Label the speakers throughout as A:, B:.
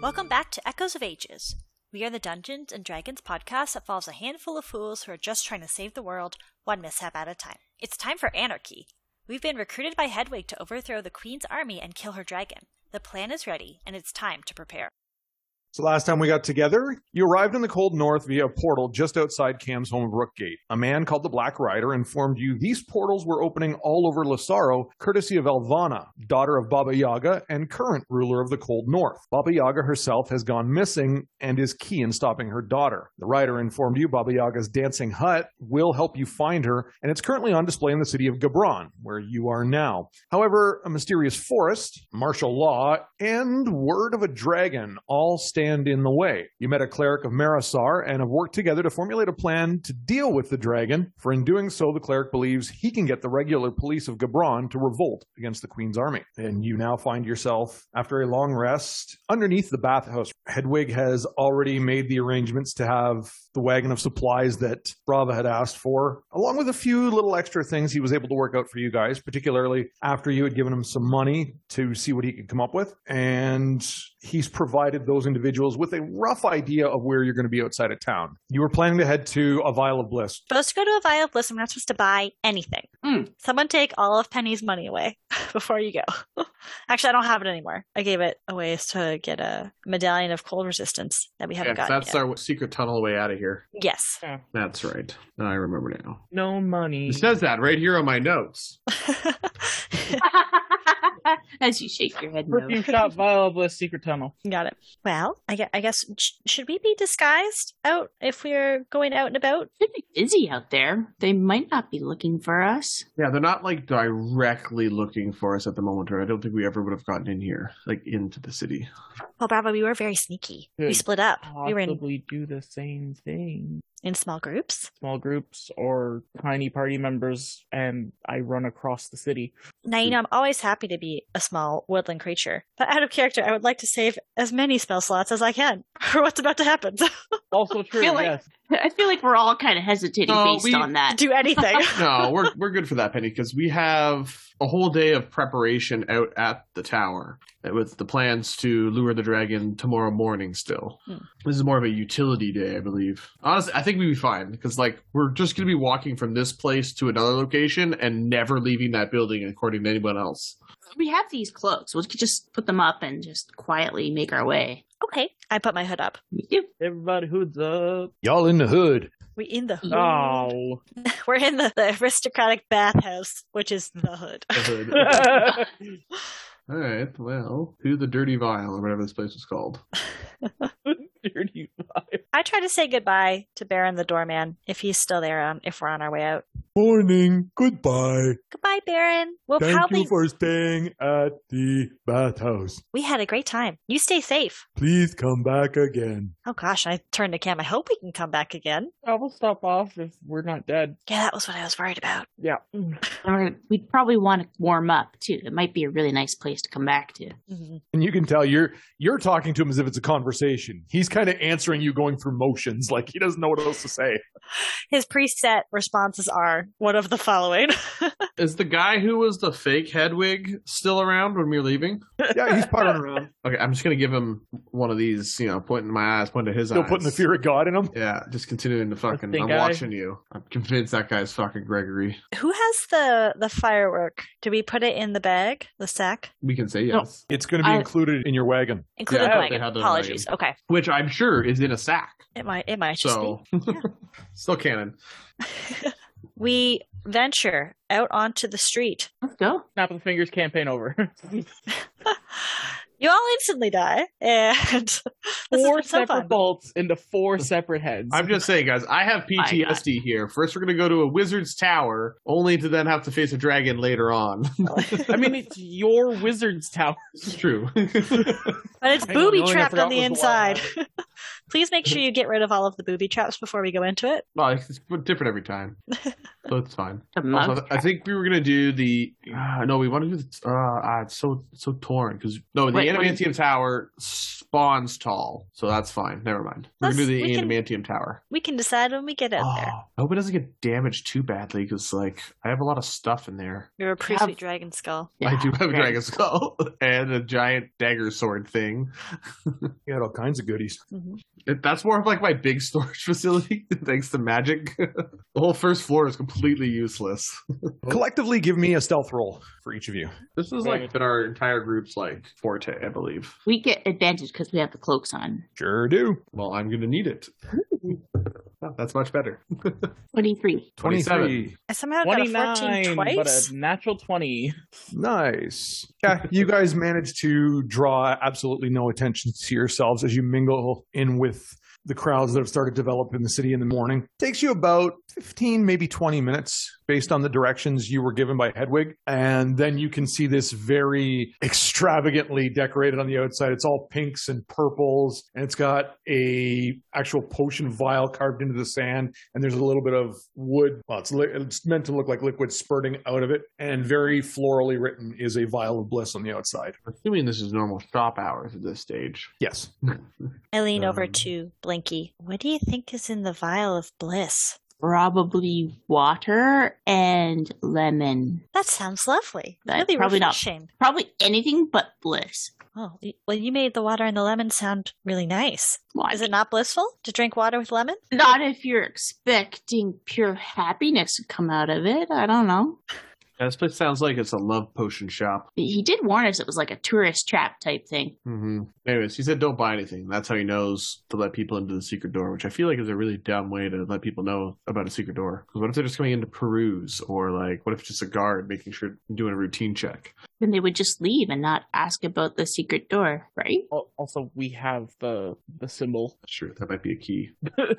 A: Welcome back to Echoes of Ages. We are the Dungeons and Dragons podcast that follows a handful of fools who are just trying to save the world, one mishap at a time. It's time for anarchy. We've been recruited by Hedwig to overthrow the Queen's army and kill her dragon. The plan is ready, and it's time to prepare.
B: So last time we got together, you arrived in the cold north via a portal just outside Cam's home of Rookgate. A man called the Black Rider informed you these portals were opening all over Lasaro, courtesy of Elvana, daughter of Baba Yaga and current ruler of the cold north. Baba Yaga herself has gone missing and is key in stopping her daughter. The Rider informed you Baba Yaga's dancing hut will help you find her, and it's currently on display in the city of Gabron, where you are now. However, a mysterious forest, martial law, and word of a dragon all stand in the way. You met a cleric of Marisar and have worked together to formulate a plan to deal with the dragon, for in doing so, the cleric believes he can get the regular police of Gabron to revolt against the Queen's army. And you now find yourself, after a long rest, underneath the bathhouse. Hedwig has already made the arrangements to have the wagon of supplies that Brava had asked for, along with a few little extra things he was able to work out for you guys, particularly after you had given him some money to see what he could come up with. And he's provided those individuals with a rough idea of where you're going to be outside of town. You were planning to head to a Vial of Bliss.
A: Supposed to go to a Via Bliss. I'm not supposed to buy anything.
C: Hmm.
A: Someone take all of Penny's money away before you go. Actually, I don't have it anymore. I gave it away to get a medallion of cold resistance that we haven't
C: Yes,
A: gotten
C: that's
A: yet.
C: our secret tunnel way out of here.
A: yes.
C: That's right. I remember now.
D: No money.
C: It says that right here on my notes.
E: As you shake your head, no.
D: Perfume shop, vial of bliss, secret tunnel.
A: Got it. Well, I guess, I guess sh- should we be disguised out if we're going out and about?
E: Should be busy out there. They might not be looking for us.
C: Yeah, they're not like directly looking for us at the moment, or I don't think we ever would have gotten in here, like into the city.
A: Well, Bravo, we were very sneaky. We
D: Good.
A: split up. We were in,
D: Possibly do the same thing.
A: in small groups.
D: Small groups or tiny party members, and I run across the city.
A: Now, you know, I'm always happy to be a small woodland creature, but out of character, I would like to save as many spell slots as I can for what's about to happen.
D: Also true.
E: Feel like-
D: yes.
E: I feel like we're all kind of hesitating
C: No,
E: based
C: we-
E: on that.
A: Do anything.
C: No, we're we're good for that, Penny, because we have a whole day of preparation out at the tower uh, with the plans to lure the dragon tomorrow morning. Still,
A: Hmm.
C: this is more of a utility day, I believe. Honestly, I think we'd be fine because like we're just gonna be walking from this place to another location and never leaving that building, according to anyone else.
E: we have these cloaks. We could just put them up and just quietly make our way.
A: okay. I put my hood up.
E: We do.
D: Everybody hoods up.
B: Y'all in the hood.
A: We in the hood.
D: Oh.
A: We're in the, the aristocratic bathhouse, which is the hood.
C: The hood. All right, well, to the dirty vial or whatever this place was called.
D: Dirty
A: I try to say goodbye to Baron the doorman if he's still there on if we're on our way out.
B: Morning. Goodbye.
A: Goodbye, Baron. We'll probably
B: for staying at the bathhouse.
A: we had a great time. You stay safe.
B: Please come back again.
A: Oh gosh, I turned to Cam. I hope we can come back again.
D: I will stop off if we're not dead.
A: Yeah, that was what I was worried about.
D: Yeah.
E: And we're- we'd probably want to warm up too. It might be a really nice place to come back to.
A: Mhm.
B: And you can tell you're you're talking to him as if it's a conversation. He's kind of answering you going through motions, like he doesn't know what else to say.
A: His preset responses are one of the following.
C: Is the guy who was the fake Hedwig still around when we were leaving?
B: Yeah, he's part of
C: around. Okay, I'm just gonna give him one of these, you know, pointing my eyes, pointing to his
B: still
C: eyes.
B: putting the fear of God in him.
C: Yeah, just continuing to fucking.
D: Think
C: I'm
D: I-
C: watching you. I'm convinced that guy's fucking Gregory.
A: Who has the the firework? Do we put it in the bag, the sack?
C: We can say
E: No.
C: yes,
B: It's going to be
E: I-
B: included in your wagon.
A: Including the
C: Yeah, they
A: wagon.
C: had the
A: Apologies. Okay.
C: which I'm sure is in a sack.
A: It might it might just be.
C: So, still canon.
A: We venture out onto the street.
E: Let's go.
D: Snap of the fingers campaign over.
A: you all instantly die, and this has
D: four
A: been so fun.
D: separate bolts into four separate heads.
C: I'm just saying, guys. I have PTSD here. First, we're gonna go to a wizard's tower, only to then have to face a dragon later on.
D: I mean, it's your wizard's tower.
C: it's true.
A: But it's
D: Hang on,
A: booby
D: knowing I
A: trapped
D: forgot
A: on the
D: was the wild
A: inside. Please make sure you get rid of all of the booby traps before we go into it.
C: Well, it's different every time, so it's fine.
E: The
C: Also,
E: mug.
C: I think we were gonna do the. Uh, no, we want to do. The, uh, ah, it's so so torn because no, the
E: Wait, what
C: adamantium tower spawns tall, so that's fine. Never mind. We're
A: Let's-
C: gonna do the
A: we can-
C: adamantium tower.
A: We can decide when we get out there.
B: Ah,
C: I hope it doesn't get damaged too badly because like I have a lot of stuff in there.
D: Oh,
A: You're a pretty
E: Have-
A: sweet dragon skull.
C: I do have a
E: okay.
C: dragon skull and a giant dagger sword thing.
B: You had all kinds of goodies.
C: It- That's more of like my big storage facility, thanks to magic. the whole first floor is completely useless.
B: Collectively, give me a stealth roll for each of you.
C: This has
D: like,
C: been our entire group's like forte, I believe.
E: We get advantage because we have the cloaks on.
B: Sure do.
C: Well, I'm gonna need it. Oh, that's much better.
E: 23.
C: 27.
A: I somehow got a 14
D: 29, but
A: twice.
D: a natural 20.
B: Nice. Yeah, you guys managed to draw absolutely no attention to yourselves as you mingle in with the crowds that have started to develop in the city in the morning. Takes you about 15, maybe 20 minutes based on the directions you were given by Hedwig. And then you can see this very extravagantly decorated on the outside. It's all pinks and purples, and it's got a actual potion vial carved into the sand and there's a little bit of wood. Well, it's, li- it's meant to look like liquid spurting out of it, and very florally written is a vial of bliss on the outside.
C: Assuming this is normal shop hours at this stage.
B: Yes.
A: I lean over
C: Um,
A: to Blinky. What do you think is in the vial of bliss?
E: Probably water and lemon.
A: That sounds lovely.
E: That-
A: Really
E: probably not.
A: refreshing.
E: Probably anything but bliss.
A: Oh, y- well, you made the water and the lemon sound really nice.
E: Why?
A: Is it not blissful to drink water with lemon?
E: Not if you're expecting pure happiness to come out of it. I don't know.
C: Yeah, this place sounds like it's a love potion shop.
E: He did warn us it was like a tourist trap type thing.
C: Mm-hmm. Anyways, he said don't buy anything. That's how he knows to let people into the secret door, which I feel like is a really dumb way to let people know about a secret door. 'Cause What if they're just coming in to peruse, or like, what if it's just a guard making sure doing a routine check?
E: Then they would just leave and not ask about the secret door, right?
D: Al- Also, we have the the symbol.
C: Sure, that might be a key
D: so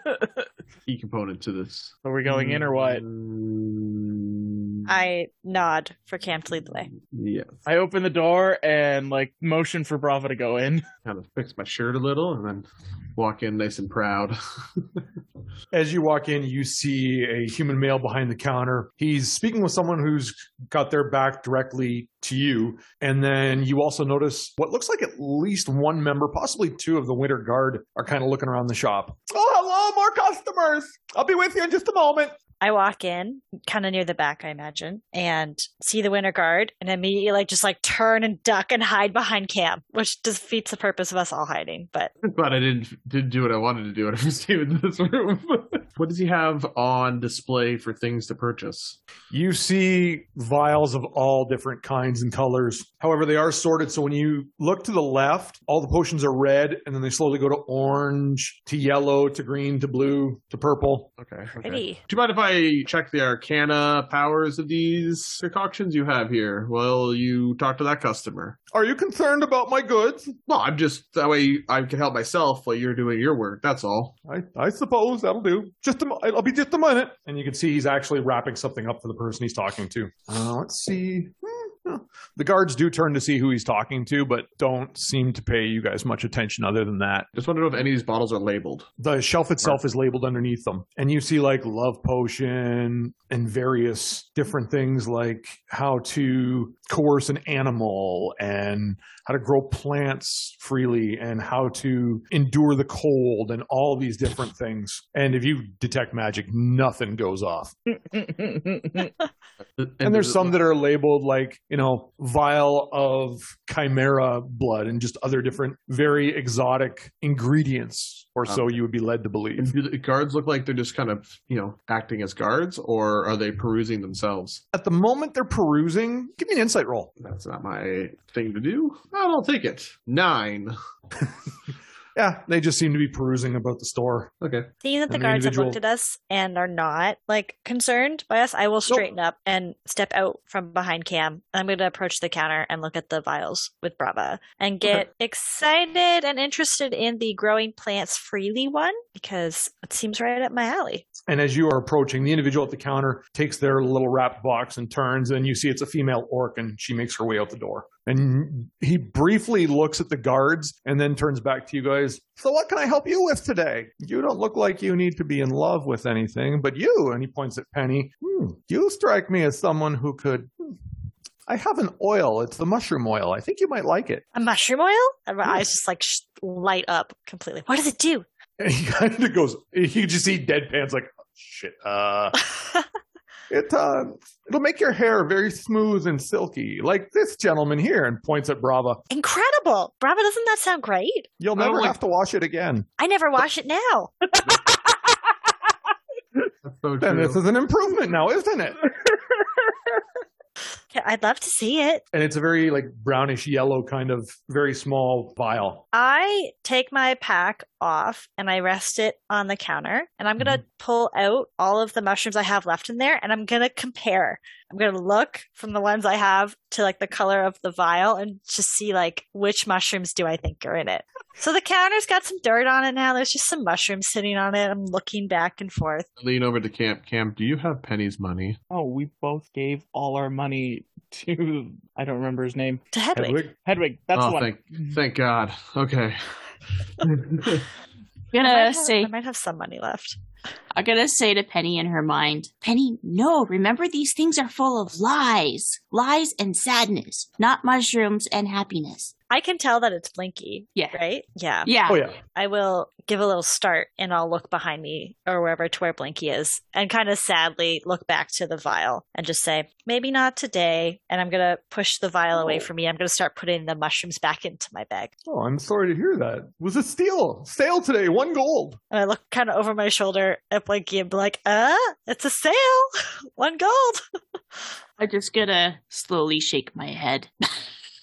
C: key component to this.
D: we're going in or what?
C: Mm,
A: I nod for Cam to lead the way.
C: yeah,
D: I open the door and like motion for Brava to go in.
C: kind of fix my shirt a little, and then walk in nice and proud.
B: As you walk in, you see a human male behind the counter. He's speaking with someone who's got their back directly to you. And then you also notice what looks like at least one member, possibly two of the Winter Guard, are kind of looking around the shop. Oh, hello, more customers. I'll be with you in just a moment.
A: I walk in, kind of near the back, I imagine, and see the winter guard, and immediately like just like turn and duck and hide behind Cam, which defeats the purpose of us all hiding. But
C: But I didn't didn't do what I wanted to do when I first came into this room. what does he have on display for things to purchase?
B: You see vials of all different kinds and colors. However, they are sorted. So when you look to the left, all the potions are red, and then they slowly go to orange, to yellow, to green, to blue, to purple.
C: Okay. okay.
A: pretty.
C: Do you mind if I check the arcana powers of these concoctions you have here while you talk to that customer?
B: Are you concerned about my goods?
C: Well, I'm just that way I can help myself while you're doing your work. That's all.
B: I, I suppose that'll do. Just a, mo- I'll be just a minute. And you can see he's actually wrapping something up for the person he's talking to. Uh, let's see. Hmm, huh. The guards do turn to see who he's talking to, but don't seem to pay you guys much attention other than that.
C: Just want to know if any of these bottles are labeled.
B: the shelf itself is labeled underneath them and you see like love potion and various different things like how to coerce an animal and how to grow plants freely and how to endure the cold and all these different things and if you detect magic nothing goes off
C: And,
B: and, there's some that are labeled like you know vial of chimera blood and just other different very exotic ingredients or so you would be led to believe
C: Do the guards look like they're just kind of, you know, acting as guards, or are they perusing themselves?
B: At the moment they're perusing, give me an insight roll.
C: That's not my thing to do. I'll take it. Nine.
B: Yeah, they just seem to be perusing about the store.
C: Okay.
A: Seeing that the
B: An
A: guards have looked at
B: individual-
A: us and are not like concerned by us, I will straighten up and step out from behind Cam. And I'm going to approach the counter and look at the vials with Brava and
C: Okay.
A: get excited and interested in the growing plants freely one because it seems right up my alley.
B: And as you are approaching, the individual at the counter takes their little wrapped box and turns, and you see it's a female orc and she makes her way out the door. And he briefly looks at the guards and then turns back to you guys. So, what can I help you with today? You don't look like you need to be in love with anything, but you, and he points at Penny, "Hmm, you strike me as someone who could. hmm, I have an oil. It's the mushroom oil. I think you might like it.
A: A mushroom oil? And my eyes just like sh- light up completely. What does it do?
B: And he kind of goes, he just see deadpans like, oh, shit, uh, it, uh, it'll make your hair very smooth and silky, like this gentleman here, and points at Brava.
A: Incredible! Bravo, doesn't that sound great?
B: You'll
C: I don't
B: never
C: like-
B: have to wash it again.
A: I never wash it now.
C: That's so
B: Then
C: true.
B: this is an improvement now, isn't it?
A: I'd love to see it.
B: And it's a very like brownish yellow kind of very small vial.
A: I take my pack off and I rest it on the counter, and I'm gonna pull out all of the mushrooms I have left in there, and I'm gonna compare. I'm gonna look from the ones I have to like the color of the vial and just see like which mushrooms do I think are in it. So the counter's got some dirt on it now. There's just some mushrooms sitting on it. I'm looking back and forth.
C: Lean over to Camp. Camp, do you have Penny's money?
D: Oh, we both gave all our money to I don't remember his name.
A: To Hedwig.
B: Hedwig,
D: Hedwig, that's
C: oh,
D: the one.
C: thank, thank God. Okay.
E: I'm
A: I might
E: gonna
A: have-
E: say
A: I might have some money left.
E: I'm gonna say to Penny in her mind, Penny, no, remember these things are full of lies. Lies and sadness, not mushrooms and happiness.
A: I can tell that it's Blinky,
E: Yeah.
A: right? Yeah.
E: Yeah.
B: Oh yeah.
A: I will give a little start and I'll look behind me or wherever to where Blinky is and kind of sadly look back to the vial and just say, maybe not today. And I'm going to push the vial away from me. I'm going to start putting the mushrooms back into my bag.
B: Oh, I'm sorry to hear that. It was a steal. Sale today, one gold.
A: And I look kind of over my shoulder at Blinky and be like, uh, it's a sale. One gold.
E: I'm just gonna slowly shake my head.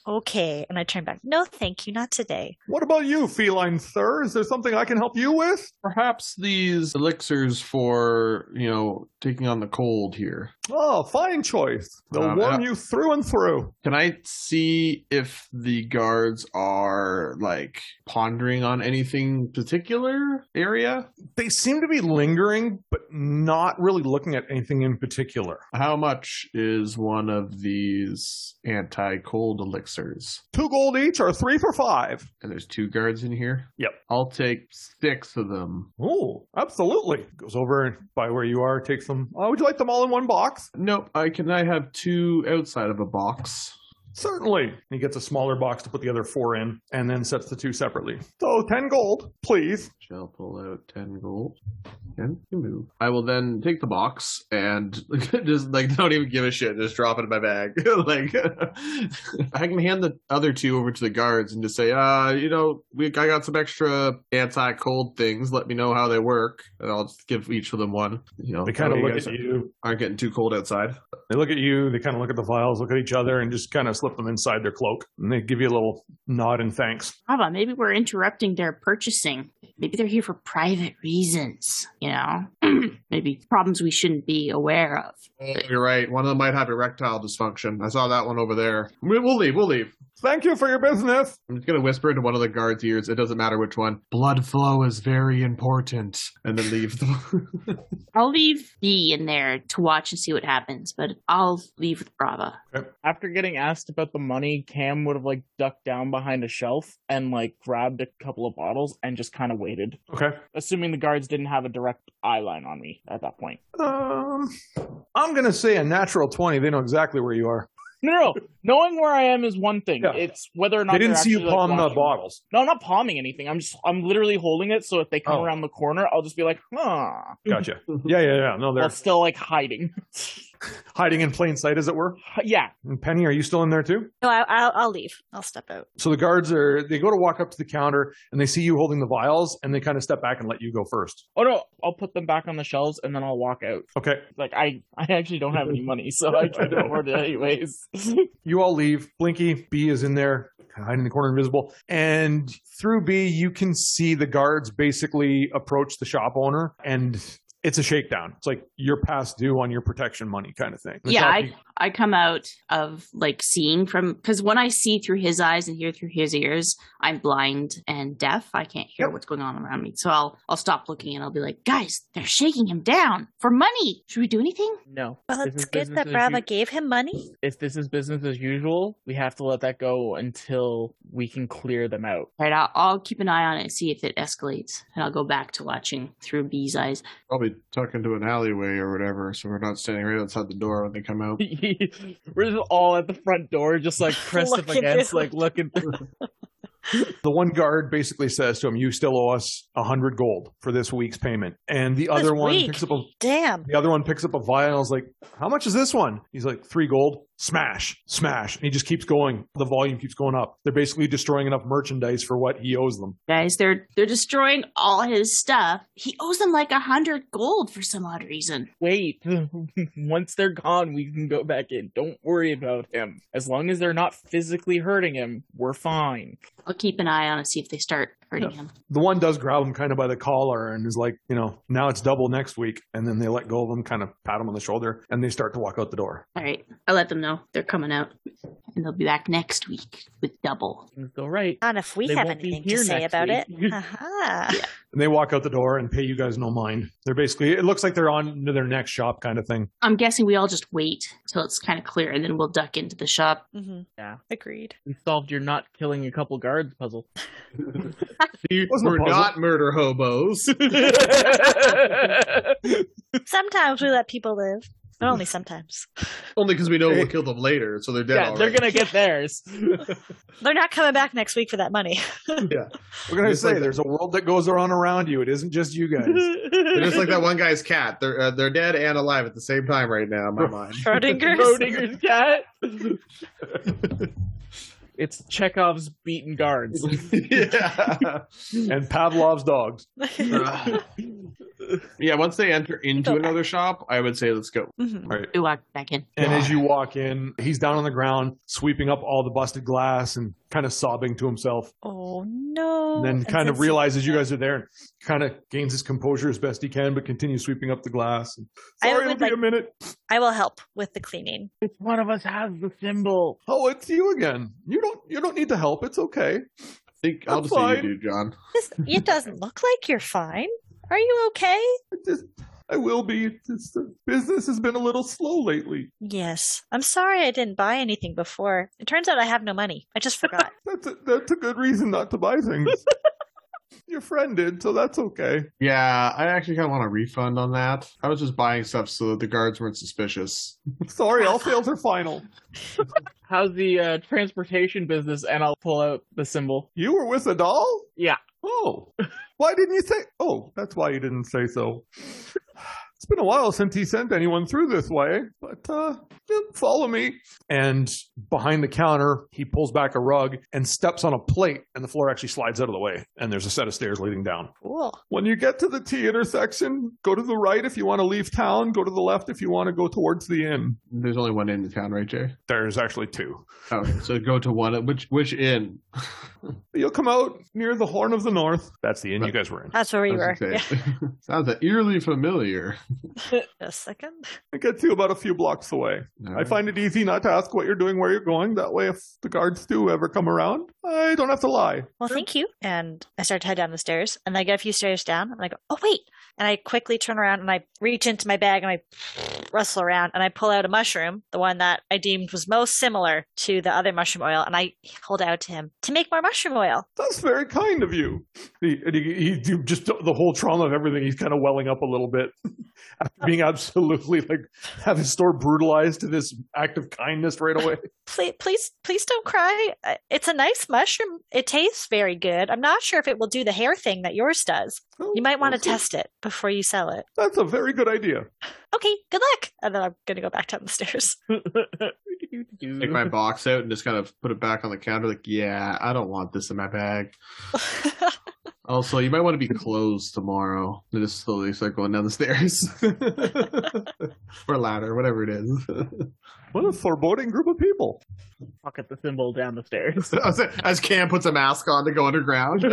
A: Okay. And I turn back, no, thank you. Not today.
B: What about you, feline sir? Is there something I can help you with?
C: Perhaps these elixirs for, you know, taking on the cold here.
B: Oh, fine choice. They'll
C: Um,
B: warm
C: yeah.
B: you through and through.
C: Can I see if the guards are like pondering on anything particular area?
B: They seem to be lingering, but not really looking at anything in particular.
C: How much is one of these anti-cold elixirs?
B: Two gold each or three for five.
C: And there's two guards in here.
B: Yep.
C: I'll take six of them.
B: Oh, absolutely. Goes over by where you are, takes them. Oh, would you like them all in one box?
C: Nope. I can. I have two outside of a box.
B: Certainly. And He gets a smaller box to put the other four in and then sets the two separately. So 10 gold, please.
C: Shall pull out ten gold and remove. I will then take the box and just like don't even give a shit. Just drop it in my bag. like I can hand the other two over to the guards and just say, uh, you know, we I got some extra anti-cold things. Let me know how they work, and I'll just give each of them one. You know,
B: They kind
C: that
B: of
C: way
B: look
C: guys
B: at you.
C: Aren't getting too cold outside.
B: They look at you. They kind of look at the vials, look at each other, and just kind of slip them inside their cloak. And they give you a little nod and thanks.
E: Brava, maybe we're interrupting their purchasing. Maybe they're here for private reasons, you know? maybe problems we shouldn't be aware of.
C: Oh, You're right. One of them might have erectile dysfunction. I saw that one over there. We- We'll leave. We'll leave.
B: Thank you for your business.
C: I'm just gonna whisper into one of the guards' ears. It doesn't matter which one. Blood flow is very important, and then leave. The-
E: I'll leave B in there to watch and see what happens, but I'll leave with Brava.
D: After getting asked about the money, Cam would have like ducked down behind a shelf and like grabbed a couple of bottles and just kind of waited,
B: Okay.
D: assuming the guards didn't have a direct eye line on me at that point.
B: Um, I'm going to say a natural 20. They know exactly where you are.
D: No, no, no. knowing where I am is one thing.
B: Yeah.
D: It's whether or not
B: They didn't
D: they're
B: see you
D: actually,
B: palm
D: like,
B: the
D: watching.
B: bottles.
D: No, I'm not palming anything. I'm just I'm literally holding it so if they come
B: Oh.
D: around the corner, I'll just be like, huh,
B: Gotcha.
E: Mm-hmm.
B: Yeah, yeah, yeah. No, they're
D: while still like hiding.
B: hiding in plain sight, as it were.
D: yeah,
B: And Penny, are you still in there too?
A: No, I, I'll, I'll leave. I'll step out.
B: So the guards are they go to walk up to the counter and they see you holding the vials and they kind of step back and let you go first.
D: Oh no, I'll put them back on the shelves and then I'll walk out.
B: Okay.
D: Like I, I actually don't have any money, so I can't afford it anyways.
B: You all leave. Blinky B is in there, kind of hiding in the corner, invisible. And through B, you can see the guards basically approach the shop owner and. It's a shakedown. It's like you're past due on your protection money kind of thing. The
E: yeah,
B: shop-
E: I I come out of like seeing from because when I see through his eyes and hear through his ears, I'm blind and deaf. I can't hear
B: Yep.
E: what's going on around me. So I'll I'll stop looking and I'll be like, guys, they're shaking him down for money. Should we do anything?
D: No.
A: Well,
D: This
A: it's
D: is
A: good
D: business
A: that
D: as
A: Brahma
D: u-
A: gave him money.
D: If this is business as usual, we have to let that go until we can clear them out.
E: Right. I'll, I'll keep an eye on it, and see if it escalates, and I'll go back to watching through B's eyes.
C: Probably tuck into an alleyway or whatever, so we're not standing right outside the door when they come out.
D: We're just all at the front door, just like pressed up
A: Looking
D: against,
A: through.
D: like looking through.
B: The one guard basically says to him, "You still owe us a hundred gold for this week's payment." And the other one
A: week.
B: picks up a
A: Damn.
B: the other one picks up a vial. Is like, "How much is this one?" He's like, three gold." Smash, smash, and he just keeps going. The volume keeps going up. They're basically destroying enough merchandise for what he owes them.
E: Guys, they're they're destroying all his stuff. He owes them like a hundred gold for some odd reason.
D: Wait, once they're gone, we can go back in. Don't worry about him. As long as they're not physically hurting him, we're fine.
E: I'll keep an eye on it, see if they start hurting
B: Yeah.
E: him.
B: The one does grab him kind of by the collar and is like, "You know, now it's double next week." And then they let go of him, kind of pat him on the shoulder, and they start to walk out the door.
E: All right, I'll let them know they're coming out, and they'll be back next week with double.
D: Things go right.
A: Not if we
D: They
A: have
D: won't be
A: anything to
D: here
A: say
D: next
A: about
D: week.
A: it. Haha.
B: And they walk out the door and pay you guys no mind. They're basically, it looks like they're on to their next shop kind of thing.
E: I'm guessing we all just wait till it's kind of clear, and then we'll duck into the shop.
A: Mm-hmm.
D: Yeah.
A: Agreed.
D: We solved your not killing a couple guards puzzle.
C: See,
B: Wasn't a
C: we're
B: puzzle.
C: not murder hobos.
A: Sometimes we let people live, but only sometimes.
C: Only because we know
B: Hey.
C: we'll kill them later, so they're dead.
D: yeah, they're
C: already.
D: gonna get theirs.
A: They're not coming back next week for that money.
B: We're gonna
C: Just
B: say
C: like that.
B: there's a world that goes on around you. It isn't just you guys.
C: They're just like that one guy's cat. They're uh, they're dead and alive at the same time right now. In my mind.
A: Schrodinger's.
D: Schrodinger's cat. it's Chekhov's beaten guards.
C: yeah.
B: and Pavlov's dogs.
C: Ugh. yeah. Once they enter into
A: Go
C: another shop, I would say let's go.
A: Mhm.
E: We walk back in.
B: And as you walk in, he's down on the ground, sweeping up all the busted glass and kind of sobbing to himself.
A: Oh no!
B: And then
A: And
B: kind of
A: since-
B: realizes you guys are there and kind of gains his composure as best he can, but continues sweeping up the glass. And,
A: I
B: Sorry,
A: would
B: it'll be
A: like-
B: a minute.
A: I will help with the cleaning.
D: Which one of us has the symbol?
B: Oh, it's you again. You don't you don't need to help. It's okay.
C: I think I'll
B: I'm
C: just say you,
B: fine.
C: dude, John.
A: This, it doesn't look like you're fine. Are you okay?
B: I just I will be. It's, it's- the business has been a little slow lately.
A: Yes. I'm sorry I didn't buy anything before. It turns out I have no money. I just forgot.
B: That's a, that's a good reason not to buy things. Your friend did, so that's okay.
C: Yeah, I actually kind of want a refund on that. I was just buying stuff so that the guards weren't suspicious.
B: Sorry, all sales are final.
D: How's the uh, transportation business? And I'll pull out the symbol.
B: You were with a doll?
D: Yeah.
B: Oh. Why didn't you say? Oh, that's why you didn't say so. It's been a while since he sent anyone through this way, but uh, yeah, follow me. And behind the counter, he pulls back a rug and steps on a plate, and the floor actually slides out of the way. And there's a set of stairs leading down.
A: Cool.
B: When you get to the T intersection, go to the right if you want to leave town, go to the left if you want to go towards the inn.
C: There's only one inn in town, right, Jay?
B: There's actually two.
C: Oh, so go to one. Which which inn?
B: You'll come out near the Horn of the North. That's the inn you
C: Right.
B: guys were in.
A: That's where
C: I
A: we
C: was
A: were.
C: gonna
A: Yeah.
C: say. Sounds eerily familiar.
A: A second.
B: It gets you about a few blocks away. I find it easy not to ask what you're doing, where you're going. That way, if the guards do ever come around, I don't have to lie.
A: Well, thank you. And I start to head down the stairs, and I get a few stairs down, and I go, "Oh wait!" And I quickly turn around and I reach into my bag and I rustle around and I pull out a mushroom, the one that I deemed was most similar to the other mushroom oil, and I hold it out to him to make more mushroom oil.
B: That's very kind of you. He, and he- he- you just the whole trauma of everything. He's kind of welling up a little bit after being absolutely like have his store brutalized to this act of kindness right away.
A: Please, please, please don't cry. Uh, It's a nice mushroom. It tastes very good. I'm not sure if it will do the hair thing that yours does. You might want to
B: Oh, That's a-
A: test it before you sell it.
B: That's a very good idea.
A: Okay, good luck. And then I'm gonna go back down the stairs.
C: take my box out and just kind of put it back on the counter. Like, yeah, I don't want this in my bag. Also, you might want to be closed tomorrow. And just slowly start going down the stairs or ladder, whatever it is.
B: What a foreboding group of people.
D: Pocket the symbol down the stairs.
C: As Cam puts a mask on to go underground.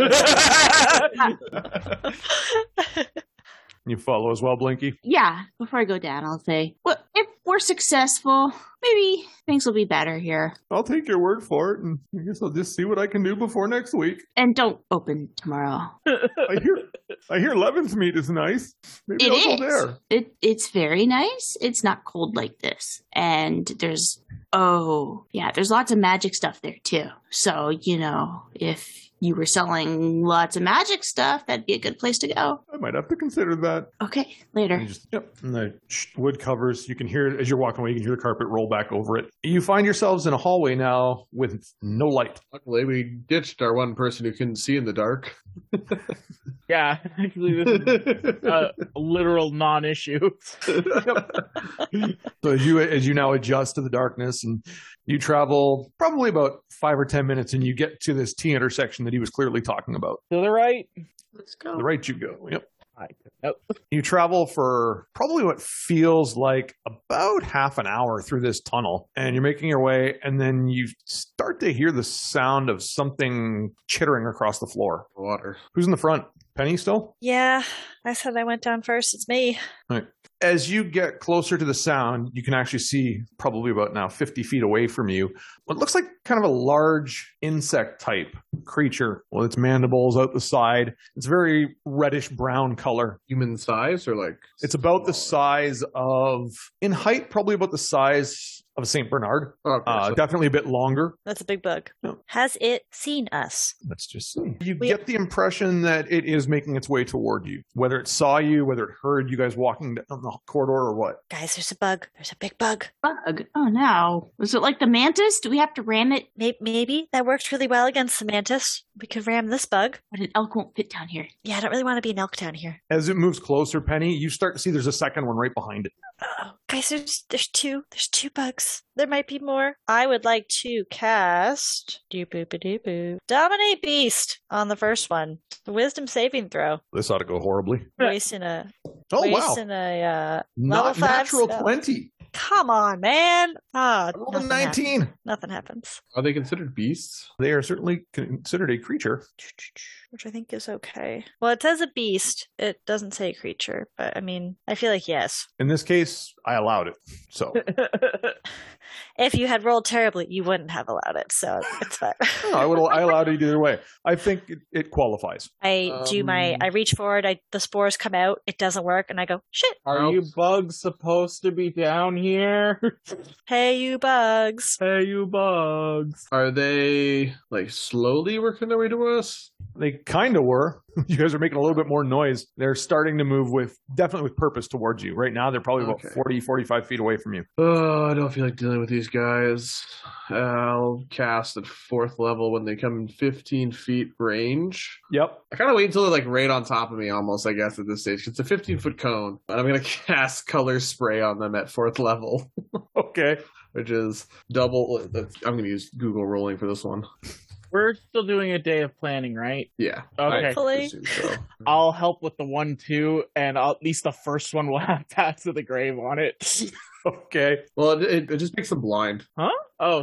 B: You follow as well, Blinky.
E: Yeah, before I go down, I'll say, "Well, if we're successful. Maybe things will be better here.
B: I'll take your word for it, and I guess I'll just see what I can do before next week.
E: And don't open tomorrow.
B: I hear, I hear Levin's meat is nice. Maybe
E: It
B: I'll
E: is.
B: go there.
E: It it's very nice. It's not cold like this. And there's oh yeah, there's lots of magic stuff there too. So, you know, if you were selling lots of magic stuff, that'd be a good place to go.
B: I might have to consider that.
E: Okay,
B: And
E: later.
D: Mm.
B: you just, yep. And the sh- wood covers. You can hear as you're walking away. You can hear the carpet roll back over it. You find yourselves in a hallway now with no light.
C: Luckily, we ditched our one person who couldn't see in the dark.
D: Yeah, actually, this is
B: Uh,
D: a literal non-issue.
B: So as you as you now adjust to the darkness and you travel probably about five or ten minutes, and you get to this T intersection that he was clearly talking about.
D: To the right.
E: Let's go.
B: The right you go. Yep.
D: I- nope.
B: You travel for probably what feels like about half an hour through this tunnel, and you're making your way, and then you start to hear the sound of something chittering across the floor.
C: Water.
B: Who's in the front? Penny still?
A: Yeah, I said I went down first. It's me.
B: As you get closer to the sound, you can actually see probably about now 50 feet away from you what looks like kind of a large insect type creature with its mandibles out the side. It's very reddish brown color.
C: Human size or like?
B: It's about the
C: smaller?
B: size of, in height, probably about the size of a St. Bernard.
C: Oh, okay,
B: Uh,
C: so-
B: definitely a bit longer.
A: That's a big bug.
B: No.
A: Has it seen us?
B: Let's just see. Hmm. You
A: We-
B: get the impression that it is making its way toward you, whether it saw you, whether it heard you guys walking down the corridor or what.
A: Guys, there's a bug. There's a big bug.
E: Bug. Oh no. Is it like the mantis? Do we have to ram it?
A: May- Maybe that worked really well against the mantis. We could ram this bug.
E: But an elk won't fit down here.
A: Yeah, I don't really want to be an elk down here.
B: As it moves closer, Penny, you start to see there's a second one right behind it.
A: Oh, guys, there's there's two. There's two bugs. There might be more. I would like to cast doop boop boo dominate beast on the first one. Wisdom saving throw.
B: This ought to go horribly.
A: Wasting a
B: Oh, wow.
A: wasting a. Uh, level
B: Not
A: five
B: natural
A: spell.
B: 20.
A: come on, man. Ah,
B: I rolled a
A: nothing, hap-
B: 19.
A: nothing happens.
C: Are they considered beasts?
B: They are certainly considered a creature.
A: Which I think is okay. Well, it says a beast. It doesn't say creature, but I mean, I feel like yes.
B: In this case, I allowed it. So.
A: if you had rolled terribly, you wouldn't have allowed it. So it's fine.
B: No, I would I allowed it either way. I think it, it qualifies.
A: I do my.
C: Um,
A: I reach forward. I the spores come out. It doesn't work, and I go shit.
D: Are you bugs supposed to be down here?
A: Hey, you bugs.
D: hey, you bugs.
C: Are they like slowly working their way to us?
B: They kind of were. You guys are making a little bit more noise. They're starting to move with definitely with purpose towards you. Right now, they're probably about
C: Okay.
B: forty, forty-five 40, 45 feet away from you.
C: Oh, I don't feel like dealing with these guys. I'll cast at fourth level when they come in 15 feet range.
B: Yep.
C: I kind of wait until they're like right on top of me, almost, I guess, at this stage. It's a 15 foot cone, and I'm going to cast color spray on them at fourth level,
B: Okay.
C: which is double. that's- I'm going to use Google Rolling for this one.
D: We're still doing a day of planning, right?
C: Yeah.
D: Okay.
C: I
A: Hopefully.
C: assume so.
D: I'll help with the one, two, and I'll, at least the first one will have Path to the Grave on it.
B: Okay.
C: well, it, it, it just makes them blind.
D: Oh,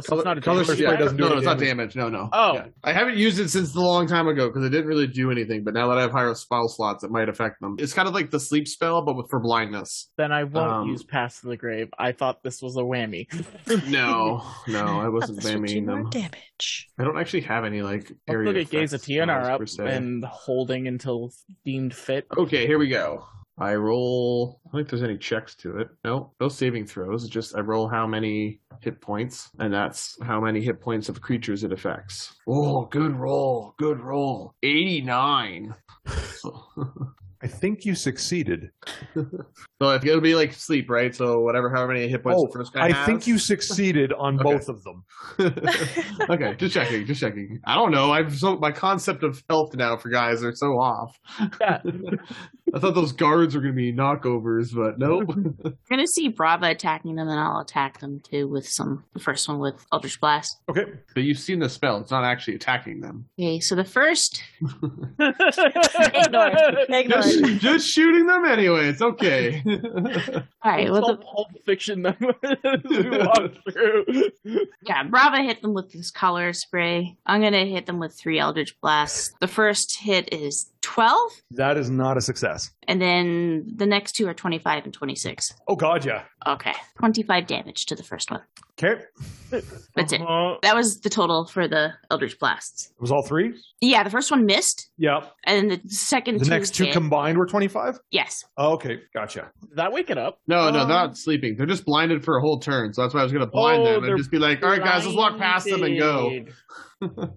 C: Color,
D: so it's not a
C: color
D: damage
C: spray
D: plan?
C: doesn't do
B: No,
C: no,
B: it's
C: it's
B: not
C: not damage. No, no.
D: Oh.
C: I haven't used it since a long time ago because it didn't really do anything. But now that I have higher spell slots, it might affect them. It's kind of like the sleep spell, but with, for blindness.
D: Then I won't
C: Um,
D: use Path to the Grave. I thought this was a whammy.
C: No, no, I wasn't
A: This would do
C: blaming
A: more
C: them.
A: damage.
C: I don't actually have any like
D: Let's
C: area.
D: look at Gaze of
C: effects
D: TNR
C: spells,
D: up
C: per se.
D: and holding until deemed fit.
C: okay, here we go. I roll. I don't think there's any checks to it. No, no saving throws. It's just I roll how many hit points, and that's how many hit points of creatures it affects. Oh, good roll, good roll. Eighty-nine.
B: I think you succeeded.
C: So if it'll be like sleep, right? So whatever, however many hit points
B: Oh,
C: the first guy
B: I
C: has.
B: think you succeeded on
C: Okay.
B: both of them.
C: okay, just checking, just checking. I don't know. I've so my concept of health now for guys are so off.
D: Yeah.
C: I thought those guards were gonna be knockovers, but nope.
E: We're gonna see Brava attacking them and I'll attack them too with some the first one with Eldritch Blast.
B: Okay.
C: but you've seen the spell; it's not actually attacking them.
E: Okay, so the first
A: Ignore. it. Ignore.
C: Just,
A: it.
C: just shooting them anyway. It's okay.
E: all right,
D: It's
E: well
D: all
E: the,
D: Pulp Fiction that we walk through.
E: yeah, Brava hit them with this color spray. I'm gonna hit them with three Eldritch Blasts. The first hit is twelve.
B: That is not a success.
E: six, and then the next two are twenty five and twenty six.
B: Oh god, yeah.
E: Okay, twenty five damage to the first one.
B: Okay, it
E: That's it.
D: Uh-huh.
E: That was the total for the Eldritch Blasts.
B: was all three.
E: Yeah, the first one missed,
B: Yep.
E: and the second
B: The
E: two
B: next two
E: hit.
B: combined were twenty five.
E: yes.
B: Oh, Okay, gotcha.
D: Did that wake it up?
C: No, no, they're
D: Um,
C: not sleeping. They're just blinded for a whole turn. So that's why I was going to blind
D: Oh,
C: them and
D: they're
C: just be like, all right, guys, let's walk past them and go.
D: Blinded.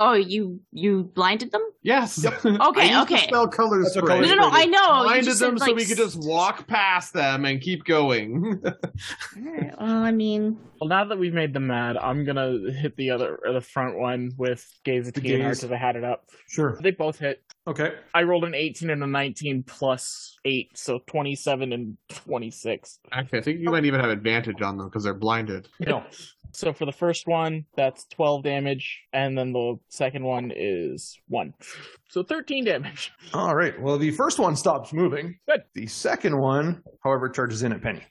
E: Oh, you you blinded them?
C: Yes.
E: Okay,
C: I used the
E: okay.
C: spell color
B: That's a
C: spray.
E: No,
B: color
E: no, no. I know. You
C: Blinded
E: just said,
C: them so
E: like,
C: we could just walk past them and keep going.
E: All right, well, I mean,
D: Well, now that we've made them mad, I'm gonna hit the other or the front one with gaze at
B: The
D: TNR
B: gaze.
D: because I had it up.
B: Sure.
D: They both hit.
B: Okay.
D: I rolled an 18 and a 19 plus eight, so 27 and 26.
C: Actually, I think you might even have advantage on them because they're blinded.
D: No. So for the first one, that's 12 damage, and then the second one is one. So 13 damage.
B: All right. Well, the first one stops moving.
D: Good.
B: The second one, however, charges in at Penny.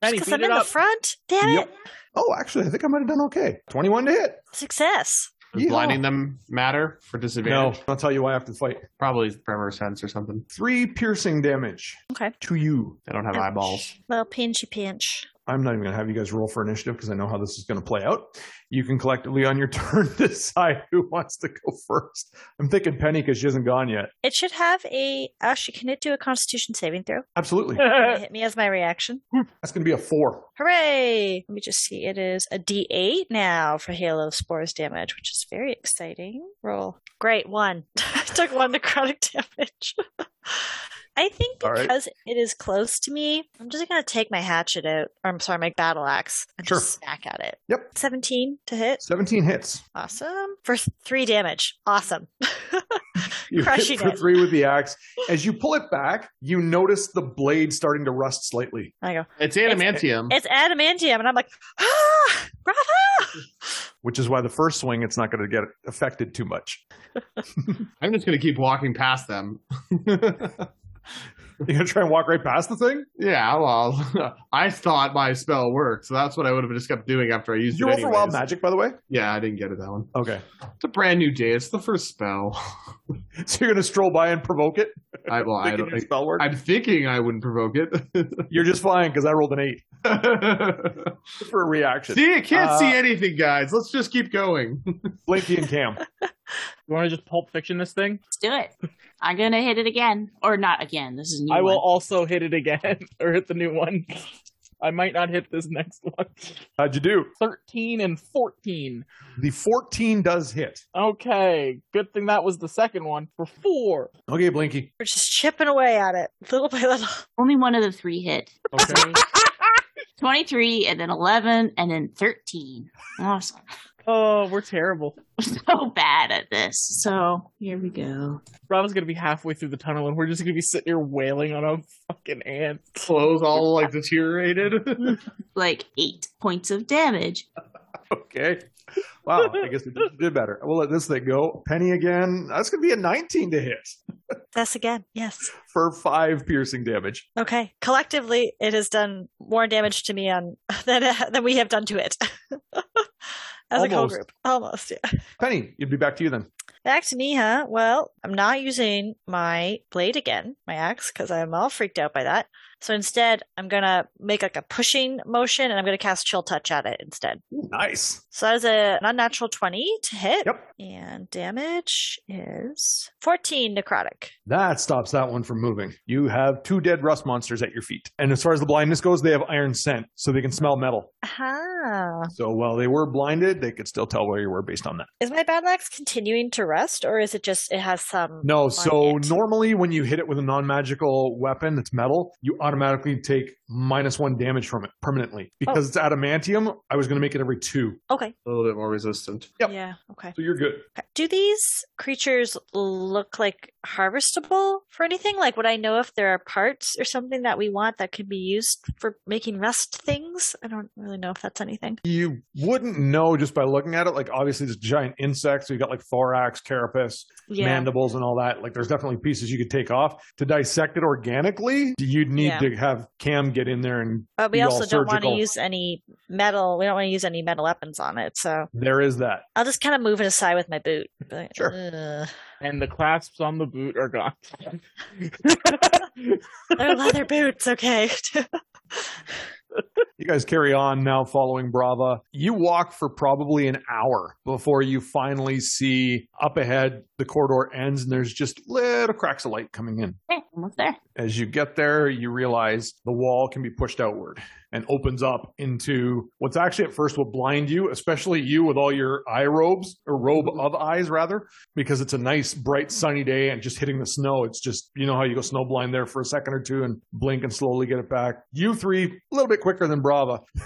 D: Penny,
A: Because
D: beat
A: I'm
D: it
A: in the
D: up.
A: front. Damn it.
B: Yep. Oh, actually, I think I might have done okay. Twenty-one to hit.
A: Success.
C: Does
B: Yeehaw.
C: blinding them matter for disadvantage?
B: No, I'll tell you why after the fight.
C: Probably primer sense or something.
B: Three piercing damage
A: Okay.
B: to you.
C: They don't have eyeballs.
A: Ouch. Well, pinchy pinch.
B: I'm not even going to have you guys roll for initiative because I know how this is going to play out. You can collectively on your turn decide who wants to go first. I'm thinking Penny because she hasn't gone yet.
A: It should have a. Actually, can it do a Constitution saving throw?
B: Absolutely.
C: Eh.
A: It hit me as my reaction.
B: That's going to be a four.
A: Hooray! Let me just see. It is a D8 now for Halo Spores damage, which is very exciting. Roll. Great, one. I took one necrotic damage. I think
B: All right.
A: because it is close to me, I'm just going to take my hatchet out, or I'm sorry, my battle axe, and
B: Sure.
A: just smack at it.
B: Yep.
A: 17 to hit.
B: 17 hits.
A: Awesome. For th- three damage. Awesome.
B: You
A: Crushing
B: hit for
A: it.
B: three with the axe. As you pull it back, you notice the blade starting to rust slightly.
A: I go,
C: It's adamantium.
A: it's adamantium. And I'm like, ah, bravo!
B: Which is why the first swing, it's not going to get affected too much.
C: I'm just going to keep walking past them.
B: You're going to try and walk right past the thing?
C: yeah, well, I thought my spell worked, so that's what I would have just kept doing after I used
B: Did you
C: it.
B: roll for wild
C: anyways.
B: magic, by the way?
C: Yeah, I didn't get it that one.
B: Okay.
C: It's a brand new day. It's the first spell.
B: So you're going to stroll by and provoke it?
C: I, well, I
B: Thinking
C: don't
B: your
C: think.
B: spell work?
C: I'm thinking I wouldn't provoke it.
B: You're just flying because I rolled an eight for a reaction.
C: see, I can't
B: Uh,
C: see anything, guys. Let's just keep going.
B: Blinky and Cam.
D: You want to just pulp fiction this thing?
E: let's do it. I'm gonna hit it again, or not again. This is a new.
D: I will
E: one.
D: also hit it again, or hit the new one. I might not hit this next one.
B: How'd you do?
D: 13 and 14.
B: The 14 does hit.
D: Okay, good thing that was the second one for four.
B: Okay, Blinky.
A: We're just chipping away at it, little by little.
E: Only one of the three hit.
B: Okay.
E: Twenty-three, and then eleven, and then thirteen. Awesome.
D: Oh, we're terrible.
E: so bad at this. So here we go.
D: Rob's gonna be halfway through the tunnel and we're just gonna be sitting here wailing on a fucking ant.
C: Clothes all like deteriorated.
E: Like eight points of damage.
B: okay. Wow. I guess we did- did better. We'll let this thing go. Penny again. That's going to be a 19 to hit
A: That's again. Yes.
B: for five piercing damage.
A: Okay. Collectively, it has done more damage to me on than than we have done to it as a whole
B: Almost.
A: group. Almost. Yeah.
B: Penny, it'd be back to you then.
A: Back to me, huh? Well, I'm not using my blade again, my axe, because I'm all freaked out by that. So instead, I'm gonna make like a pushing motion, and I'm gonna cast Chill Touch at it instead.
B: Nice.
A: So that is a, an unnatural twenty to hit,
B: Yep.
A: and damage is fourteen necrotic.
B: That stops that one from moving. You have two dead rust monsters at your feet. And as far as the blindness goes, they have iron scent, so they can smell metal.
A: Aha!
B: So while they were blinded, they could still tell where you were based on that.
A: Is my battle axe continuing to rust, or is it just it has some?
B: No,
A: on
B: so
A: it?
B: normally when you hit it with a non magical weapon that's metal, you automatically take minus one damage from it permanently. Because it's adamantium, I was going to make it every two.
A: Okay.
C: a little bit more resistant.
B: Yep.
A: Yeah. Okay.
B: So you're good.
A: okay. Do these creatures look like harvestable for anything? Like, would I know if there are parts or something that we want that could be used for making rust things? I don't really know if that's anything.
B: You wouldn't know just by looking at it. Like, obviously, there's giant insects. So you've got like thorax, carapace,
A: Yeah.
B: mandibles, and all that. Like, there's definitely pieces you could take off. To dissect it organically, you'd need
A: Yeah.
B: to have Cam get in there and
A: But we
B: Be all
A: also don't want to
B: surgical.
A: use any metal. We don't want to use any metal weapons on it. So
B: there is that.
A: I'll just kind of move it aside with my boot. But,
B: Sure.
A: ugh.
D: and the clasps on the boot are gone.
A: They're leather boots. Okay.
B: You guys carry on now following Brava. You walk for probably an hour before you finally see up ahead the corridor ends and there's just little cracks of light coming in.
E: Hey, almost there.
B: As you get there, you realize the wall can be pushed outward and opens up into what's actually at first will blind you, especially you with all your eye robes or robe
C: Mm-hmm.
B: of eyes rather, because it's a nice bright sunny day and just hitting the snow. It's just, you know how you go snowblind there for a second or two and blink and slowly get it back. You three, a little bit quicker than Brava.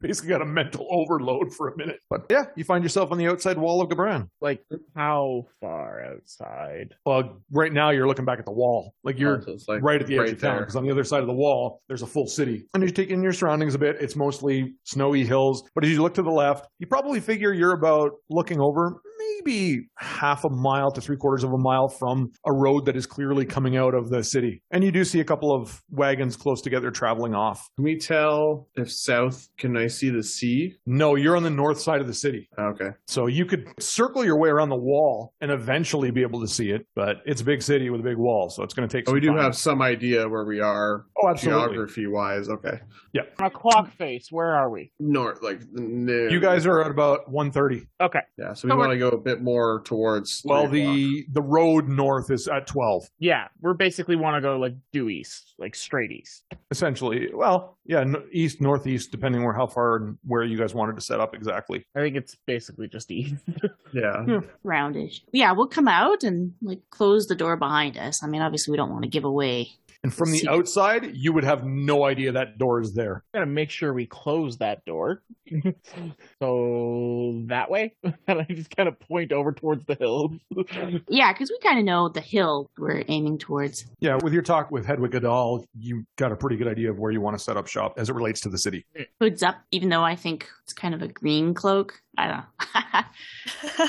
B: Basically got a mental overload for a minute. But yeah, you find yourself on the outside wall of Gabran.
D: like how far outside?
B: Well, right now you're looking back at the wall. Like
A: Oh.
B: you're
C: Oh, So it's like
B: right at the edge
C: right
B: of town
C: there.
B: because on the other side of the wall there's a full city and as you take in your surroundings a bit it's mostly snowy hills but as you look to the left you probably figure you're about looking over maybe half a mile to three quarters of a mile from a road that is clearly coming out of the city and you do see a couple of wagons close together traveling off
C: Can we tell if south can I see the sea? Ah,
B: no you're on the north side of the city
C: Okay.
B: so you could circle your way around the wall and eventually be able to see it but it's a big city with a big wall so it's going to take
C: Oh,
B: some
C: we do
B: time.
C: have some idea where we are
B: oh absolutely
C: geography wise. Okay.
D: On a clock face, where are we?
C: North, like no.
B: you guys are at about 1.30
D: Okay.
C: Yeah, so we want to go a bit more towards.
B: Well,
C: three o'clock.
B: the the road north is at twelve,
D: Yeah, we're basically want to go like due east, like straight east.
B: essentially. Well, yeah, n- east northeast, depending where how far and where you guys wanted to set up exactly.
D: I think it's basically just east.
C: yeah.
E: Roundish. Yeah, we'll come out and like close the door behind us. I mean, obviously, we don't want to give away.
B: And from the
E: See.
B: outside, you would have no idea that door is there.
D: gotta make sure we close that door. so that way, and I just kind of point over towards the hill.
E: Yeah, because we kind of know the hill we're aiming towards.
B: Yeah, with your talk with Hedwig Adal, you got a pretty good idea of where you want to set up shop as it relates to the city.
E: Hood's up, even though I think it's kind of a green cloak. I don't know.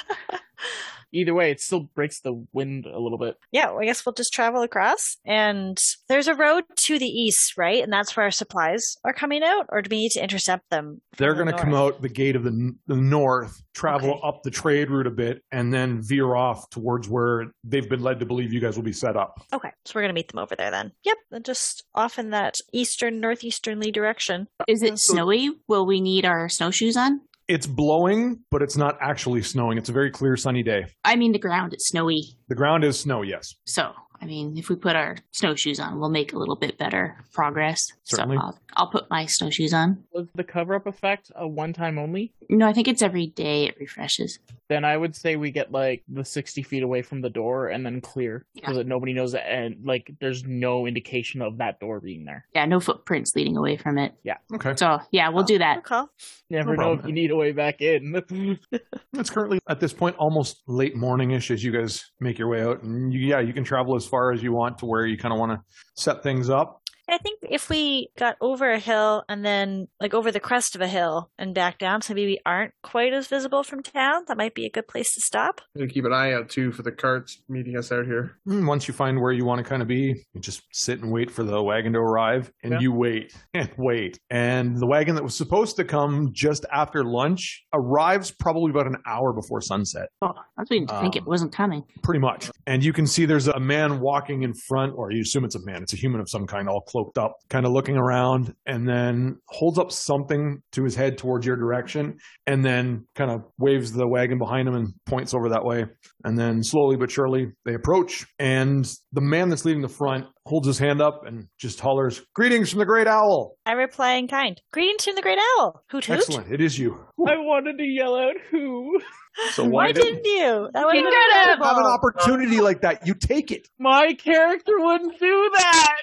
D: Either way, it still breaks the wind a little bit.
A: yeah, well, I guess we'll just travel across. And there's a road to the east, right? And that's where our supplies are coming out. Or do we need to intercept them? from
B: They're
A: the
B: going to come
A: north?
B: out the gate of the, n- the north, travel
A: Okay.
B: up the trade route a bit, and then veer off towards where they've been led to believe you guys will be set up.
A: Okay, so we're gonna meet them over there then. Yep, and just off in that eastern northeasternly direction.
E: Is it snowy? Will we need our snowshoes on?
B: It's blowing, but it's not actually snowing. It's a very clear, sunny day.
E: I mean, the ground is snowy.
B: The ground is snow, yes.
E: So, I mean, if we put our snowshoes on, we'll make a little bit better progress.
B: Certainly.
E: So, I'll, I'll put my snowshoes on.
D: Was the cover up effect a one time only?
E: No, I think it's every day it refreshes.
D: Then I would say we get like the 60 feet away from the door and then clear so
E: Yeah.
D: that nobody knows that, and like there's no indication of that door being there.
E: Yeah, no footprints leading away from it.
B: Okay.
E: So, yeah, we'll do
A: Good
E: that.
A: call.
D: Never
B: No
D: know if
B: problem.
D: you need a way back in.
B: It's currently at this point almost late morningish as you guys make your way out, and you, yeah, you can travel as far as you want to where you kind of want to set things up.
A: I think if we got over a hill and then like over the crest of a hill and back down, so maybe we aren't quite as visible from town, that might be a good place to stop.
C: Gonna keep an eye out too for the carts meeting us out here.
B: Mm, Once you find where you want to kind of be, you just sit and wait for the wagon to arrive, and
D: Yeah.
B: you wait and wait. And the wagon that was supposed to come just after lunch arrives probably about an hour before sunset.
E: Oh, I was waiting to think
B: Um,
E: it wasn't coming.
B: pretty much. And you can see there's a man walking in front, or you assume it's a man, it's a human of some kind, all cloaked up, kind of looking around, and then holds up something to his head towards your direction, and then kind of waves the wagon behind him and points over that way. And then slowly but surely they approach, and the man that's leading the front holds his hand up and just hollers, "Greetings from the Great Owl!"
A: I reply in kind. Greetings from the great owl. Hoot hoot.
B: Excellent, it is you.
D: I wanted to yell out who.
B: So
A: Why,
B: why, didn't?
A: didn't you? That would
E: You
A: have
E: could have.
A: been
B: Have an
A: incredible.
B: opportunity like that, you take it.
D: My character wouldn't do that.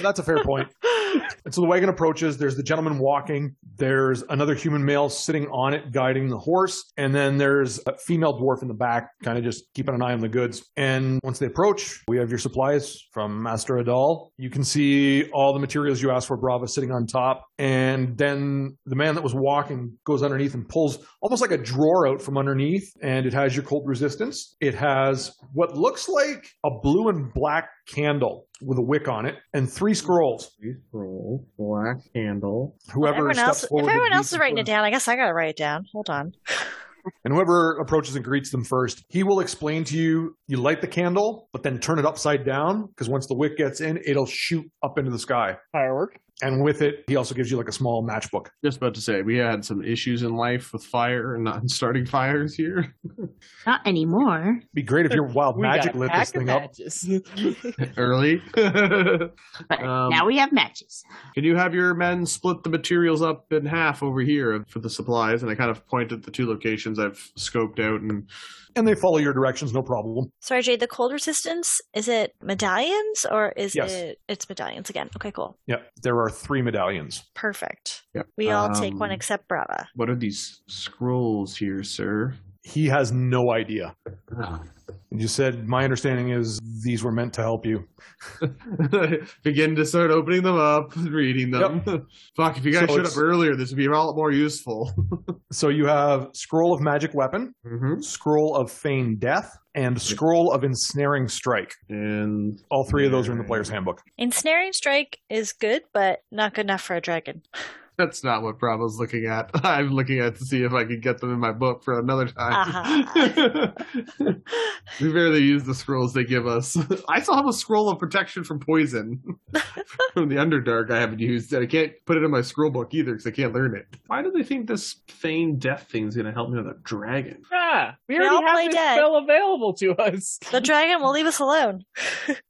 B: That's a fair point. And so the wagon approaches. There's the gentleman walking. There's another human male sitting on it, guiding the horse. And then there's a female dwarf in the back, kind of just keeping an eye on the goods. And once they approach, we have your supplies from Master Adal. You can see all the materials you asked for, Brava, sitting on top. And then the man that was walking goes underneath and pulls almost like a drawer out from underneath. And it has your cold resistance. It has what looks like a blue and black candle with a wick on it and three scrolls.
C: Please roll. Black candle.
B: Whoever
A: everyone
B: steps
A: else,
B: forward
A: if everyone
B: and
A: else is writing it down, I guess I gotta write it down. Hold on.
B: And whoever approaches and greets them first, he will explain to you you light the candle, but then turn it upside down because once the wick gets in, it'll shoot up into the sky.
D: Firework.
B: And with it, he also gives you like a small matchbook.
C: Just about to say, we had some issues in life with fire and not starting fires here.
E: Not anymore.
B: Be great if your wild
D: We got
B: magic
D: a
B: lit
D: pack
B: this
D: of
B: thing up.
D: matches.
C: Early. Can
E: But
C: Um,
E: now we have matches.
C: you have your men split the materials up in half over here for the supplies? And I kind of point at the two locations I've scoped out and
B: And they follow your directions, no problem.
A: Sorry, Jade. The cold resistance is it medallions or is
B: Yes.
A: it? It's medallions again. Okay, cool,
B: Yeah, there are three medallions.
A: perfect.
C: Yep.
A: We all take one
C: Um,
A: except Brava.
C: What are these scrolls here, sir?
B: He has no idea. Ah. And you said, My understanding is these were meant to help you.
C: Begin to start opening them up, reading them. Fuck, if you guys
B: So
C: showed
B: it's-
C: up earlier, this would be a lot more useful.
B: So you have Scroll of Magic Weapon,
C: mm-hmm.
B: Scroll of Feign Death, and Scroll of Ensnaring Strike.
C: And
B: All three of those are in the player's handbook.
A: Ensnaring strike is good, but not good enough for a dragon.
C: that's not what Bravo's looking at. I'm looking at to see if I can get them in my book for another time. we barely use the scrolls they give us. I still have a scroll of protection from poison from the Underdark I haven't used, and I can't put it in my scroll book either because I can't learn it. Why do they think this Feigned Death thing is going to help me with a dragon?
D: ah, we
A: We
D: already
A: all
D: have
A: play
D: this
A: dead.
D: spell available to us.
A: The dragon will leave us alone.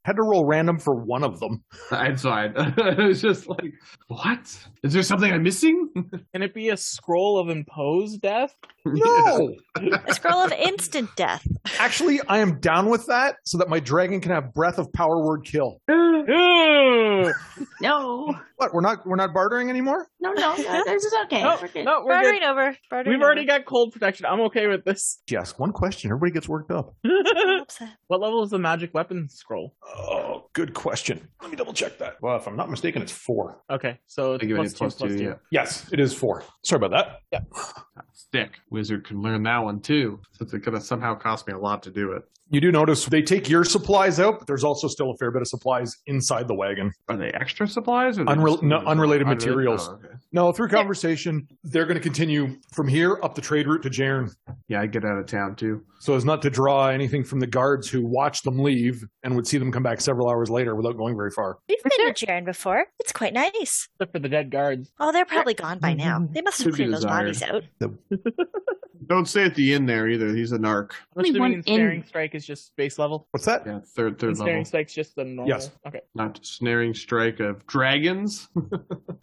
B: had to roll random for one of them.
C: I'm fine. it was just like, what? Is there something I'm missing?
D: Can it be a scroll of imposed death?
B: No,
A: A scroll of instant death.
B: actually, I am down with that, so that my dragon can have breath of power word kill.
D: Ooh.
E: No,
B: What? We're not we're not bartering anymore.
E: no, no, no this is okay.
D: no,
E: We're good.
D: no, we're good.
A: Bartering over. Bartering
D: We've already got cold protection. I'm okay with this.
B: She asked one question. Everybody gets worked up.
D: what
A: got.
D: level is the magic weapon scroll?
B: Oh, good question. Let me double check that. Well, if I'm not mistaken, it's four.
D: Okay, so it's
C: I give
D: plus
C: it a
D: two,
C: plus two,
D: plus two.
C: yeah.
B: Yes, it is four. Sorry about that.
C: Stick. Wizard can learn that one too, since it could have somehow cost me a lot to do it.
B: You do notice they take your supplies out, but there's also still a fair bit of supplies inside the wagon.
C: Are they extra supplies? Or are they
B: Unrel-
C: just-
B: no, unrelated materials.
C: Oh, okay.
B: No, through conversation, they're going to continue from here up the trade route to Jaren.
C: Yeah, I get out of town too.
B: so as not to draw anything from the guards who watched them leave and would see them come back several hours later without going very far.
A: We've been to Jaren before. It's quite nice.
D: Except for the dead guards.
A: Oh, they're probably gone by now. They must have
C: To be
A: cleaned those
C: desired.
A: bodies out.
C: Don't stay at the inn there either. He's a narc.
D: I'm
E: Only
D: assuming
E: one
D: ensnaring
E: in.
D: strike is just base level.
B: What's that?
C: Yeah, third third
D: Ensnaring
C: level.
D: strike's just the normal.
B: Yes.
D: Okay.
C: Not snaring strike of dragons.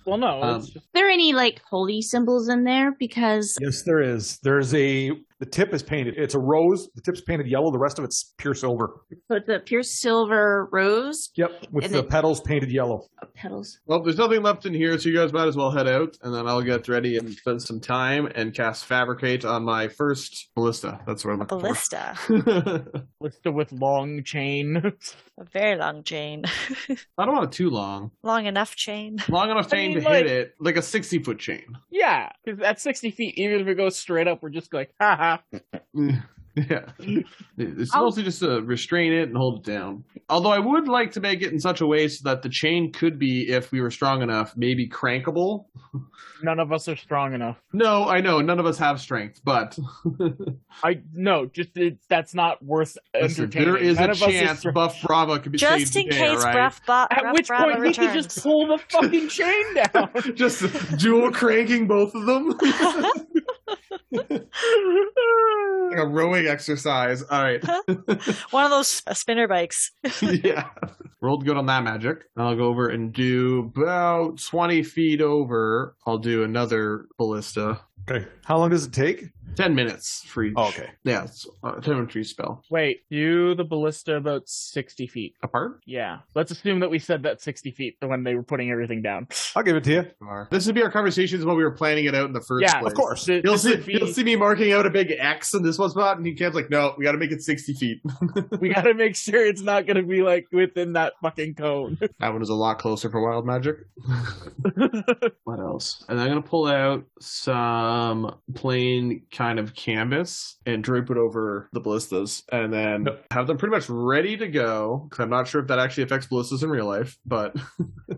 D: Well, no,
C: Um,
D: it's just
E: Are there any like holy symbols in there? Because
B: Yes, there is. There's a the tip is painted. It's a rose. The tip's painted yellow. The rest of it's pure silver.
E: so it's a pure silver rose
B: Yep, with
E: And
B: the
E: it-
B: petals painted yellow.
E: petals.
C: Well, there's nothing left in here, so you guys might as well head out, and then I'll get ready and spend some time and cast fabricate on my first ballista. That's what I'm looking
A: Ballista.
C: for.
D: Lista with long chain.
A: A very long chain.
C: I don't want it too long.
A: long enough chain.
C: Long enough
D: I
C: chain
D: mean,
C: to
D: like-
C: hit it, like a sixty foot chain.
D: yeah, because at 60 feet, even if it goes straight up, we're just like, haha.
C: Mm, yeah, it's
D: Oh.
E: I'll-
C: mostly just to restrain it and hold it down. Although I would like to make it in such a way so that the chain could be, if we were strong enough, maybe crankable.
D: None of us are strong enough.
C: No, I know none of us have strength, but
D: I no, just it, that's not worth
C: listen,
D: entertaining.
C: there is
D: None
C: a
D: of us is
C: chance
D: strong-
C: Buff Bravo could be
A: Just
C: saved
A: in
C: today,
A: case
C: right?
A: Bruff Ba-
D: At
A: Ruff
D: which
A: Brava
D: point, we could
A: returns.
D: just pull the fucking chain down.
C: just dual cranking both of them. like a rowing exercise. All right.
A: One of those uh, spinner bikes.
C: yeah. Rolled good on that magic. And I'll go over and do about 20 feet over. I'll do another ballista.
B: Okay. How long does it take?
C: Ten minutes for each.
B: Oh, okay.
C: Yeah, it's a ten minute for each spell.
D: Wait, do the ballista about 60 feet.
C: Apart?
D: Yeah. Let's assume that we said that 60 feet when they were putting everything down.
B: I'll give it to you.
C: This would be our conversations while we were planning it out in the first
D: Yeah, of
C: place.
B: Of course.
D: Th-
C: You'll
D: this
C: see,
D: would be-
C: you'll see me marking out a big X in this one spot, and Cam's like, "No, we got to make it sixty feet."
D: we gotta make sure it's not gonna be like within that fucking cone.
C: That one is a lot closer for wild magic. what else? And I'm gonna pull out some plain kind of canvas and drape it over the ballistas, and then
B: Yep.
C: have them pretty much ready to go. Because I'm not sure if that actually affects ballistas in real life, but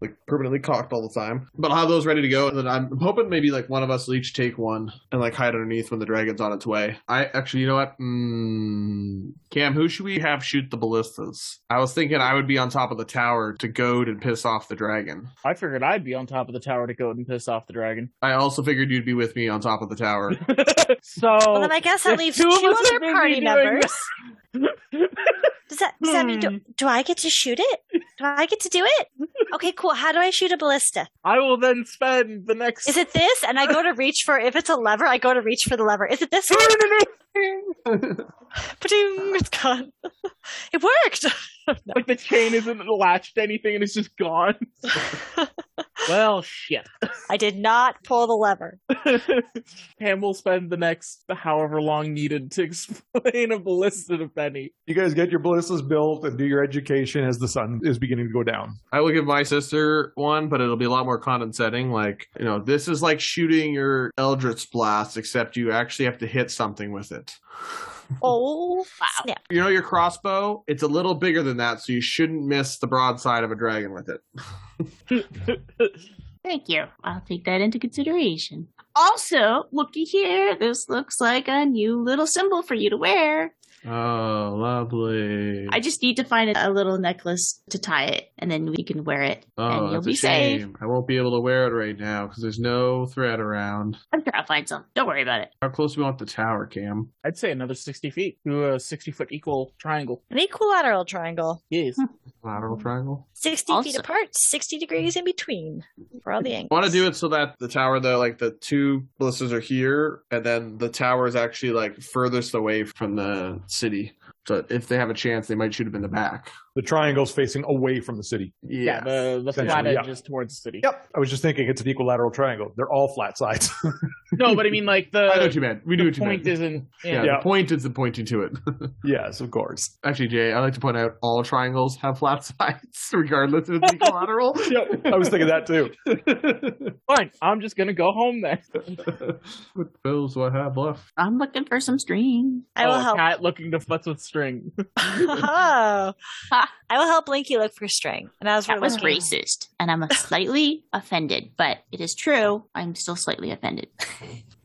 C: like permanently cocked all the time. But I'll have those ready to go, and then I'm hoping maybe like one of us will each take one and like hide underneath when the dragon's on its way. I actually, you know what? Mm, Cam, who should we have shoot the ballistas? I was thinking I would be on top of the tower to goad and piss off the dragon.
D: I figured I'd be on top of the tower to go and piss off the dragon.
C: I also figured you'd be with me on top of the tower.
D: so
A: Well, then I guess that
D: Oh, there's
A: leaves two,
D: two of us
A: other
D: that Hmm. may be
A: party
D: doing
A: members.
D: that.
A: Does that, does that mean, do, do I get to shoot it? Do I get to do it? Okay, cool. How do I shoot a ballista?
D: I will then spend the next.
A: Is it this? And I go to reach for, if it's a lever, I go to reach for the lever. Is it this one? Ba-doom, It's gone. It worked.
D: like the chain isn't latched to anything and it's just gone? well, shit.
A: I did not pull the lever.
D: Pam will spend the next however long needed to explain a ballista to Penny.
B: You guys get your ballistas built and do your education as the sun is beginning to go down.
C: I will give my sister one, but it'll be a lot more condescending. Like, you know, this is like shooting your Eldritch Blast, except you actually have to hit something with it.
A: Oh, snap.
C: You know, your crossbow, it's a little bigger than that, so you shouldn't miss the broadside of a dragon with it.
E: Thank you. I'll take that into consideration. Also, looky here. This looks like a new little symbol for you to wear.
C: Oh, lovely.
E: I just need to find a little necklace to tie it, and then we can wear it,
C: Oh,
E: and you'll be safe.
C: I won't be able to wear it right now because there's no thread around.
E: I'm sure I'll find some. Don't worry about it.
C: How close do we want the tower, Cam?
D: I'd say another 60 feet to a 60 foot equal triangle.
A: An equilateral triangle.
D: Yes.
C: Lateral triangle?
A: 60 feet
E: Also-
A: apart, 60 degrees in between for all the angles.
C: I want to do it so that the tower, though, like the two ballistas are here, and then the tower is actually like furthest away from the city. So if they have a chance, they might shoot him in the back.
B: The triangle's facing away from the city.
D: Yeah,
C: Yeah.
D: the, the flat
B: Essentially,
D: edge is towards the city.
B: Yep. I was just thinking it's an equilateral triangle. They're all flat sides.
D: No, but I mean, like,
C: I know what
D: the
C: you meant. We knew what you
D: point
C: meant.
D: isn't.
C: yeah,
D: Yeah.
B: Yeah.
C: the point is the pointing to it.
B: yes, of course.
C: Actually, Jay, I like to point out all triangles have flat sides, regardless of the collateral.
B: I was thinking that too.
D: Fine. I'm just going to go home then.
C: what fills do I have left?
E: I'm looking for some string.
A: I will
D: oh,
A: help.
D: Cat looking to futz with string.
A: oh. I will help Linky look for string. And as we're
E: That was
A: looking,
E: racist, and I'm slightly offended, but it is true. I'm still slightly offended.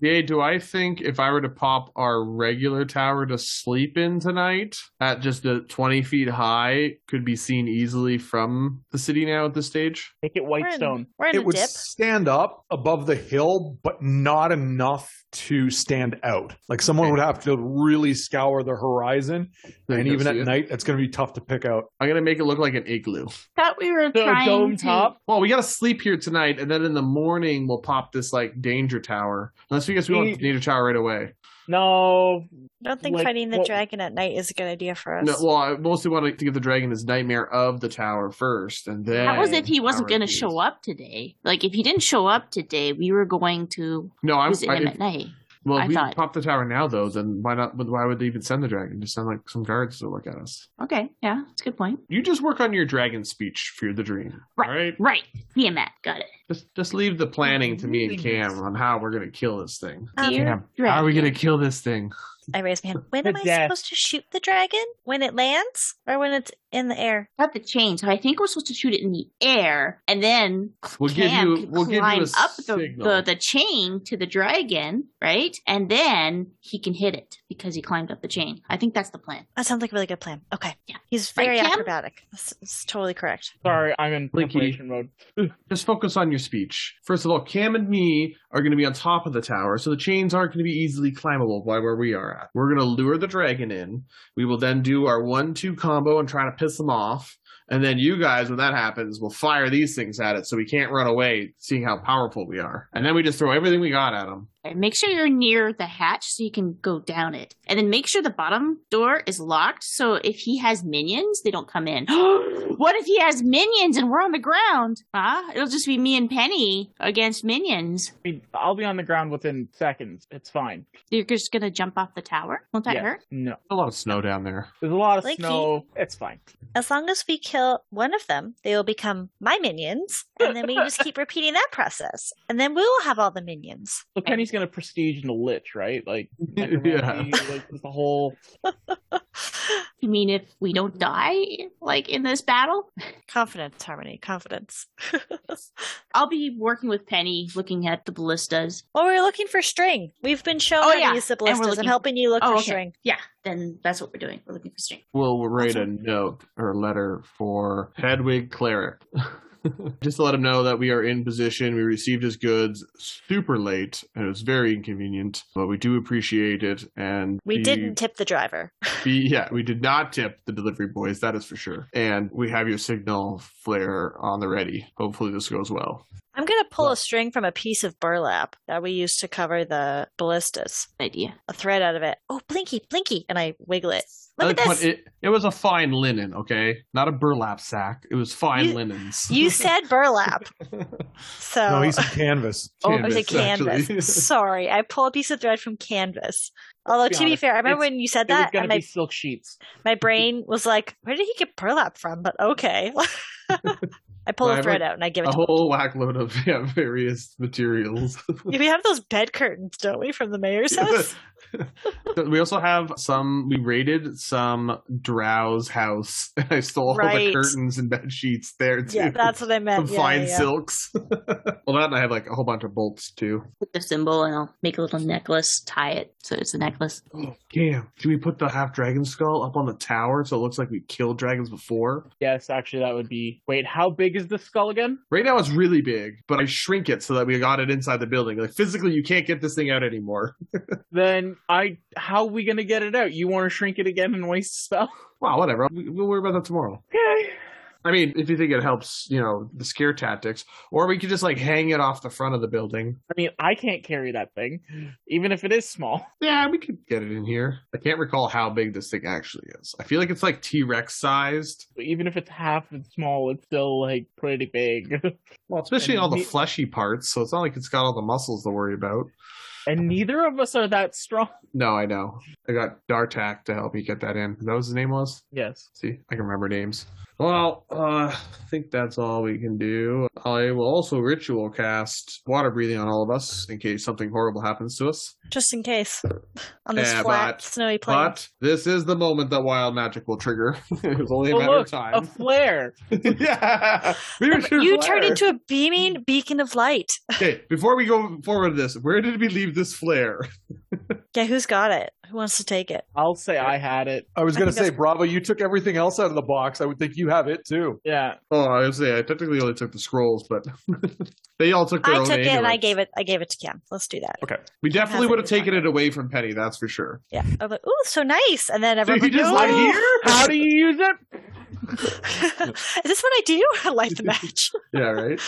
C: Jay, do I think if I were to pop our regular tower to sleep in tonight at just the 20 feet high, could be seen easily from the city now at this stage?
D: Make it
A: We're in-
D: Whitestone.
A: We're in
B: It
A: a
B: would
A: dip.
B: stand up above the hill, but not enough to stand out. Like someone would have to really scour the horizon. And
C: Go
B: even at
C: see it.
B: night, it's going to be tough to pick out.
C: I'm going to make it look like an igloo.
E: Thought we were
D: So a
E: trying
D: dome
E: to-
D: top.
C: Well, we got to sleep here tonight, and then in the morning, we'll pop this like danger tower. Unless we guess we want the danger tower right away.
D: No,
A: I don't think
D: Like,
A: fighting the
D: what-
A: dragon at night is a good idea for us.
C: No, well, I mostly wanted to give the dragon his nightmare of the tower first, and then.
E: That was if he wasn't going to show
C: up.
E: up today. Like, if he didn't show up today, we were going to
C: No, I was.
E: visit him at night.
C: Well, if
E: I
C: we
E: thought.
C: pop the tower now, though, then why not? Why would they even send the dragon? Just send like some guards to look at us.
E: Okay, yeah, that's a good point.
C: You just work on your dragon speech for the dream.
E: Right.
C: All right.
E: Right, Tiamat, got it.
C: Just just leave the planning to me and Cam on how we're gonna kill this thing.
A: Um,
E: Dear
C: Cam,
E: dragon.
C: How are we gonna kill this thing?
A: I raise my hand. When
D: To
A: am I
D: death.
A: supposed to shoot the dragon? When it lands or when it's in the air?
E: Got the chain, so I think we're supposed to shoot it in the air, and then
C: We'll give
E: Cam
C: you.
E: could
C: We'll give
E: climb
C: you a
E: up the,
C: signal.
E: the the chain to the dragon, right? And then he can hit it because he climbed up the chain. I think that's the plan.
A: That sounds like a really good plan. Okay.
E: Yeah.
A: He's
E: Right,
A: very
E: Cam?
A: acrobatic. That's, that's totally correct.
D: sorry, I'm in
C: Blinky.
D: preparation mode.
C: Just focus on your speech. First of all, Cam and me are going to be on top of the tower, so the chains aren't going to be easily climbable by where we are at. We're going to lure the dragon in. We will then do our one two combo and try to piss them off. And then you guys, when that happens, will fire these things at it so we can't run away, seeing how powerful we are. And then we just throw everything we got at them.
E: Make sure you're near the hatch so you can go down it. And then make sure the bottom door is locked so if he has minions, they don't come in. what if he has minions and we're on the ground? Huh? It'll just be me and Penny against minions.
D: I mean, I'll be on the ground within seconds. It's fine.
E: You're just going to jump off the tower? Won't that
D: Yeah.
E: hurt?
D: No,
C: A lot of snow down there.
D: there's a lot of
A: Like he-
D: snow. It's fine.
A: As long as we kill one of them, they will become my minions, and then we just keep repeating that process, and then we will have all the minions.
D: So Penny's gonna prestige and a lich, right? Like,
C: yeah.
D: necromancy, like the whole.
E: You mean if we don't die, like in this battle?
A: Confidence, Harmony, confidence.
E: I'll be working with Penny, looking at the ballistas.
A: well, we're looking for string. We've been shown
E: Oh,
A: how to
E: yeah,
A: use the
E: we're
A: ballistas. I'm
E: looking-
A: helping you look
E: Oh,
A: for
E: okay.
A: string.
E: Yeah, then that's what we're doing. We're looking for string.
C: We'll write a note or letter for Hedwig Cleric. Just to let him know that we are in position. We received his goods super late and it was very inconvenient, but we do appreciate it. And
A: We
C: the-
A: didn't tip the driver.
C: the- yeah, we did not tip the delivery boys, that is for sure. And we have your signal flare on the ready. Hopefully, this goes well.
A: I'm going to pull
C: Well-
A: a string from a piece of burlap that we used to cover the ballistas,
E: Good idea.
A: a thread out of it. Oh, blinky, blinky. And I wiggle it. Look
C: I
A: at
C: like
A: this.
C: what- it, it was a fine linen, okay? Not a burlap sack. It was fine
A: You-
C: linens.
A: you said burlap. So
B: No, he said canvas.
A: Oh, it was a
C: actually.
A: canvas. Sorry, I pulled a piece of thread from canvas. Although,
D: be
A: to be
D: honest,
A: fair, I remember
D: it's-
A: when you said
D: It was
A: that,
D: gonna
A: and my,
D: be silk sheets.
A: my brain was like, where did he get burlap from? But okay. I pull
C: Well, I
A: a
C: have,
A: thread
C: like,
A: out and I give it
C: a
A: to him.
C: whole whack load of yeah, various materials.
A: We have those bed curtains, don't we, from the mayor's house?
C: we also have some. We raided some drow's house. I stole all
A: Right.
C: the curtains and bed sheets there too.
A: yeah, that's what I meant.
C: Some
A: Yeah,
C: fine
A: yeah, yeah.
C: silks. well, that and I have like a whole bunch of bolts too.
E: Put the symbol and I'll make a little necklace, tie it so it's a necklace.
C: Oh, damn! Can we put the half dragon skull up on the tower so it looks like we killed dragons before?
D: Yes, actually, that would be. Wait, how big is the skull again?
C: Right now it's really big, but I shrink it so that we got it inside the building. Like physically, you can't get this thing out anymore.
D: Then I. How are we gonna get it out? You want to shrink it again and waste a spell?
C: Wow, whatever. We- We'll worry about that tomorrow.
D: Okay.
C: I mean, if you think it helps, you know, the scare tactics, or we could just like hang it off the front of the building.
D: I mean, I can't carry that thing, even if it is small.
C: Yeah, we could get it in here. I can't recall how big this thing actually is. I feel like it's like T Rex sized,
D: Even if it's half as small, it's still like pretty big.
C: well, especially
D: and
C: all the
D: me-
C: fleshy parts. So it's not like it's got all the muscles to worry about.
D: and neither of us are that strong.
C: No, I know. I got Dartak to help me get that in. Is that what his name was?
D: Yes.
C: See, I can remember names. Well, uh, I think that's all we can do. I will also ritual cast water breathing on all of us in case something horrible happens to us.
A: Just in case. On this
C: Yeah,
A: flat,
C: but-
A: snowy plain.
C: But this is the moment that wild magic will trigger. it was only a
D: Oh,
C: matter
D: look,
C: of time.
D: a flare.
C: yeah, we
A: But
C: sure
A: you
C: flare.
A: turned into a beaming beacon of light.
C: Okay, before we go forward with this, where did we leave this flare?
A: Yeah, who's got it? Who wants to take it?
D: I'll say I had it.
B: I was
A: I
B: going to
A: think
B: say, Bravo, you took everything else out of the box. I would think you have it too.
D: Yeah.
C: Oh, I would say I technically only took the scrolls, but they all took their
A: I
C: own.
A: took it and I
C: amulets.
A: gave it. I gave it to Cam. Let's do that.
C: We definitely
A: Has it
C: would have taken
A: in
C: it away from Penny. That's for sure.
A: Yeah. I was like, ooh, so nice. And then
C: So
A: everyone
C: you just
A: "Ooh."
C: light here?
D: How do you use it?
A: Is this what I do? I light the match.
C: yeah, right.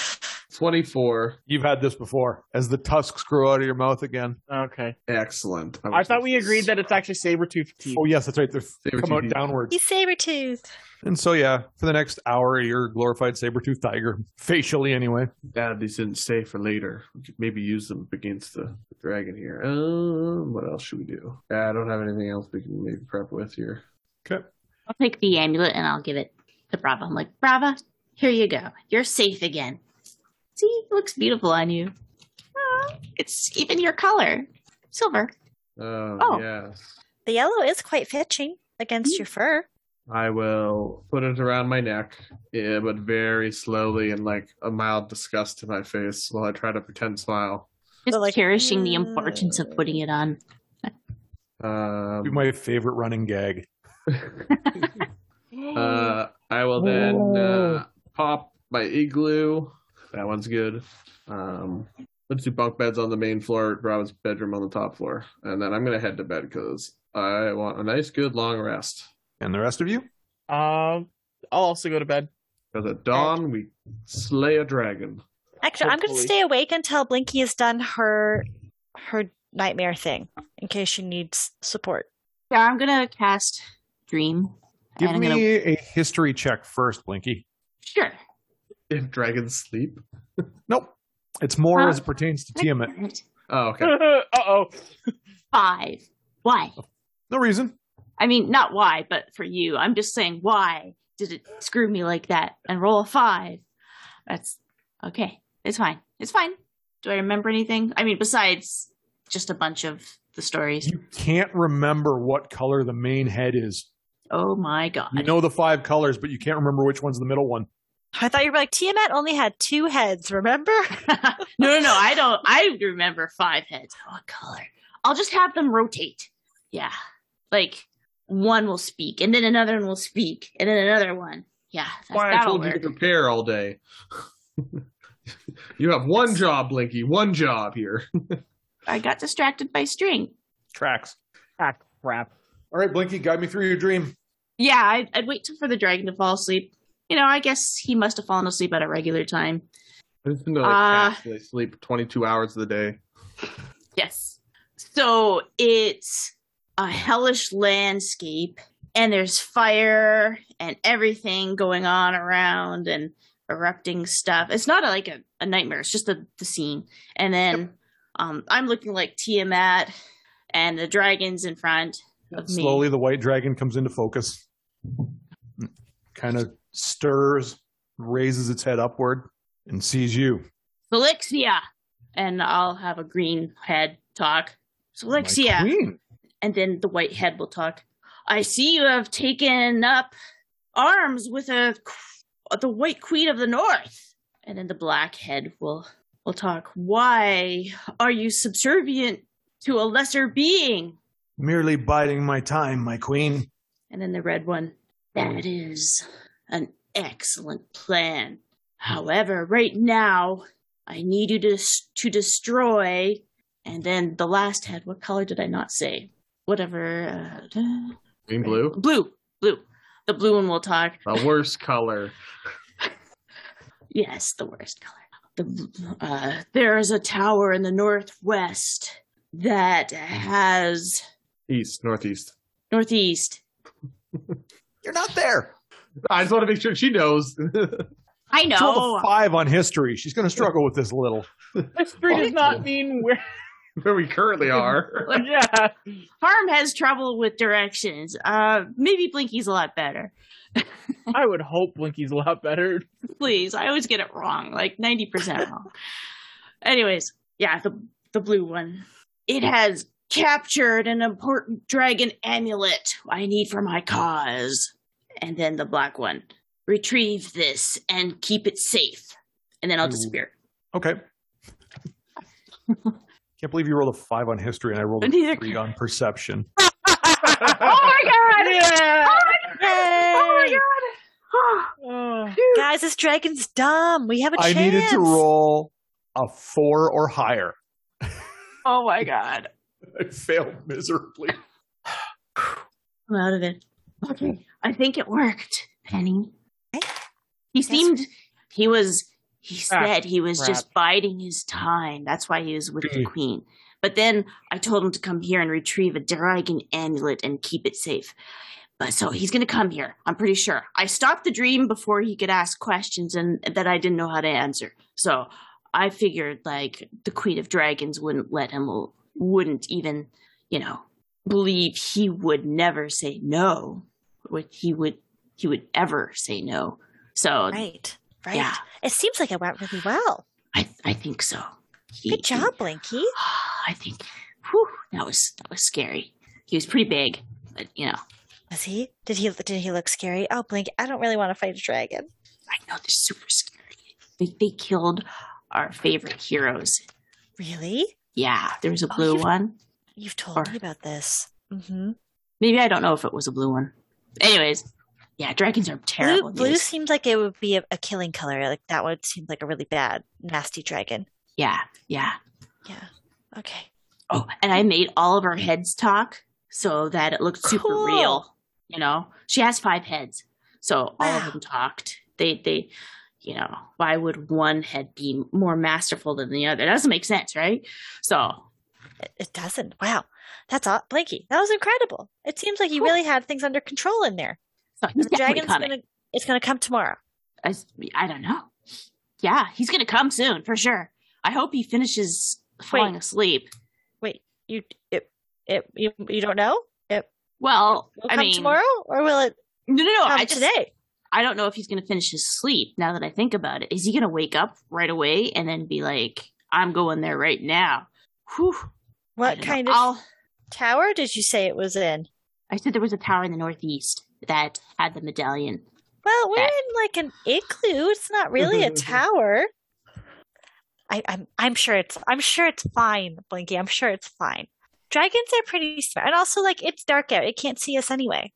C: Twenty-four.
B: You've had this before. As the tusks grow out of your mouth again.
D: Okay.
C: Excellent.
D: I thought we agreed that it's actually saber tooth teeth.
B: Oh yes, that's right. They're
C: Saber
B: come out
C: tooth.
B: downwards.
A: He's saber tooth.
B: And so yeah, for the next hour, you're a glorified saber-toothed tiger, facially anyway.
C: Yeah, these didn't stay for later. We could maybe use them against the dragon here. Um, what else should we do? Yeah, I don't have anything else we can maybe prep with here.
E: I'll take the amulet and I'll give it to Brava. I'm like, Brava, here you go. You're safe again. See, it looks beautiful on you. Aw, It's even your color, silver.
C: Oh,
E: Oh.
C: yes.
A: The yellow is quite fetching against your fur.
C: I will put it around my neck, yeah, but very slowly and like a mild disgust to my face while I try to pretend smile.
E: Just
A: But, like,
E: cherishing the importance of putting it on.
C: Um,
B: Be my favorite running gag.
C: Uh, I will then uh, pop my igloo. That one's good. Um, let's do bunk beds on the main floor, Robin's bedroom on the top floor, and then I'm gonna head to bed because I want a nice, good long rest.
B: And the rest of you?
D: Um, I'll also go to bed.
C: Because at dawn we slay a dragon.
A: Actually, I'm going to
D: Hopefully.
A: stay awake until Blinky has done her her nightmare thing in case she needs support.
E: Yeah, I'm gonna cast Dream.
B: Give
E: and I'm
B: me
E: gonna
B: a history check first, Blinky.
E: sure.
C: If dragons sleep.
B: Nope. It's more
E: Huh?
B: as it pertains to Tiamat.
C: Oh, okay.
D: uh oh.
E: Five. Why?
B: No reason.
E: I mean, not why, but for you. I'm just saying, why did it screw me like that and roll a five? That's okay. It's fine. It's fine. Do I remember anything? I mean, besides just a bunch of the stories.
B: You can't remember what color the main head is.
E: Oh my god.
B: You know the five colors, but you can't remember which one's the middle one.
A: I thought you were like Tiamat only had two heads, remember?
E: no, no, no. I don't. I remember five heads. What color? I'll just have them rotate. Yeah. Like one will speak, and then another one will speak, and then another one. Yeah. That's,
C: Why I
E: that'll
C: told you to
E: work.
C: prepare all day. you have one job, Blinky. One job here.
E: I got distracted by string.
B: Tracks.
D: Ah, crap.
B: All right, Blinky, guide me through your dream.
E: Yeah, I'd, I'd wait till for the dragon to fall asleep. You know, I guess he must have fallen asleep at a regular time.
C: I just know like,
E: Uh,
C: cats, they sleep 22 hours of the day.
E: Yes. So it's a hellish landscape, and there's fire and everything going on around and erupting stuff. It's not a, like a, a nightmare, it's just the, the scene. And then um, I'm looking like Tiamat, and the dragon's in front of me.
B: Slowly, the white dragon comes into focus. Kind of stirs, raises its head upward, and sees you.
E: Felixia! And I'll have a green head talk.
B: My
E: Felixia!
B: queen.
E: and then the white head will talk. I see you have taken up arms with a the white queen of the north, and then the black head will will talk. Why are you subservient to a lesser being?
B: Merely biding my time, my queen.
E: And then the red one. That is an excellent plan. However, right now I need you to s- to destroy. And then the last head. What color did I not say? Whatever. Uh,
C: Green, blue.
E: Blue. Blue. The blue one will talk.
C: The worst color.
E: Yes, the worst color. The, uh, there is a tower in the northwest that has
C: East, northeast.
E: northeast.
B: You're not there.
C: I just want to make sure she knows.
E: I
B: She rolled
E: know.
B: a five on history. She's going to struggle with this a little.
D: History does not mean where.
C: where we currently are.
D: yeah.
E: Harm has trouble with directions. Uh, maybe Blinky's a lot better.
D: I would hope Blinky's a lot better.
E: Please, I always get it wrong, like ninety percent wrong. Anyways, yeah, the the blue one. It has captured an important dragon amulet I need for my cause. And then the black one. Retrieve this and keep it safe. And then I'll
B: Ooh.
E: disappear.
B: Okay. Can't believe you rolled a five on history and I rolled a
E: Neither
B: three on perception.
E: Oh my god!
D: Yeah.
E: Oh my god! Oh my god!
D: Oh.
A: Guys, this dragon's dumb. We have a
B: I
A: chance.
B: needed to roll a four or higher.
E: Oh my god.
B: I failed miserably.
E: I'm out of it. Okay. I think it worked, Penny.
A: Okay.
E: He
A: Yes.
E: seemed he was he
D: Ah,
E: said he was
D: crap. Hmm.
E: just biding his time. That's why he was with the
B: Mm.
E: queen. But then I told him to come here and retrieve a dragon amulet and keep it safe. But so he's gonna come here. I'm pretty sure. I stopped the dream before he could ask questions and that I didn't know how to answer. So I figured like the Queen of Dragons wouldn't let him wouldn't even, you know, believe he would never say no. What he would he would ever say no. So
A: Right, right.
E: yeah,
A: It seems like it went really well.
E: I I think so. He-
A: Good job, Blinky.
E: I think whew, that was that was scary. He was pretty big, but you know,
A: Was he? Did he? Did he look scary? Oh, Blink! I don't really want to fight a dragon.
E: I know they're super scary. They they killed our favorite heroes.
A: Really?
E: Yeah, there was a
A: Oh,
E: blue
A: you've-
E: one.
A: You've told
E: Or-
A: me about this. Mm-hmm.
E: Maybe I don't know if it was a blue one. Anyways, yeah, dragons are terrible.
A: Blue, blue
E: news.
A: seems like it would be a, a killing color. Like that would seem like a really bad, nasty dragon.
E: Yeah, yeah.
A: Yeah. Okay.
E: Oh, and I made all of our heads talk so that it looked super
A: Cool.
E: real. You know, she has five heads, so all
A: Wow.
E: of them talked. They, they, you know, why would one head be more masterful than the other? That doesn't make sense, right? So
A: It- It doesn't. Wow. That's all. Blanky, that was incredible. It seems like you really had things under control in there.
E: So
A: And
E: he's
A: the
E: definitely
A: dragon's
E: coming.
A: gonna it's gonna come tomorrow.
E: I, s- I don't know. Yeah, he's gonna come soon for sure. I hope he finishes falling asleep.
A: Wait, you it it you, you don't know?
E: Well,
A: Will it
E: I
A: come
E: mean,
A: tomorrow or will it
E: No, no, no.
A: come
E: I just,
A: today?
E: I don't know if he's gonna finish his sleep. Now that I think about it, is he gonna wake up right away and then be like, "I'm going there right now"? Whew. I
A: What
E: don't know.
A: kind of
E: I'll-
A: tower did you say it was in?
E: I said there was a tower in the northeast that had the medallion.
A: Well, we're
E: That-
A: in like an igloo. It's not really a tower. I, I'm I'm sure it's I'm sure it's fine, Blinky. I'm sure it's fine. Dragons are pretty smart, and also like it's dark out. It can't see us anyway.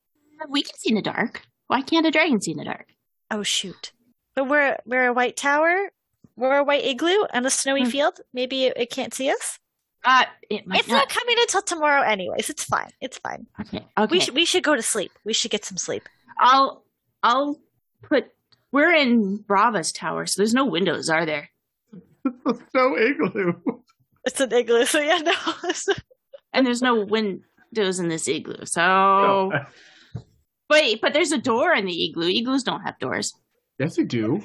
E: We can see in the dark. Why can't a dragon see in the dark?
A: Oh shoot! But we're we're a white tower. We're a white igloo on a snowy
E: Hmm.
A: field. Maybe it, it can't see us.
E: Uh, it might
A: it's not coming until tomorrow, anyways. It's fine. It's fine.
E: Okay. Okay.
A: We should we should go to sleep. We should get some sleep.
E: I'll I'll put. We're in Brava's tower, so there's no windows, are there?
C: no igloo.
A: It's an igloo, so yeah, no.
E: And there's no windows in this igloo. So,
C: No.
E: but but there's a door in the igloo. Igloos don't have doors.
C: Yes, they do.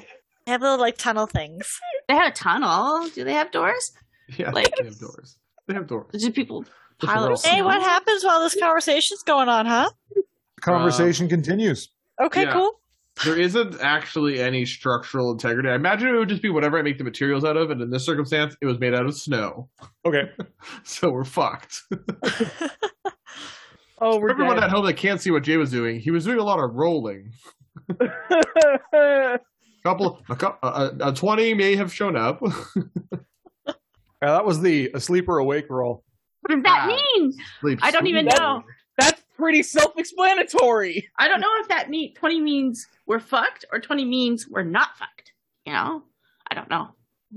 A: they have little like tunnel things.
E: They have a tunnel. Do they have doors?
C: Yeah,
E: Like-
C: they have doors. They have doors.
E: Do people
C: Just
E: pile
C: roll.
E: of
A: Hey,
E: snow?
A: what happens while this conversation's going on, huh?
B: Conversation continues.
A: Okay,
C: Yeah.
A: cool.
C: There isn't actually any structural integrity. I imagine it would just be whatever I make the materials out of, and in this circumstance, it was made out of snow.
B: Okay.
C: So we're fucked.
D: Oh, we're
C: Everyone
D: dead.
C: at home that can't see what Jay was doing, he was doing a lot of rolling. Couple, a, cou- a, a, a twenty may have shown up.
B: Uh, that was the asleep or awake roll.
E: What does
C: Ah.
E: that mean?
C: Sleep,
E: I don't even
C: sleep.
E: know.
D: That's pretty self-explanatory.
E: I don't know if that mean twenty means we're fucked or twenty means we're not fucked. You know, I don't know.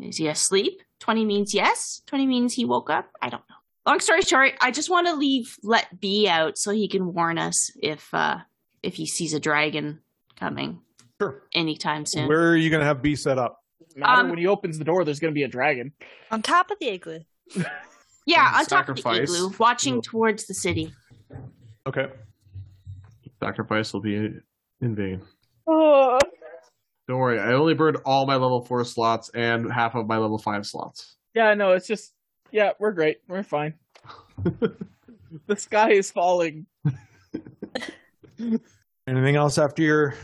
E: Is he asleep? Twenty means yes. Twenty means he woke up. I don't know. Long story short, I just want to leave Let B out so he can warn us if uh if he sees a dragon coming
B: Sure.
E: anytime soon.
B: Where are you going to have B set up?
D: Doesn't matter
E: Um,
D: when he opens the door, there's gonna be a dragon.
A: On top of the igloo.
E: yeah,
C: Mm,
E: on top of the
C: sacrifice.
E: igloo, watching
C: Ooh.
E: towards the city.
B: Okay.
C: Sacrifice will be in vain.
D: Oh,
C: Don't worry, I only burned all my level four slots and half of my level five slots.
D: yeah, no, it's just yeah, we're great. We're fine. the sky is falling.
B: Anything else after your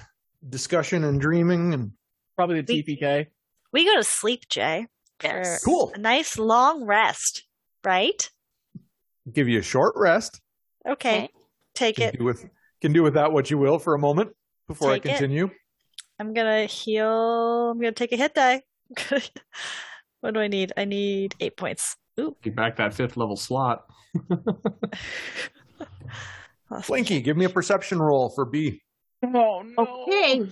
B: discussion and dreaming? And
D: Probably the
A: We-
D: TPK.
A: We go to sleep, Jay.
E: Yes.
A: Sure.
B: cool.
A: A nice long rest, right?
B: Give you a short rest.
A: Okay.
E: Okay.
A: Take
B: Can
A: it.
B: do with can do with that what you will for a moment before
A: Take
B: I
A: it.
B: continue.
A: I'm gonna heal. I'm gonna take a hit die. what do I need? I need eight points. Ooh.
C: Get back that fifth level slot.
A: Awesome.
B: Blinky, give me a perception roll for B.
D: Oh no.
E: Okay.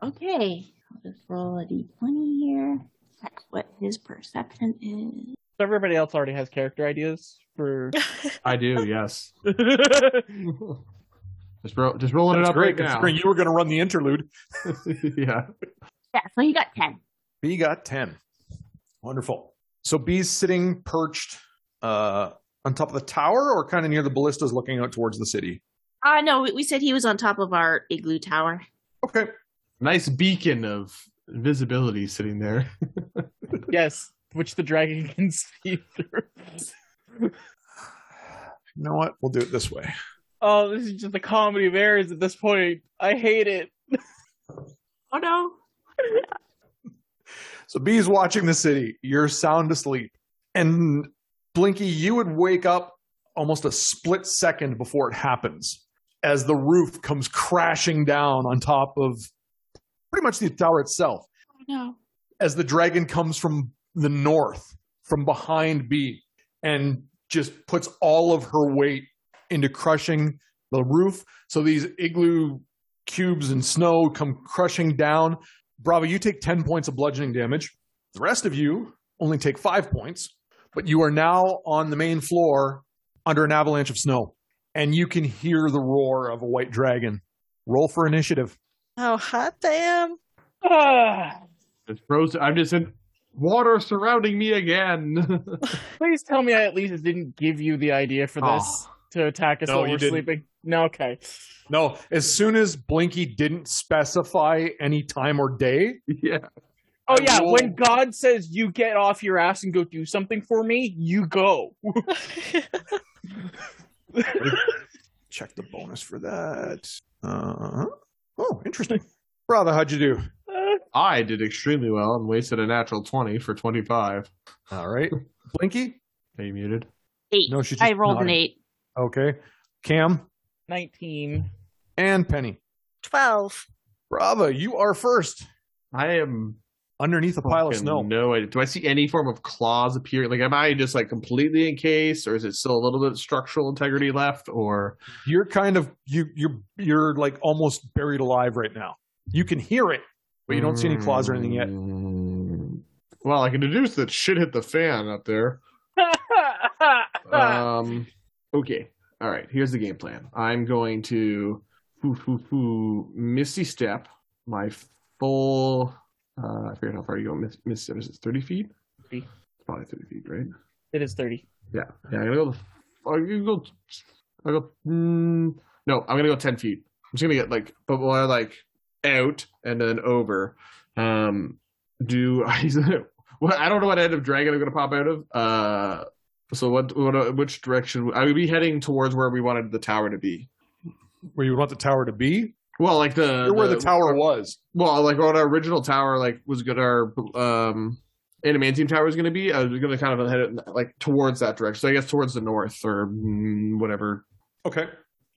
E: Oh. Okay. I'll just roll a d20 here. Check what his perception is.
D: So everybody else already has character ideas for.
C: I do, yes.
D: I
C: Just, ro- just rolling it
B: That's
C: up
B: great,
C: right
B: considering you were going to run the interlude.
C: now. yeah.
E: Yeah, so he got 10.
B: B got 10. Wonderful. So B's sitting perched uh, on top of the tower or kind of near the ballistas looking out towards the city.
E: Uh, no, we, we said he was on top of our igloo tower.
B: Okay.
C: Nice beacon of visibility sitting there.
D: yes, which the dragon can see through.
B: You know what? We'll do it this way.
D: Oh, this is just a comedy of errors at this point. I hate it.
E: Oh no.
B: So B's watching the city. You're sound asleep. And Blinky, you would wake up almost a split second before it happens as the roof comes crashing down on top of pretty much the tower itself.
E: Oh no.
B: as the dragon comes from the north, from behind B, and just puts all of her weight into crushing the roof. So these igloo cubes and snow come crushing down. Bravo, you take 10 points of bludgeoning damage. The rest of you only take five points, but you are now on the main floor under an avalanche of snow, and you can hear the roar of a white dragon. Roll for initiative.
A: Oh hot damn.
D: Ah.
C: It's frozen. I'm just in water surrounding me again.
D: Please tell me I at least didn't give you the idea for this to attack us
B: Ah. No,
D: while
B: you
D: we're
B: didn't.
D: sleeping. No, okay.
B: No, as soon as Blinky didn't specify any time or day,
C: yeah.
D: Oh
B: I
D: yeah,
B: will-
D: when God says you get off your ass and go do something for me, you go.
B: check the bonus for that. Uh, oh, interesting. Brother, how'd you do?
C: I did extremely well and wasted a natural 20 for 25.
B: All right. Blinky?
C: Are you muted?
E: Eight.
B: No, she just
E: I rolled an
B: nodded.
E: eight.
B: Okay. Cam
D: Nineteen.
B: and Penny.
A: 12.
B: Brava, you are first.
C: I am
B: Underneath a pile of
C: fucking
B: snow.
C: No idea. Do I see any form of claws appear? Like, am I just like completely encased, or is it still a little bit of structural integrity left? Or
B: You're kind of you you're you're like almost buried alive right now. You can hear it, but you don't see any claws or anything yet.
C: Mm. Well, I can deduce that shit hit the fan up there.
B: Ah.
C: um, okay. All right. Here's the game plan. I'm going to foo, foo, foo, Misty Step, my full. Uh, I forget how far you go. Miss, miss Step is it 30 feet?
D: Thirty.
C: It's probably 30 feet, right?
D: it is thirty.
C: Yeah. Yeah. I'm going to go. I'm going to go. I'll go mm, no, I'm going to go 10 feet. I'm just going to get like, but more like out and then over. Um, do I. Well, I don't know what end of dragon I'm going to pop out of. Uh, so what, what? Which direction? I would be heading towards where we wanted the tower to be.
B: Where you would want the tower to be?
C: Well, like the,
B: You're where Uh, the tower was.
C: Well, like what our original tower like was good. Our um, animantium tower was going to be. I was going to kind of head it, like towards that direction. So I guess towards the north or mm, whatever.
B: Okay.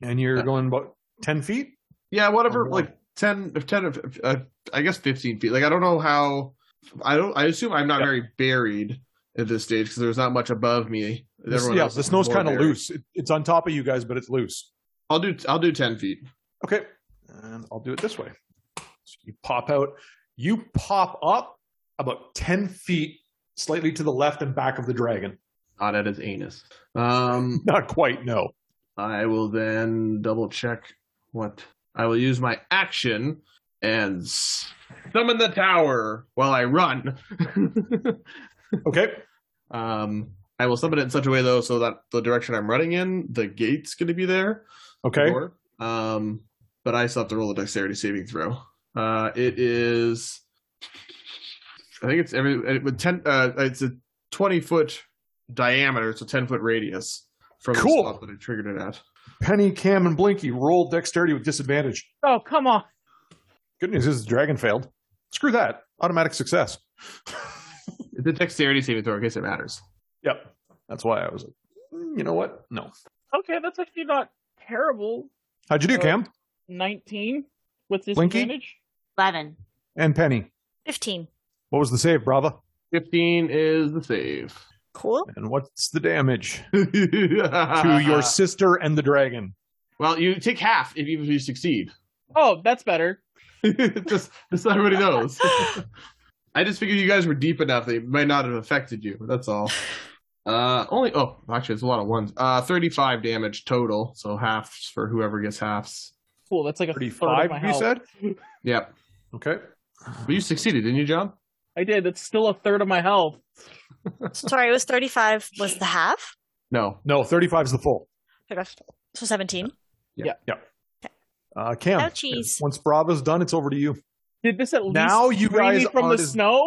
B: And you're
C: Yeah.
B: going about ten feet?
C: Yeah, whatever.
B: Or what?
C: Like ten, if ten, if, if, uh, I guess fifteen feet. Like I don't know how. I don't. I assume I'm not
B: Yeah.
C: very buried at this stage because there's not much above me.
B: This-
C: Everyone
B: yeah,
C: else
B: the
C: is
B: snow's
C: more
B: kind of
C: buried.
B: loose. It, it's on top of you guys, but it's loose.
C: I'll do. I'll do ten feet.
B: Okay. And I'll do it this way. So you pop out. You pop up about 10 feet slightly to the left and back of the dragon.
C: Not at his anus. Um.
B: Not quite, no.
C: I will then double check what I will use my action and s- summon the tower while I run.
B: Okay.
C: um, I will summon it in such a way though, so that the direction I'm running in, the gate's going to be there.
B: Okay.
C: Door. Um, but I still have to roll a dexterity saving throw. Uh, it is, I think it's every it, with ten. Uh, it's a twenty foot diameter, so ten foot radius from
B: Cool.
C: the spot that I triggered it at.
B: Penny, Cam, and Blinky roll dexterity with disadvantage.
D: Oh come on.
B: Good news is the dragon failed. Screw that. Automatic success.
C: It's a dexterity saving throw in case it matters.
B: Yep. That's why I was like, "Mm, you know what? No.
D: Okay, that's actually not terrible.
B: How'd you do,
D: Uh,
B: Cam?
D: Nineteen with
B: Blinky?
D: disadvantage.
E: Eleven.
B: And Penny.
A: 15.
B: What was the save, Brava?
C: 15 is the save.
A: Cool.
B: And what's the damage to
C: to
B: your sister and the dragon?
C: Well, you take half if you, if you succeed.
D: Oh, that's better.
C: just, just so everybody knows. I just figured you guys were deep enough that it might not have affected you. That's all. Uh, only oh, actually, it's a lot of ones. Uh, thirty-five damage total, so halves for whoever gets halves.
D: Cool. That's like a third of
B: 35,
D: my
B: you
D: health.
B: said?
C: Yep,
B: Okay.
C: but you succeeded, didn't you, John?
D: I did. That's still a third of my health.
A: Sorry, it was 35 was the half.
C: No.
B: No, 35 is the full.
A: So 17.
B: Uh, Cam,
A: Ouchies.
B: once Brava's done, it's over to you.
D: Did this at least
B: Now you
D: free
B: guys
D: me from
B: are
D: the
B: dis-
D: snow?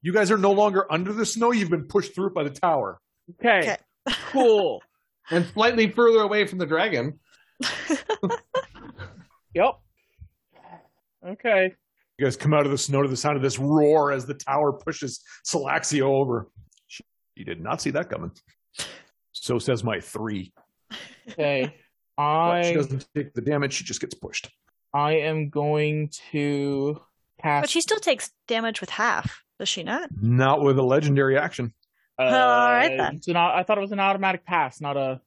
B: You guys are no longer under the snow. You've been pushed through by the tower.
D: Okay. cool.
C: And slightly further away from the dragon.
D: Yep. Okay.
B: You guys come out of the snow to the sound of this roar as the tower pushes Salaxia over. She, she did not see that coming. So says my three.
D: Okay.
B: But
D: I
B: she doesn't take the damage. She just gets pushed.
D: I am going to cast.
A: But she still takes damage with half, does she not?
B: Not with a legendary action.
D: uh,
A: All right, then.
D: it's an au- I thought it was an automatic pass, not a.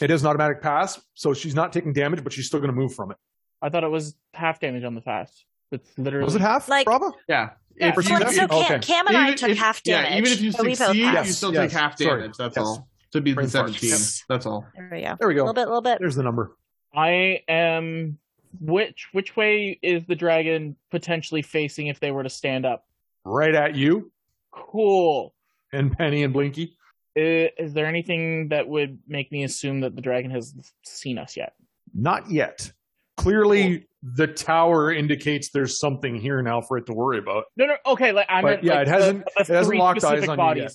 B: It is an automatic pass, so she's not taking damage, but she's still going to move from it.
D: I thought it was half damage on the pass. It's literally.
B: Was it half,
A: Like-
B: Brava?
C: Yeah.
D: Yeah,
C: If
B: for
C: you-
B: some
A: Well,
B: that-
A: so Cam,
B: okay.
A: Cam and I
C: Even
A: took
C: if-
A: half
C: yeah,
A: damage.
C: even if you
A: but we both
C: succeed,
A: passed.
C: you still
B: Yes,
C: take half
B: yes, sorry.
C: damage. That's
B: Yes.
C: all. To be
B: Brain
C: the
B: fart.
C: seventeen.
B: Yes.
C: That's all.
A: There we go.
B: There we
A: A
B: go.
A: little bit, a little bit.
B: There's the number.
D: I am. Which which way is the dragon potentially facing if they were to stand up?
B: Right at you.
D: Cool.
B: and Penny and Blinky.
D: I- Is there anything that would make me assume that the dragon has seen us yet?
B: Not yet. Clearly, the tower indicates there's something here now for it to worry about.
D: No, no. Okay, like I
B: But,
D: meant
B: yeah,
D: like,
B: it hasn't-
D: the, the
B: it hasn't
D: three
B: locked eyes
D: specific
B: on you
D: bodies.
B: yet.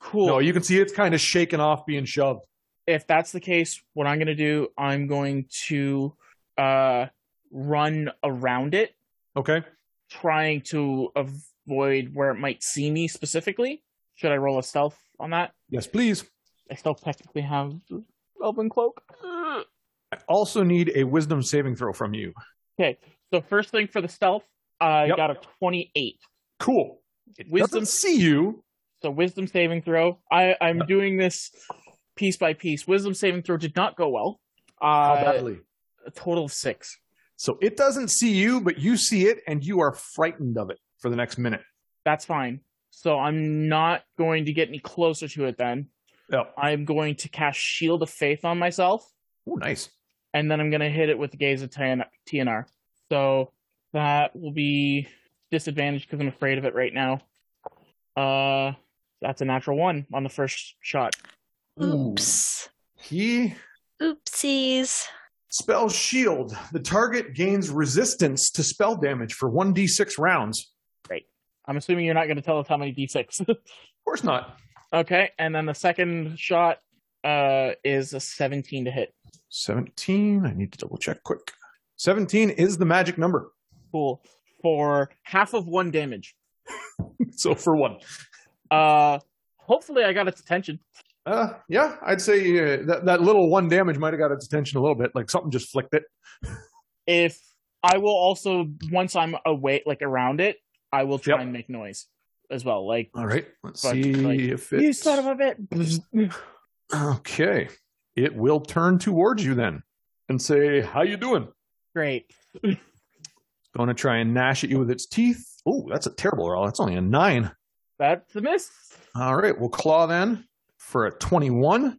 D: Cool.
B: No, you can see it's kind of shaken off being shoved.
D: if that's the case, what I'm gonna do, I'm going to uh run around it,
B: Okay.
D: trying to avoid where it might see me specifically. Should I roll a stealth on that?
B: Yes, please.
D: I still technically have Elven Cloak.
B: I also need a wisdom saving throw from you.
D: So first thing for the stealth, I
B: Yep.
D: got a 28.
B: Cool. It
D: Wisdom-
B: doesn't see you.
D: So wisdom saving throw. I, I'm doing this piece by piece. Wisdom saving throw did not go well.
B: How
D: Uh,
B: badly?
D: a total of six.
B: So it doesn't see you, but you see it and you are frightened of it for the next minute.
D: That's fine. So I'm not going to get any closer to it then.
B: Oh,
D: I'm going to cast Shield of Faith on myself,
B: oh nice.
D: and then I'm going to hit it with the Gaze of TN- TNR. So that will be disadvantage because I'm afraid of it right now. Uh, that's a natural one on the first shot.
A: Oops.
B: He
A: Oopsies.
B: spell shield. The target gains resistance to spell damage for 1d6 rounds.
D: I'm assuming you're not going to tell us how many d6.
B: Of course not.
D: okay, and then the second shot uh, is a 17 to hit.
B: 17. I need to double check quick. 17 is the magic number.
D: Cool. For half of one damage.
B: So for one.
D: Uh, hopefully I got its attention.
B: Uh, yeah, I'd say uh, that, that little one damage might have got its attention a little bit. Like something just flicked it.
D: if I will also once I'm away like around it, I will try
B: Yep.
D: and make noise as well. Like
B: All right. Let's
D: But,
B: see
D: like,
B: if it.
D: you son of a bit.
B: Okay. It will turn towards you then and say, "How you doing?"
D: Great.
B: Going to try and gnash at you with its teeth. Oh, that's a terrible roll. That's only a nine.
D: That's a miss.
B: All right, we'll claw then for a twenty-one.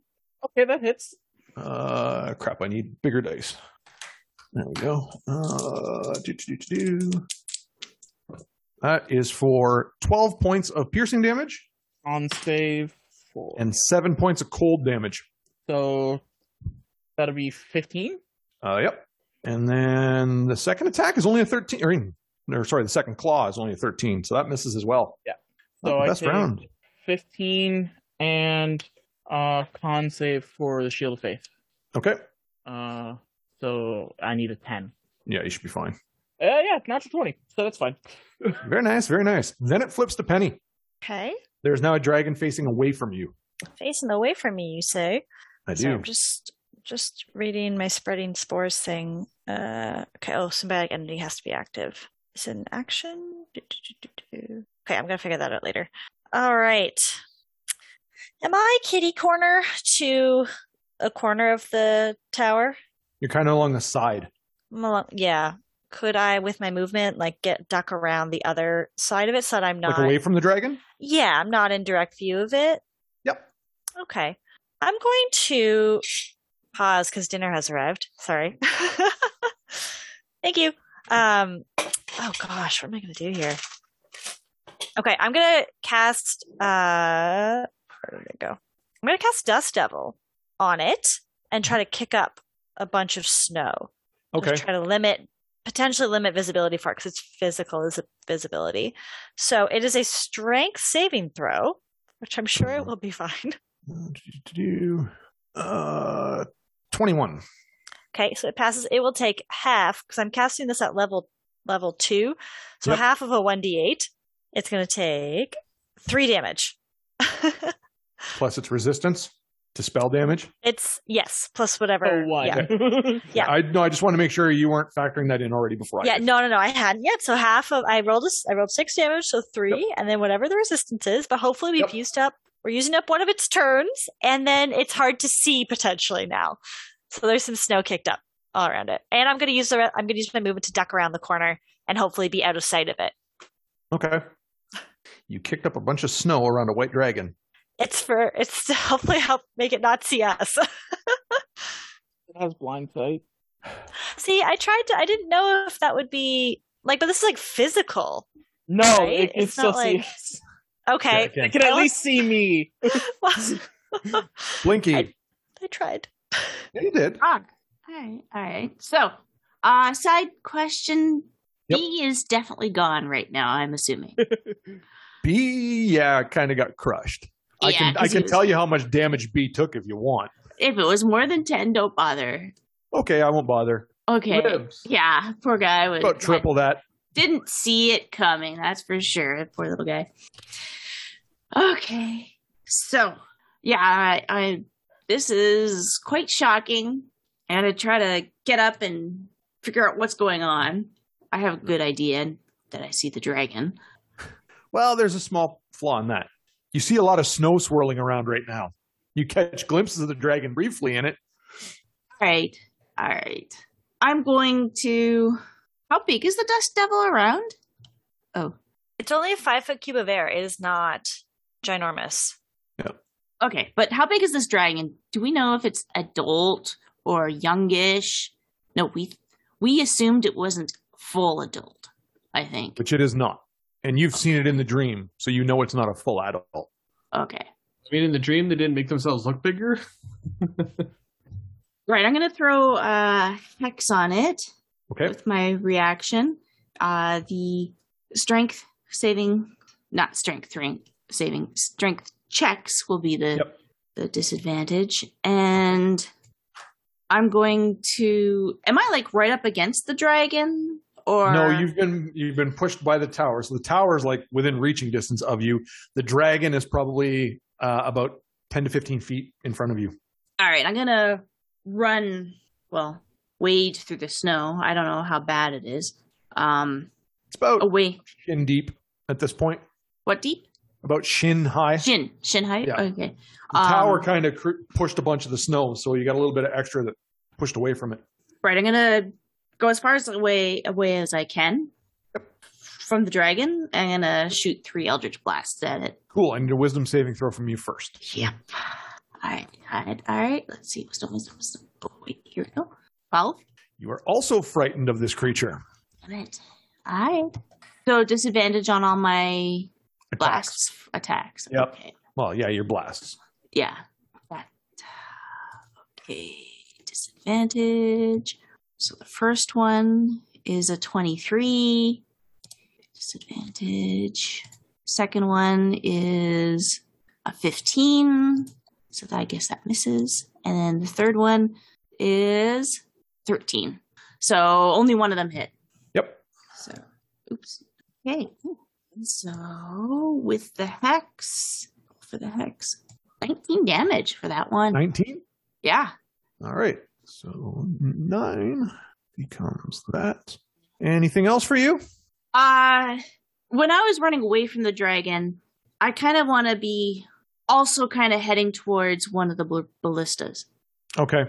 D: Okay, that hits.
B: Uh, crap. I need bigger dice. There we go. Uh, do, do, do, do, do. That is for twelve points of piercing damage
D: On save four.
B: and seven points of cold damage.
D: so that'll be fifteen.
B: Uh, yep. And then the second attack is only a 13. Or, even- or sorry, the second claw is only a 13. So that misses as well.
D: Yeah.
B: Not
D: So
B: the
D: I
B: best
D: take-
B: round.
D: Fifteen and uh con save for the shield of faith.
B: Okay.
D: Uh so I need a ten.
B: Yeah, you should be fine.
D: Uh, yeah, natural twenty. So that's fine.
B: Very nice. Very nice. Then it flips to Penny.
A: Okay.
B: There's now a dragon facing away from you.
A: Facing away from me, you say.
B: I
A: So
B: do.
A: I'm just just reading my spreading spores thing. Uh, okay. Oh, symbiotic entity has to be active. It's an action. Do, do, do, do, do. Okay, I'm gonna figure that out later. All right. Am I kitty corner to a corner of the tower?
B: You're kind of along the side.
A: I'm along- yeah. Could I, with my movement, like get duck around the other side of it so that I'm not?
B: Like away from the dragon?
A: Yeah, I'm not in direct view of it.
B: Yep.
A: Okay. I'm going to pause because dinner has arrived. Sorry. Thank you. Um, oh gosh, what am I going to do here? Okay, I'm going to cast. Uh, where did it go? I'm going to cast Dust Devil on it and try to kick up a bunch of snow. Just
B: Okay.
A: try to limit, potentially limit visibility for it because it's physical is visibility. So it is a strength saving throw, which I'm sure it will be fine.
B: Uh, 21.
A: Okay, so it passes. It will take half because I'm casting this at level level two, so
B: Yep.
A: half of a one d eight. It's going to take three damage.
B: Plus its resistance to spell damage.
A: it's yes plus whatever.
D: Oh one.
A: Yeah. Yeah.
B: I no, I just want to make sure you weren't factoring that in already before I
A: Yeah,
B: did.
A: no, no, no. I hadn't yet. So half of I rolled a s I rolled six damage, so three, and then whatever the resistance is. But hopefully we've
B: Yep.
A: used up. We're using up one of its turns, and then it's hard to see potentially now. So there's some snow kicked up all around it, and I'm gonna use the re- I'm gonna use my movement to duck around the corner and hopefully be out of sight of it.
B: Okay. You kicked up a bunch of snow around a white dragon.
A: It's for it's to hopefully help make it not see us.
D: It has blind sight.
A: see, I tried to. I didn't know if that would be like, but this is like physical.
D: No,
A: Right?
D: it can
A: It's
D: still
A: not like-
D: see us.
A: Okay.
B: Okay, I
D: They
B: can.
D: can at least see me.
A: Well,
B: Blinky.
A: I- I tried.
B: Yeah, you did.
E: Rock. All right, all right. So, uh, side question
B: Yep.
E: B is definitely gone right now. I'm assuming.
B: B, yeah, kind of got crushed. I
E: Yeah,
B: can I
E: 'cause
B: can
E: it was-
B: tell you how much damage B took if you want.
E: If it was more than ten, don't bother.
B: Okay, I won't bother.
E: Okay.
C: Ribs.
E: Yeah, poor guy was
B: About triple that.
E: didn't see it coming. That's for sure. Poor little guy. Okay, so yeah, I, I this is quite shocking, and I try to get up and figure out what's going on. I have a good idea that I see the dragon.
B: Well, there's a small flaw in that. You see a lot of snow swirling around right now. You catch glimpses of the dragon briefly in it.
E: All right. All right. I'm going to. How big is the dust devil around? Oh,
A: It's only a five foot cube of air. It is not ginormous.
E: okay. But how big is this dragon? Do we know if it's adult or youngish? No, we we assumed it wasn't full adult. I think.
B: which it is not. And you've seen it in the dream, so you know it's not a full adult.
E: Okay.
C: I mean, in the dream, they didn't make themselves look bigger.
E: Right. I'm gonna throw uh, hex on it
B: Okay.
E: with my reaction. Uh, the strength saving, not strength ring, saving strength checks will be the
B: Yep.
E: the disadvantage, and I'm going to. Am I like right up against the dragon, or
B: No, you've been you've been pushed by the tower. So the tower is like within reaching distance of you. The dragon is probably uh, about ten to fifteen feet in front of you.
E: All right, I'm gonna run. Well, wade through the snow. I don't know how bad it is. Um,
B: It's about
E: away.
B: shin deep at this point,
E: What deep?
B: about shin high. The
E: Shin. Shin height.
B: Yeah.
E: Okay.
B: tower
E: Um,
B: kind of cr- pushed a bunch of the snow, so you got a little bit of extra that pushed away from it.
E: Right, I'm gonna go as far as away away as I can from the dragon. I'm gonna shoot three eldritch blasts at it.
B: Cool. I need a wisdom saving throw from you first.
E: Yep. All right, all right, all right. Let's see. Wisdom, wisdom, wisdom. Oh, wait, here we go. Twelve.
B: You are also frightened of this creature.
E: All right. All right. So disadvantage on all my blasts attacks.
B: Yep.
E: Okay.
B: Well, yeah, your blasts.
E: Yeah. That. Okay. Disadvantage. So the first one is a 23. Disadvantage. Second one is a 15. So that, I guess that misses. And then the third one is 13. So only one of them hit.
B: Yep.
E: So, oops. Okay. So with the hex, for the hex, 19 damage for that one.
B: Nineteen.
E: Yeah.
B: All right. So nine becomes that. Anything else for you?
E: Uh, when I was running away from the dragon, I kind of want to be also kind of heading towards one of the bl- ballistas.
B: Okay.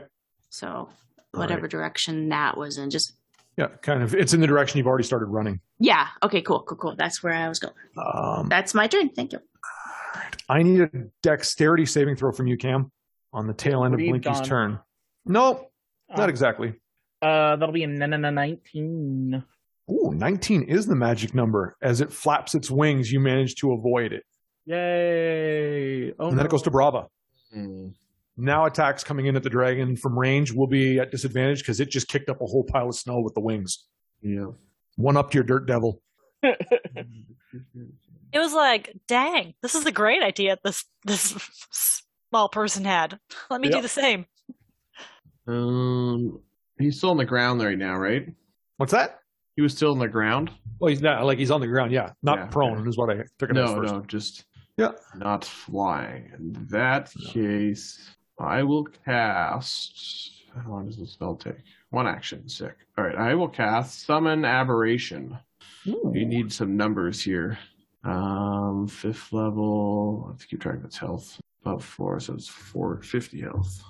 E: So whatever direction that was in, just
B: Yeah, kind of. It's in the direction you've already started running.
E: yeah. Okay, cool, cool, cool. That's where I was going.
B: Um,
E: That's my turn. Thank you.
B: I need a dexterity saving throw from you, Cam, on the tail end of
D: Read
B: Blinky's
D: on.
B: turn. No, not exactly.
D: Uh, that'll be a na- na- na- 19.
B: Ooh, 19 is the magic number. As it flaps its wings, you manage to avoid it.
D: Yay! Oh,
B: and then
D: no.
B: it goes to Brava.
C: Hmm.
B: Now attacks coming in at the dragon from range will be at disadvantage because it just kicked up a whole pile of snow with the wings.
C: Yeah.
B: One up to your dirt devil.
A: It was like, dang, this is a great idea this this small person had. Let me
B: Yep.
A: do the same.
C: um, he's still on the ground right now, right?
B: What's that?
C: He was still on the ground.
B: Well, he's not like he's on the ground. Yeah, not
C: Yeah,
B: prone
C: okay.
B: is what I took it as
C: No,
B: first.
C: no, just
B: Yeah.
C: not flying. In that case, I will cast. How long does this spell take? One action, sick. All right, I will cast summon aberration.
B: Hmm.
C: We need some numbers here. Um, fifth level. I have to keep track of its health. About four, so it's four fifty health.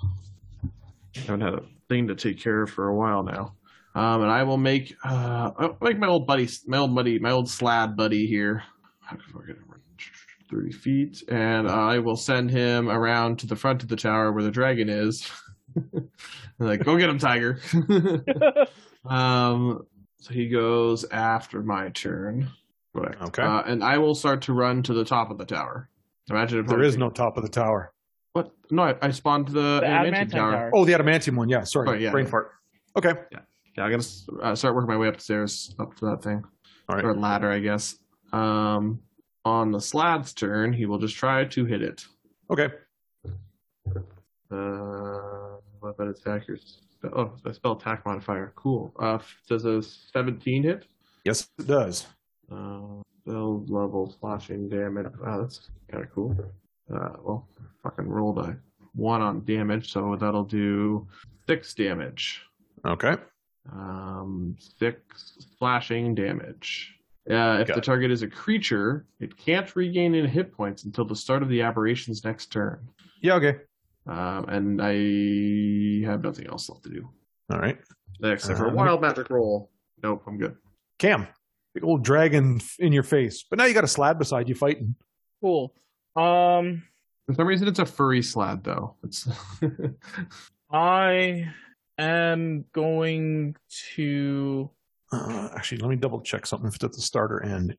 C: haven't had a thing to take care of for a while now. Um, and I will make uh I'll make my old buddy, my old buddy, my old slad buddy here. How can I get him? Thirty feet, and I will send him around to the front of the tower where the dragon is. And like, go get him, tiger. um, so he goes after my turn. Correct.
B: Okay.
C: Uh, and I will start to run to the top of the tower. Imagine if
B: There is no top of the tower.
C: What? No, I, I spawned to the,
D: The
C: adamantium
D: Adamantine
C: tower.
D: Tower.
B: Oh, the adamantium one. Yeah, sorry.
C: Oh, yeah,
B: Brain
C: yeah.
B: fart. Okay.
C: Yeah, I gotta s- uh, start working my way up the stairs up to that thing
B: All right.
C: or ladder, I guess. Um, on the slad's turn, he will just try to hit it.
B: Okay.
C: Uh, what about attackers? Oh, I spell attack modifier. Cool. Uh, f- does a 17 hit?
B: Yes, it does.
C: Uh, build level slashing damage. Wow, that's kind of cool. Uh, well, fucking rolled a one on damage, so that'll do six damage.
B: Okay.
C: Um, six slashing damage. Uh, if
B: Got
C: the
B: it.
C: target is a creature, it can't regain any hit points until the start of the aberration's next turn.
B: Yeah, okay.
C: Um, and I have nothing else left to do
B: All right.
C: except for a
B: Um,
C: wild magic roll. Nope, I'm good.
B: Cam, big old dragon f- in your face. But now you got a slab beside you fighting.
D: Oh, Cool. Um,
C: For some reason, it's a furry slab though. It's
D: I am going to.
B: Uh, actually, let me double check something if it's at the start or end.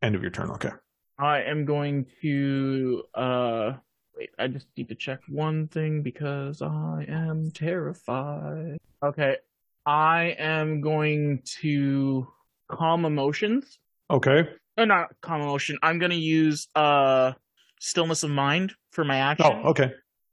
B: End of your turn. Okay.
D: I am going to. Uh, wait. I just need to check one thing because I am terrified. Okay. I am going to calm emotions.
B: Okay.
D: No, not calm emotion. I'm going to use uh stillness of mind for my action.
B: Oh, okay.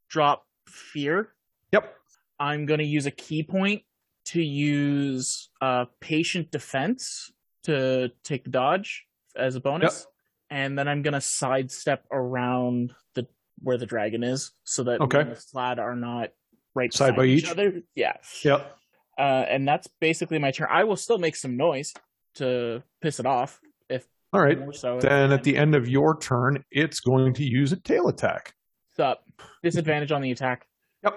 D: Drop fear.
B: Yep.
D: I'm going to use a key point to use uh, patient defense to take the dodge as a bonus, and then I'm going to sidestep around the where the dragon is so that me
B: Okay.
D: and the slad are not right
B: Side
D: beside
B: by
D: each,
B: each?
D: other. Yeah,
B: Yep.
D: uh, and that's basically my turn. I will still make some noise to piss it off.
B: All right.
D: More so
B: Then at the end of your turn, it's going to use a tail attack.
D: What's up disadvantage on the attack.
B: Yep.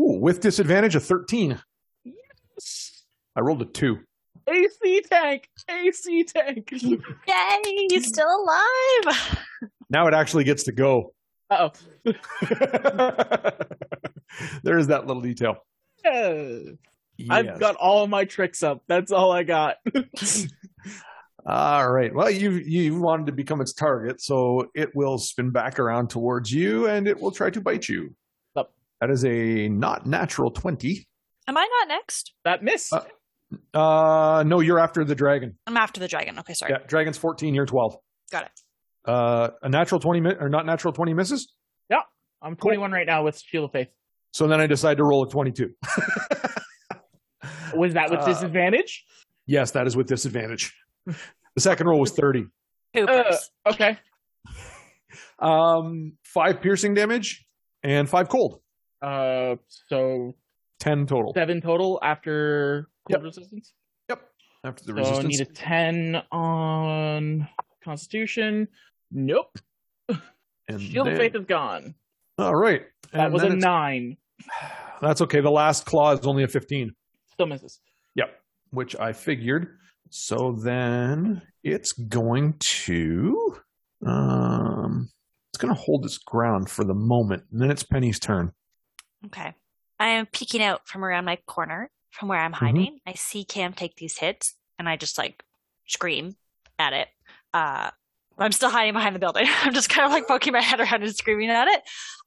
B: Ooh, with disadvantage, a 13. I rolled a 2.
D: AC tank, AC tank.
A: Yay, he's still alive.
B: Now it actually gets to go.
D: oh.
B: there is that little detail.
D: I've got all my tricks up. That's all I got.
B: All right. Well, you you wanted to become its target, so it will spin back around towards you and it will try to bite you.
D: Yep.
B: That is a not natural 20.
A: Am I not next?
D: That missed.
B: Uh, Uh no, you're after the dragon.
A: I'm after the dragon. Okay, sorry.
B: Yeah, dragon's 14, you're 12.
A: Got it.
B: Uh a natural 20 mi- or not natural 20 misses.
D: I'm 21 right now with Shield of Faith.
B: So then I decide to roll a 22.
D: Was that with
B: Uh,
D: disadvantage?
B: Yes, that is with disadvantage. The second roll was 30.
A: Poopers.
D: Okay.
B: Um 5 piercing damage and 5 cold.
D: Uh, so
B: 10 total.
D: seven total after cold resistance.
B: After the
D: So
B: resistance.
D: need a 10 on Constitution. Nope.
B: and
D: Shield of
B: then-
D: Faith is gone.
B: All right.
D: That
B: And
D: was
B: then
D: a
B: it's-
D: nine.
B: That's okay. The last claw is only a 15,
D: Still misses.
B: which I figured. So then it's going to um it's going to hold its ground for the moment. And then it's Penny's turn.
A: Okay. I am peeking out from around my corner from where I'm hiding. I see Cam take these hits and I just like scream at it. Uh I'm still hiding behind the building. I'm just kind of like poking my head around and screaming at it.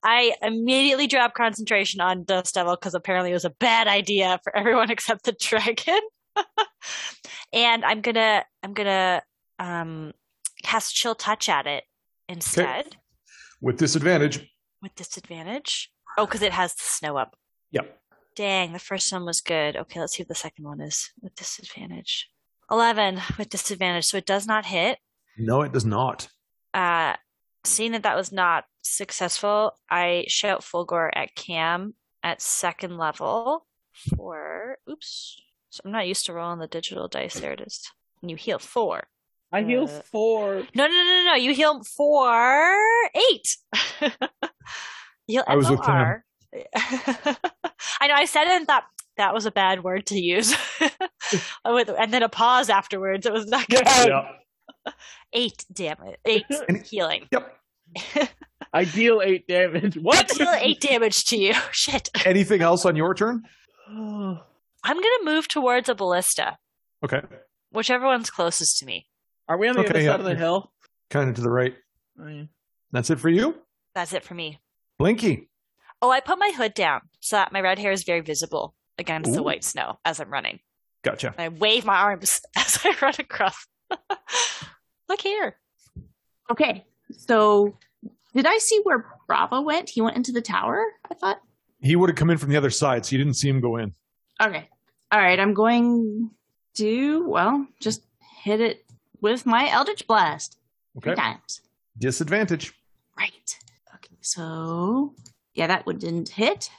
A: I immediately drop concentration on Dust Devil because apparently it was a bad idea for everyone except the dragon. and I'm gonna I'm gonna um cast chill touch at it instead
B: With disadvantage.
A: with disadvantage. Oh, because it has the snow up.
B: Yep.
A: Dang, the first one was good. Okay, let's see what the second one is with disadvantage. 11 with disadvantage, so it does not hit.
B: No, it does not.
A: Uh, seeing that that was not successful, I shout Fulgor at Cam at second level for. Oops. So I'm not used to rolling the digital dice. There it is. And you heal four.
D: I heal
A: Uh,
D: four.
A: No, no, no, no, no. You heal for eight. you heal
B: I was with
A: FOR. I know. I said it and thought that was a bad word to use. I went- and then a pause afterwards. It was not good. Eight damage. Eight healing.
B: Yep.
D: I deal eight damage.
A: I
D: What?
A: deal eight damage to you. Shit.
B: Anything else on your turn?
A: I'm gonna move towards a ballista,
B: Okay.
A: whichever one's closest to me.
D: Are we on the
B: Okay,
D: other
B: yeah.
D: side of the hill?
B: Kind of to the right.
D: Oh, yeah.
B: That's it for you,
A: That's it for me.
B: Blinky.
A: Oh, I put my hood down so that my red hair is very visible against the
B: Ooh.
A: white snow as I'm running.
B: Gotcha.
A: I wave my arms as I run across. Look here.
E: Okay, so did I see where Bravo went? He went into the tower, I thought.
B: He would have come in from the other side, so you didn't see him go in.
E: Okay. All right, I'm going to, well, just hit it with my Eldritch Blast. Three
B: Okay.
E: times.
B: Disadvantage.
E: Right. Okay, so yeah, that one didn't hit.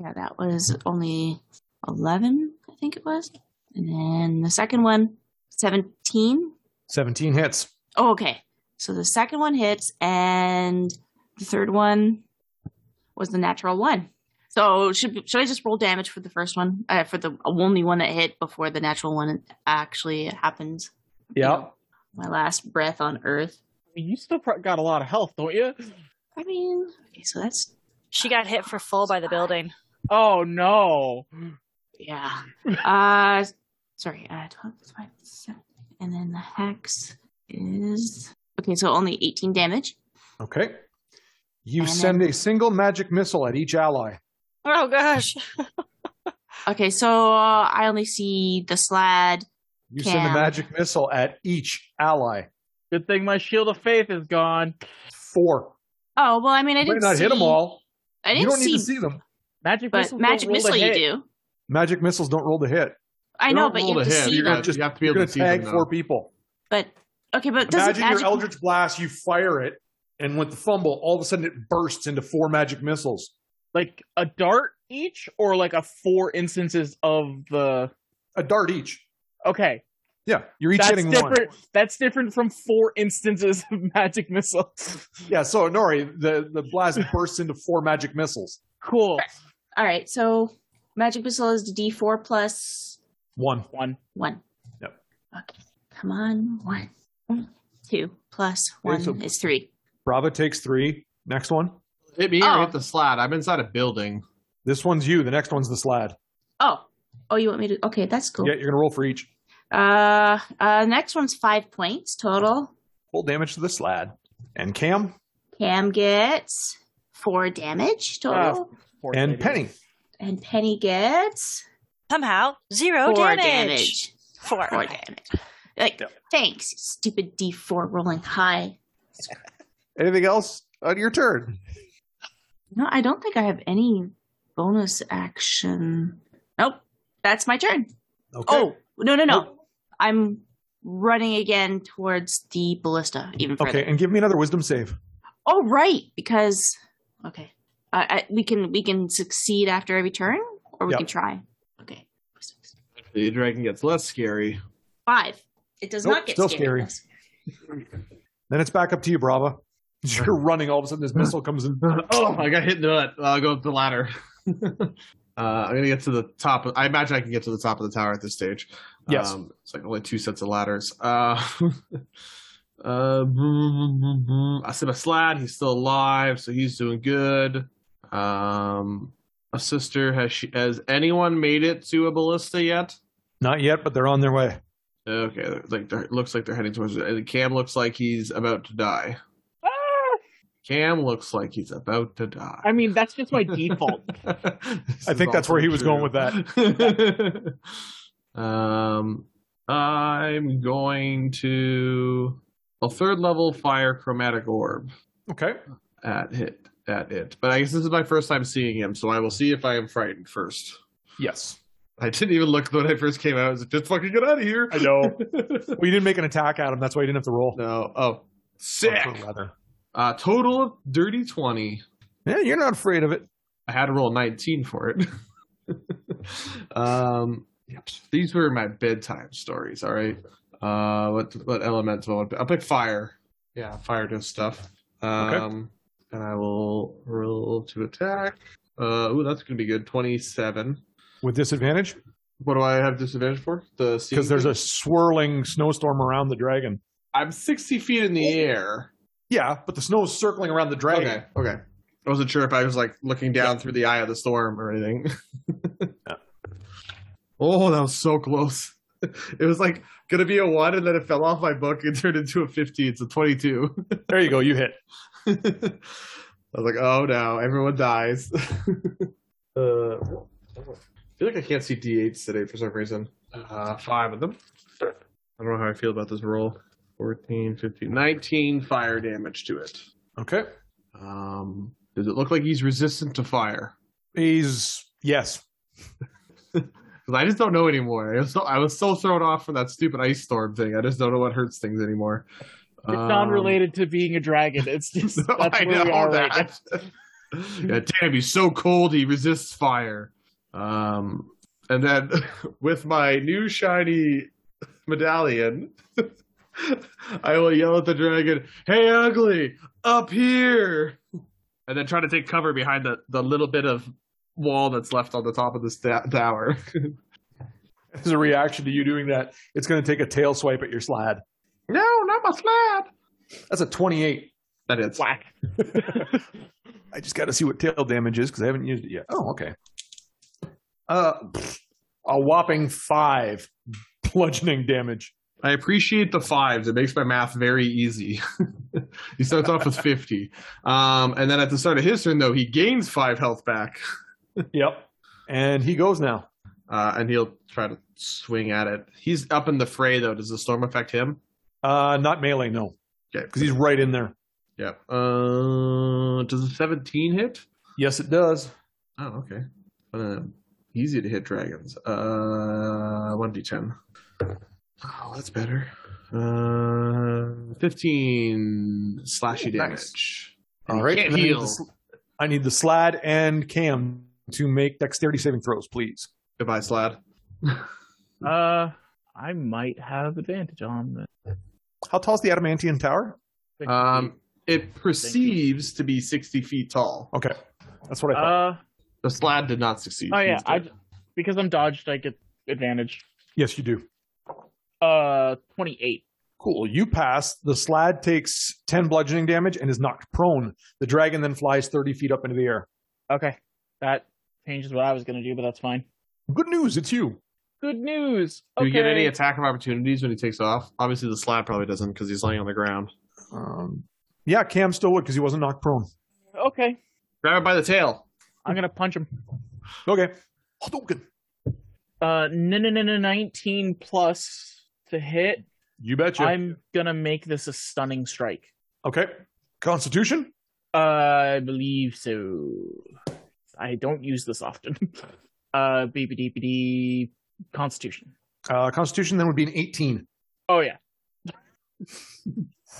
E: Yeah, that was only 11, I think it was. And then the second one, 17.
B: 17 hits.
E: Oh, okay. So the second one hits, and the third one was the natural one. So should should I just roll damage for the first one, uh, for the only one that hit before the natural one actually happens?
B: Yeah.
E: My last breath on Earth.
D: You still pro- got a lot of health, don't you?
E: I mean, okay, so that's
A: She got hit for full by the building.
D: Oh no.
E: Yeah. Uh, sorry. Uh, 12, 5, 7, and then the hex is okay. So only 18 damage.
B: Okay. You
E: And
B: send
E: then-
B: a single magic missile at each ally.
A: Oh gosh.
E: Okay, so uh, I only see the slad.
B: You send a
E: Damn.
B: magic missile at each ally.
D: Good thing my shield of faith is gone.
B: Four.
E: Oh well, I mean, I
B: You might
E: didn't
B: not
E: see,
B: hit them all.
E: I
B: You
E: didn't
B: don't
E: see,
B: need to see them.
D: Magic
E: but
D: missile.
E: magic missile you do.
B: Magic missiles don't roll to hit.
E: I
C: You
E: know,
C: don't
E: but you
C: roll
E: have
C: to
E: to
C: hit,
E: see
C: you're
E: them.
C: gonna- you have to be
B: You're
C: able
B: going
C: to
B: to
C: see
B: tag
C: them.
B: four
C: though.
B: people.
E: But okay, but doesn't
B: Imagine
E: magic?
B: your Eldritch Blast, you fire it, and with the fumble, all of a sudden it bursts into four magic missiles.
D: Like a dart each, or like a four instances of the.
B: A dart each.
D: Okay,
B: Yeah, you're each
D: that's
B: hitting
D: different.
B: one.
D: That's different from four instances of magic missile.
B: Yeah, so Nori, the, the blast bursts into four magic missiles.
D: cool.
E: All right, so magic missile is D four plus
B: One.
D: One.
E: one.
B: Yep.
E: Okay, come on, one, two plus one
B: Okay, so-
E: is three.
B: Brava takes three. Next one.
C: Hit me
E: Oh.
C: or hit the slide. I'm inside a building.
B: This one's you. The next one's the slad.
E: Oh, oh, you want me to? Okay, that's cool.
B: Yeah, you're going to roll for each.
E: Uh, uh, next one's five points total.
B: Full damage to the slad. And Cam
E: Cam gets four damage total,
B: Oh.
D: Poor
B: and
D: lady.
B: Penny.
E: and Penny gets
A: Somehow zero
E: four
A: damage.
E: damage.
A: Four.
E: Four damage. Like,
B: Yep.
E: thanks, stupid D four rolling high.
B: Anything else on your turn?
E: No, I don't think I have any bonus action. Nope, that's my turn.
B: Okay.
E: Oh, no, no, no. I'm running again towards the ballista even further.
B: Okay, and give me another wisdom save.
E: Oh right, because okay, uh, I, we can we can succeed after every turn, or we
B: Yep.
E: can try. Okay,
C: The dragon gets less scary.
E: five. It does
B: Nope,
E: not get
B: still
E: scary.
B: Then it's back up to you, Brava. You're running. All of a sudden, this missile comes in.
C: oh, I got hit in the butt. I'll go up the ladder. uh, I'm gonna get to the top. Of, I imagine I can get to the top of the tower at this stage.
B: Yes.
C: Um, it's like only two sets of ladders. Uh, uh, boom, boom, boom. I said a slad. He's still alive, so he's doing good. Um, a sister has she, has anyone made it to a ballista yet?
B: Not yet, but they're on their way.
C: Okay, they're- like they're, looks like they're heading towards it. And Cam looks like he's about to die.
D: Ah!
C: Cam looks like he's about to die.
D: I mean, that's just my default.
B: I think that's where he was going with
C: that. um, I'm going to a third level fire chromatic orb
B: Okay.
C: at hit at it. But I guess this is my first time seeing him, so I will see if I am frightened first.
B: Yes.
C: I didn't even look when I first came out. I was like, just fucking get out of here.
B: I know. well, you didn't make an attack at him. That's why you didn't have to roll.
C: no. Oh, sick.
B: Or rather.
C: Uh, total of dirty twenty.
B: Yeah, you're not afraid of it.
C: I had to roll a 19 for it. um, yep. These were my bedtime stories. All right. Uh, what what elemental? I'll pick fire. Yeah, fire does stuff. Um,
B: Okay.
C: And I will roll to attack. Uh, ooh, that's gonna be good. 27.
B: With disadvantage?
C: What do I have disadvantage for? The
B: Because there's a swirling snowstorm around the dragon.
C: I'm 60 feet in the air.
B: Yeah, but the snow's circling around the dragon.
C: Okay. Okay. I wasn't sure if I was like looking down through the eye of the storm or anything. Oh, that was so close. It was like gonna be a one, and then it fell off my book and turned into a fifty. It's a twenty-two.
B: There you go. You hit.
C: I was like, oh no, everyone dies. uh, I feel like Uh, I can't see d8s today for some reason. Uh, five of them. I don't know how I feel about this roll. 14, 15, 19 fire damage to it.
B: Okay.
C: Um, does it look like he's resistant to fire?
B: He's yes.
C: 'Cause I just don't know anymore. I was, so, I was so thrown off from that stupid ice storm thing. I just don't know what hurts things anymore.
D: It's not related to being a dragon. It's just
C: No,
D: that's
C: I
D: where we
C: know
D: are right now.
C: that. yeah, damn, he's so cold he resists fire. Um, and then with my new shiny medallion, I will yell at the dragon, "Hey, ugly, up here!" And then try to take cover behind the the little bit of wall that's left on the top of this ta- tower.
B: As a reaction to you doing that, it's going to take a tail swipe at your slide.
C: no, not my slab.
B: That's a 28.
C: That is.
D: Whack.
B: I just got to see what tail damage is because I haven't used it yet. Oh, okay. Uh, pfft, a whopping five bludgeoning damage.
C: I appreciate the fives. It makes my math very easy. he starts off with 50. Um, and then at the start of his turn, though, he gains five health back.
B: Yep. And he goes now.
C: Uh, and he'll try to swing at it. He's up in the fray, though. Does the storm affect him?
B: Uh, not melee, no,
C: Okay.
B: because he's right in there.
C: Yeah. Uh, does a 17 hit?
B: Yes, it does.
C: Oh, okay. One of them. Easy to hit dragons. Uh, 1d10. Oh, that's better. Uh, 15 slashy
B: Ooh, nice.
C: damage.
B: All
C: And he
B: right.
C: can't
B: and I need
C: heal.
B: the sl- I need the slad and cam to make dexterity saving throws, please.
C: Goodbye, Slad.
D: Uh, I might have advantage on this.
B: How tall is the adamantium tower?
C: Um, it perceives to be 60 feet tall.
B: Okay, that's what I thought.
D: Uh,
C: The slad did not succeed.
D: oh yeah,
C: He's
D: I
C: dead.
D: because I'm dodged, I get advantage.
B: yes, you do.
D: Uh, twenty eight.
B: Cool. You pass. The slad takes 10 bludgeoning damage and is knocked prone. The dragon then flies 30 feet up into the air.
D: Okay, that changes what I was gonna do, but that's fine.
B: Good news, it's you.
D: Good news.
C: Do
D: Okay.
C: you get any attack of opportunities when he takes off? Obviously, the slad probably doesn't because he's laying on the ground.
B: Um, yeah, Cam still would because he wasn't knocked prone.
D: okay,
C: Grab it by the tail.
D: I'm gonna punch him.
B: Okay. Hadouken.
D: Uh, no, no, no, no, nineteen plus to hit.
B: You betcha.
D: I'm gonna make this a stunning strike. Uh,
B: okay. Constitution?
D: I believe so. I don't use this often. Uh, BBDBD Constitution.
B: Uh, Constitution then would be an 18.
D: Oh yeah,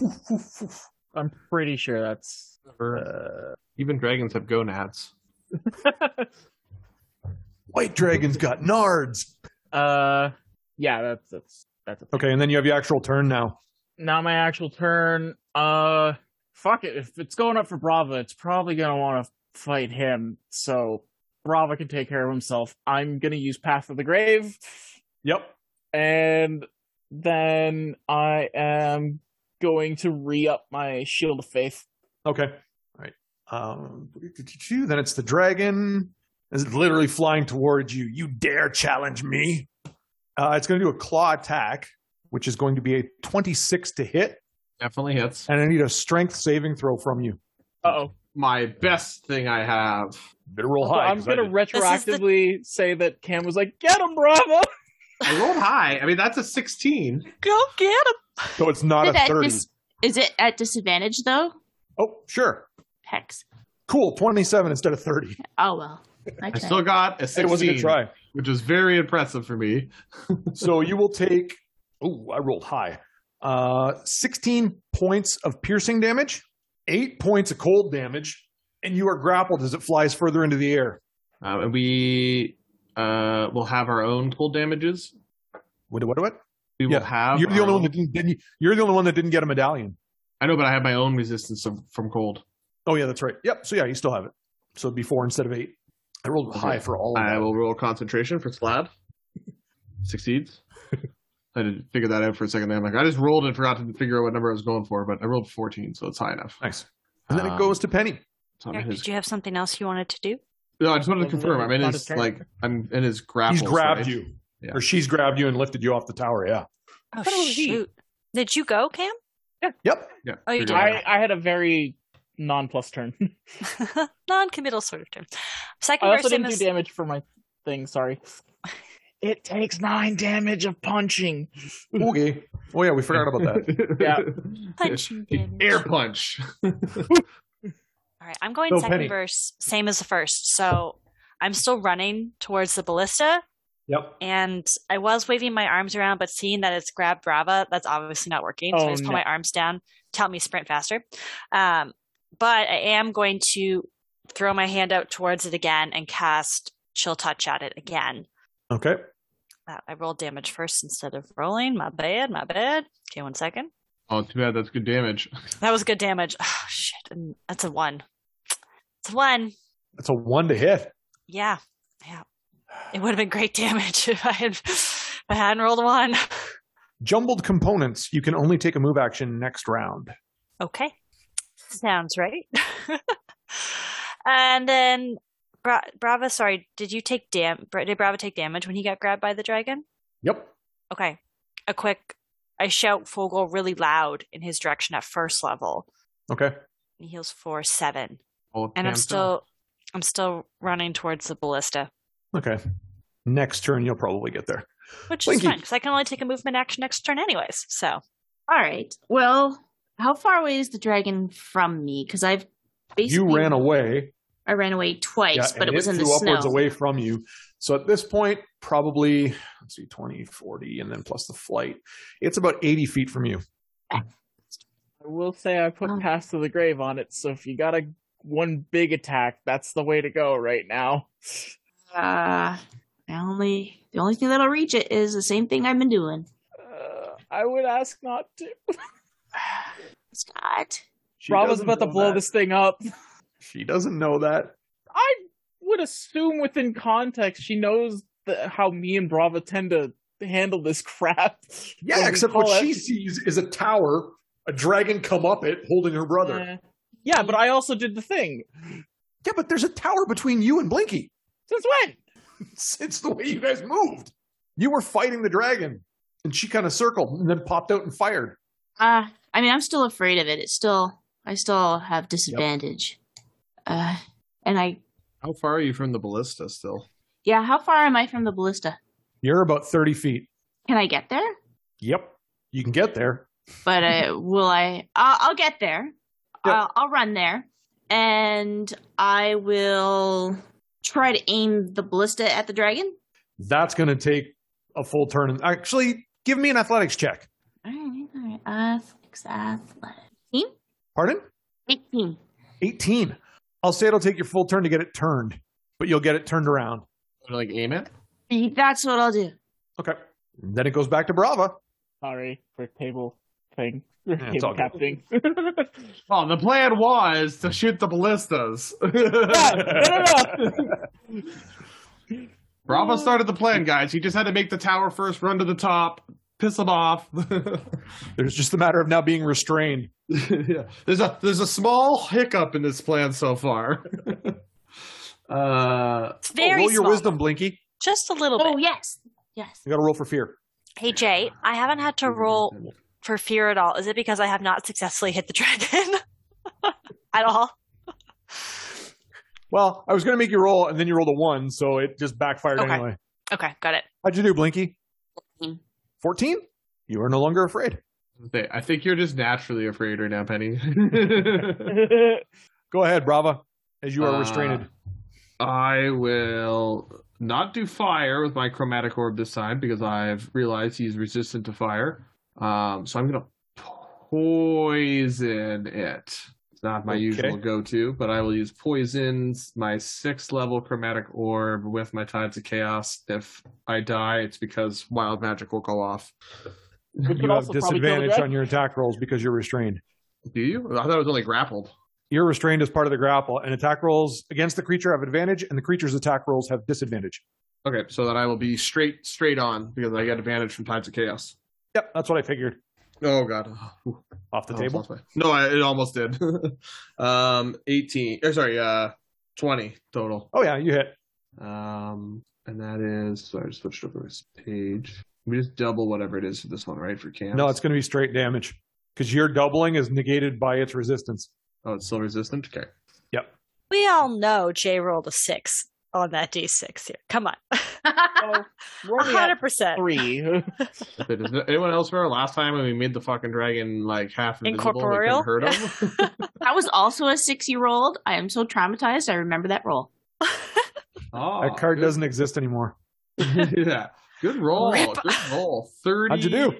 D: I'm pretty sure that's.
C: uh,
D: uh,
C: Even dragons have gonads.
B: White dragon's got nards.
D: Uh, yeah, that's that's that's. A thing.
B: Okay, and then you have your actual turn now.
D: Now my actual turn. Uh, fuck it. If it's going up for Brava, it's probably gonna want to fight him. So Brava can take care of himself. I'm gonna use Path of the Grave.
B: Yep.
D: and then I am going to re up my Shield of Faith.
B: Okay. All right. Um, then it's the dragon. It's literally flying towards you. You dare challenge me? Uh, it's going to do a claw attack, which is going to be a 26 to hit,
C: Definitely hits.
B: and I need a strength saving throw from you.
D: Uh oh.
C: My best thing I have.
B: Better roll high.
D: I'm
B: 'cause I
D: going to
B: did.
A: This is
D: retroactively say that Cam was like, get him, Bravo!
C: I rolled high. I mean, that's a 16.
A: Go get him.
B: so it's not a
E: Is it at
B: 30.
E: dis- is it at disadvantage though?
B: Oh, sure.
E: Hex.
B: Cool. 27 instead of 30.
E: Oh well. I
C: I
E: tried.
C: still got a 16,
B: It was a good try.
C: which is very impressive for me.
B: So you will take. Oh, I rolled high. Uh, 16 points of piercing damage, eight points of cold damage, and you are grappled as it flies further into the air.
C: Um, and we uh, will have our own cold damages.
B: What? What? What?
C: We
B: Yeah,
C: will have.
B: You're the
C: our
B: only one
C: own-
B: that didn't, didn't. You're the only one that didn't get a medallion.
C: I know, but I have my own resistance of, from cold.
B: Oh yeah, that's right. Yep. So yeah, you still have it. So it'd be four instead of eight. I rolled high for all of
C: I
B: that.
C: will roll concentration for Slab. Succeeds. I didn't figure that out for a second. There. I'm like, I just rolled and forgot to figure out what number I was going for, but I rolled 14, so it's high enough.
B: Nice. And then it
C: Um,
B: goes to Penny.
C: so I'm in
A: Eric,
C: his-
A: did you have something else you wanted to do?
C: no, I just wanted to
D: Well,
C: confirm. I'm in
D: not
C: his
D: a turn.
C: like, I'm in his grapple.
B: He's grabbed
C: right?
B: you.
C: Yeah.
B: Or she's grabbed you and lifted you off the tower. Yeah.
A: Oh,
D: What was he?
A: shoot. Did you go, Cam?
B: Yep.
C: Yeah.
A: Oh, you did.
C: Figure it out.
D: I, I had a very non-plus turn.
A: Non committal sort of term. Second
D: I
A: verse
D: also didn't
A: is-
D: do damage for my thing. Sorry. It takes nine damage of punching.
B: Okay. Oh yeah, we forgot about that.
D: Yeah.
A: Punching damage.
C: Air punch.
A: All right, I'm going
C: No
A: second
C: penny.
A: verse, same as the first. So I'm still running towards the ballista,
B: Yep.
A: and I was waving my arms around, but seeing that it's grab Brava, that's obviously not working. so
D: Oh,
A: I just put
D: no.
A: my arms down, tell me sprint faster. Um, but I am going to throw my hand out towards it again and cast Chill Touch at it again.
B: Okay.
A: Uh, I rolled damage first instead of rolling. My bad, my bad. Okay, one second.
C: Oh, too bad. That's good damage.
A: That was good damage. Oh, shit. And that's a one. It's a one.
B: That's a one to hit.
A: Yeah, yeah. It would have been great damage if I had if I hadn't rolled a one.
B: Jumbled components. You can only take a move action next round.
A: Okay, sounds right. and then Bra- Brava, sorry, did you take dam? Bra- Did Brava take damage when he got grabbed by the dragon?
B: Yep.
A: Okay, a quick. I shout Fogel really loud in his direction at first level.
B: Okay.
A: He heals for seven,
C: All of
A: and I'm
C: Cam's
A: still, I'm still running towards the ballista,
B: Okay. Next turn, you'll probably get there.
A: which
B: Blinky.
A: is fine because I can only take a movement action next turn, anyways. So
E: All right. Well, how far away is the dragon from me? Because I've basically
B: you ran away,
E: I ran away twice,
B: yeah,
E: but
B: and
E: it was in the
B: flew
E: snow.
B: upwards away from you. So at this point, probably let's see, 20, 40, and then plus the flight. It's about 80 feet from you.
D: I will say I put
E: Oh.
D: Pass to the Grave on it, so if you got a one big attack, that's the way to go right now.
E: Uh, I only the only thing that'll reach it is the same thing I've been doing.
D: Uh, I would ask not to.
E: Scott,
B: She
D: Brava's
B: doesn't
D: about to
B: know
D: blow
B: that.
D: this thing up.
B: She doesn't know that.
D: I would assume within context she knows the, how me and Brava tend to handle this crap.
B: Yeah,
D: When we
B: except
D: call
B: what
D: it-
B: she sees is a tower, a dragon come up it holding her brother.
D: Eh. yeah, but I also did the thing.
B: Yeah, but there's a tower between you and Blinky.
D: Since when?
B: Since the way you guys moved, you were fighting the dragon, and she kind of circled and then popped out and fired.
E: uh, I mean, I'm still afraid of it. It's still I still have disadvantage. Uh, and I
C: How far are you from the ballista still?
E: yeah, how far am I from the ballista?
B: You're about 30 feet.
E: Can I get there?
B: Yep, you can get there.
E: But uh, will I? I'll, I'll get there.
B: Yeah.
E: I'll, I'll run there, and I will try to aim the ballista at the dragon.
B: That's going to take a full turn. And actually, give me an athletics check.
E: All right, all right. Athletics, athletics. Team?
B: Pardon?
E: 18.
B: 18. I'll say it'll take your full turn to get it turned, but you'll get it turned around.
C: Wanna, Like aim it?
E: See, That's what I'll do.
B: Okay. And then it goes back to Brava.
D: Sorry for table thing. for
B: it's all
D: table
B: good.
D: cap thing.
C: Oh, the plan was to shoot the ballistas.
D: Yeah, no, no, no.
C: Bravo started the plan, guys. He just had to make the tower first, run to the top, piss them off.
B: There's just the matter of now being restrained.
C: yeah. There's a there's a small hiccup in this plan so far. uh
A: it's very
B: Oh, roll your
A: small.
B: wisdom, Blinky.
A: just a little bit.
E: Oh, yes. Yes.
B: You got to roll for fear.
A: Hey Jay, I haven't had to roll for fear at all. Is it because I have not successfully hit the dragon at all?
B: Well, I was going to make you roll, and then you rolled a one, so it just backfired
A: Okay.
B: anyway.
A: Okay, got it.
B: How'd you do, Blinky?
E: 14.
B: 14? You are no longer afraid.
C: They- I think you're just naturally afraid right now, Penny.
B: Go ahead, Brava, as you are
C: Uh,
B: restrained.
C: I will not do fire with my chromatic orb this time because I've realized he's resistant to fire. Um, so I'm gonna poison it. It's not my
B: Okay.
C: usual go-to, but I will use poisons my sixth level chromatic orb with my tides of chaos. If I die, it's because wild magic will go off.
D: Which
B: You
D: would
B: have
D: also probably kill the
B: disadvantage
D: dragon.
B: on your attack rolls because you're restrained.
C: Do you? I thought it was only grappled.
B: You're restrained as part of the grapple, and attack rolls against the creature have advantage, and the creature's attack rolls have disadvantage.
C: Okay, so then I will be straight straight on because I got advantage from tides of chaos.
B: Yep, that's what I figured
C: Oh god. Ooh.
B: off the
C: Oh,
B: table.
C: it's not 20. No, I, it almost did. um, eighteen. Or sorry, uh, twenty total.
B: Oh, yeah, you hit.
C: Um, And that is, sorry, I just switched over this page. We just double whatever it is for this one, right? For cams.
B: No, it's going to be straight damage because your doubling is negated by its resistance.
C: oh, it's still resistant. Okay.
A: We all know Jay rolled a six on that d6 here. Come on.
D: Oh, we're only at
A: 100%.
D: three.
C: Okay, Does anyone else remember last time when we made the fucking dragon like half invisible, like,
A: Incorporeal?
C: couldn't hurt him?
E: That was also a six year old. I am so traumatized. I remember that roll.
C: Oh,
B: that card
C: good-
B: doesn't exist anymore.
C: yeah. Good roll.
A: Rip.
C: Good roll. 30.
B: How'd you do?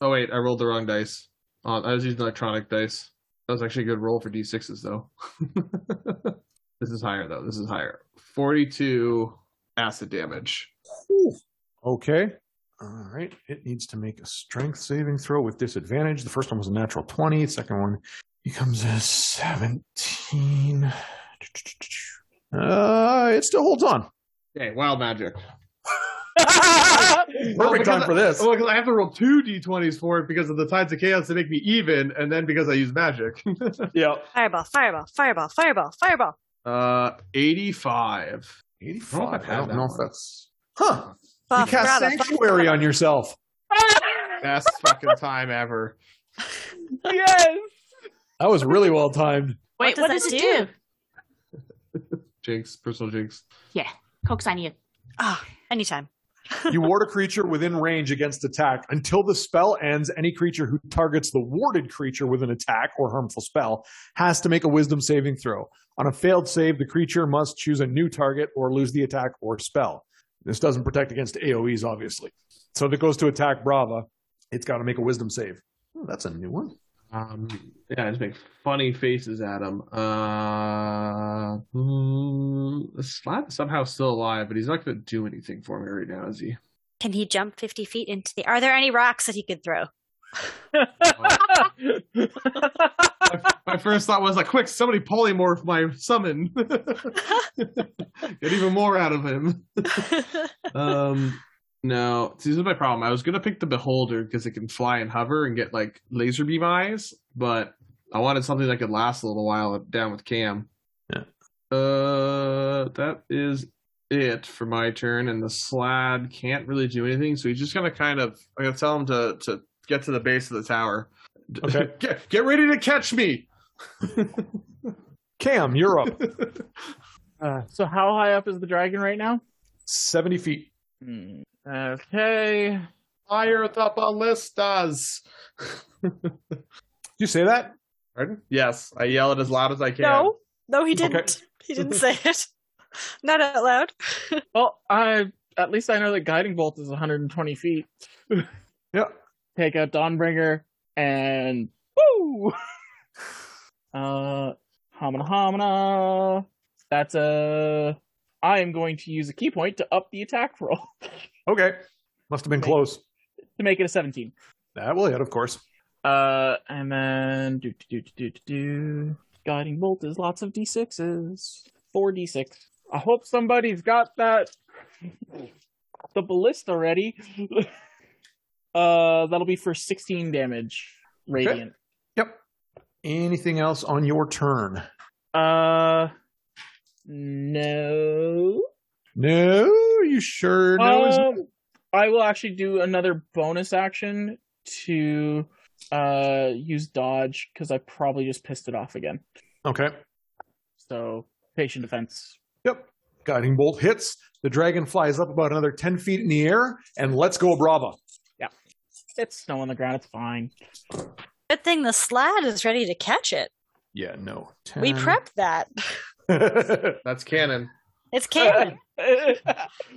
C: Oh, wait. I rolled the wrong dice. Uh, I was using electronic dice. That was actually a good roll for D6s, though. this is higher, though. This is higher. 42 acid damage.
B: Okay. All right. It needs to make a strength saving throw with disadvantage. The first one was a natural 20. Second one becomes a 17. Uh, it still holds on.
C: Okay, wild magic. Well,
B: Perfect
C: because
B: time
C: I-
B: for this.
C: Well, because Oh, I have to roll two d20s for it because of the tides of chaos to make me even, and then because I use magic.
B: Yeah.
A: Fireball, fireball, fireball, fireball, fireball.
C: uh, 85.
B: 85.
C: I've
B: I don't
C: had
B: know
C: that
B: if that's. Huh. You
A: Buff,
B: cast
A: brava, buff,
B: Sanctuary
A: brava.
B: on yourself.
C: Best fucking time ever.
D: yes.
B: That was really well timed.
E: Wait,
A: does
E: what
A: that
E: does, it
A: do?
E: do?
C: Jinx, personal jinx.
E: Coke's on you.
A: Ah, anytime.
B: You ward a creature within range against attack. Until the spell ends, any creature who targets the warded creature with an attack or harmful spell has to make a wisdom saving throw. On a failed save, the creature must choose a new target or lose the attack or spell. This doesn't protect against AoEs, obviously. So if it goes to attack Brava, it's got to make a wisdom save. Oh, that's a new one.
C: Um, yeah, I just make funny faces at him. Uh, mm, Slab is somehow still alive, but he's not going to do anything for me right now, is he?
A: Can he jump 50 feet into the. Are there any rocks that he could throw?
C: My first thought was like, quick, somebody polymorph my summon. Get even more out of him. Um, no, see, this is my problem. I was gonna pick the Beholder because it can fly and hover and get like laser beam eyes, but I wanted something that could last a little while up- down with Cam.
B: Yeah.
C: Uh, that is it for my turn, and the Slad can't really do anything, so he's just gonna kind of. I'm gonna tell him to to get to the base of the tower.
B: Okay.
C: get get ready to catch me.
B: Cam, you're up.
D: Uh, so how high up is the dragon right now?
B: 70 feet.
D: Hmm. Okay.
C: Fire the ballistas.
B: Did you say that?
C: Pardon? Yes, I yell it as loud as I can.
A: No, no, he
B: Okay.
A: didn't. He didn't say it. Not out loud.
D: Well, I at least I know that guiding bolt is 120 feet.
B: Yeah.
D: Take out Dawnbringer and woo. Uh, homina homina. That's a. I am going to use a key point to up the attack roll
B: Okay. Must have been
D: Wait.
B: close.
D: to make it a 17.
B: That will hit, of course.
D: Uh, and then do do do do do do. Guiding bolt is lots of d sixes. Four d six. I hope somebody's got that the ballista ready. uh, that'll be for sixteen damage, radiant.
B: Yep. Anything else on your turn?
D: Uh, no.
B: No, you sure? No, it's-
D: Um, I will actually do another bonus action to uh use dodge because I probably just pissed it off again.
B: okay.
D: So patient defense.
B: Yep. Guiding bolt hits. The dragon flies up about another 10 feet in the air and lets go of Brava.
D: It's snow on the ground. It's fine.
A: Good thing the slad is ready to catch it.
B: Yeah, no.
A: We prepped that.
B: prep.
C: That's canon.
A: It's canon.
D: I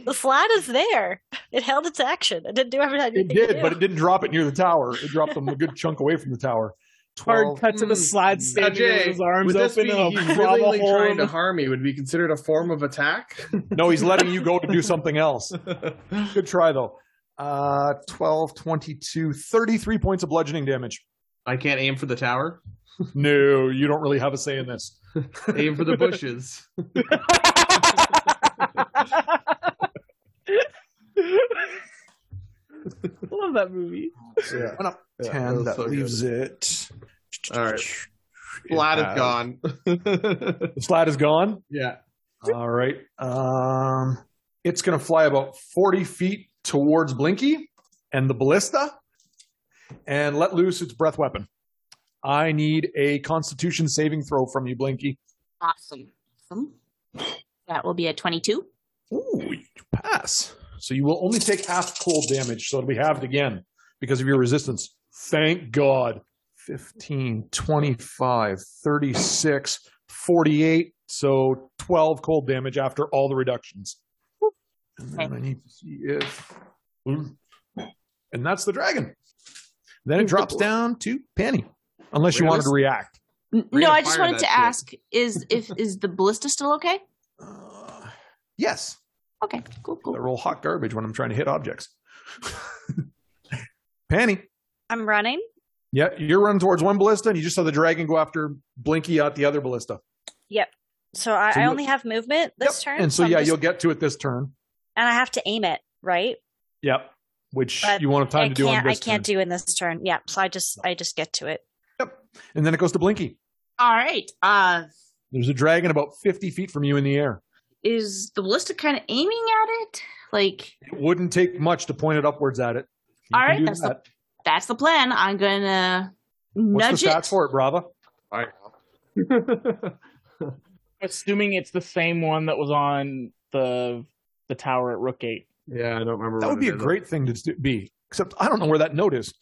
A: the slad is there. It held its action. It didn't do everything.
B: it did, but it didn't drop it near the tower. It dropped them a good chunk away from the tower.
D: Hard
B: 12.
D: cut to the
C: Mm.
D: slide standing there with
C: Ajay,
D: his arms
C: Would this
D: open
C: be
D: and
C: he's
D: a lava
C: willingly
D: hole.
C: trying
D: in
C: to
D: the-
C: harm me would be considered a form of attack?
B: No, he's letting you go to do something else. Good try, though. Uh, 12, 22, 33 points of bludgeoning damage.
C: I can't aim for the tower.
B: No, you don't really have a say in this.
C: Aim for the bushes.
D: Love that movie.
C: Yeah.
B: One up
C: Yeah,
B: 10,
C: that was
B: that
C: so
B: leaves it.
C: All right.
B: It
C: Flat
B: has-
C: is gone.
B: The slat is gone.
C: yeah.
B: All right. Um, It's going to fly about 40 feet towards Blinky and the ballista and let loose its breath weapon. I need a constitution saving throw from you, Blinky.
E: Awesome. Awesome. That will be a 22.
B: Ooh, you pass. So you will only take half cold damage, so it'll be halved again because of your resistance. Thank God. 15, 25, 36, 48. So 12 cold damage after all the reductions. And then I need to see if. And that's the dragon. Then it drops down to Penny, unless you wanted to react.
E: N-
C: Rate
E: No,
C: of
E: I just
C: fire
E: wanted
C: that
E: to
C: shit.
E: ask: is if is the ballista still okay?
B: Uh, yes.
E: Okay, cool,
B: I
E: cool.
B: roll hot garbage when I'm trying to hit objects. Penny.
F: I'm running.
B: Yeah, you're running towards one ballista, and you just saw the dragon go after Blinky out the other ballista.
F: So I,
B: So
F: I
B: you-
F: only have movement this
B: Yep.
F: turn.
B: And so,
F: I'm
B: yeah,
F: just-
B: you'll get to it this turn.
F: and I have to aim it, right?
B: Yep. Which
F: But
B: you won't have
F: I
B: time to
F: can't
B: do on
F: I
B: this
F: can't
B: turn.
F: do in this turn. Yeah. So I just I just get to it.
B: And then it goes to Blinky.
E: All right. Uh,
B: There's a dragon about 50 feet from you in the air.
E: is the ballista kind of aiming at it? Like,
B: It wouldn't take much to point it upwards at it. You
E: All
B: can
E: right,
B: do
E: that's the-
B: that.
E: that's the plan. I'm gonna
B: What's
E: nudge
B: the stats
E: it.
B: for it, Brava?
D: Assuming it's the same one that was on the the tower at Rookgate.
C: yeah, I don't remember.
B: That
C: what
B: would be
C: it
B: a
C: is.
B: great thing to do- be, except I don't know where that note is.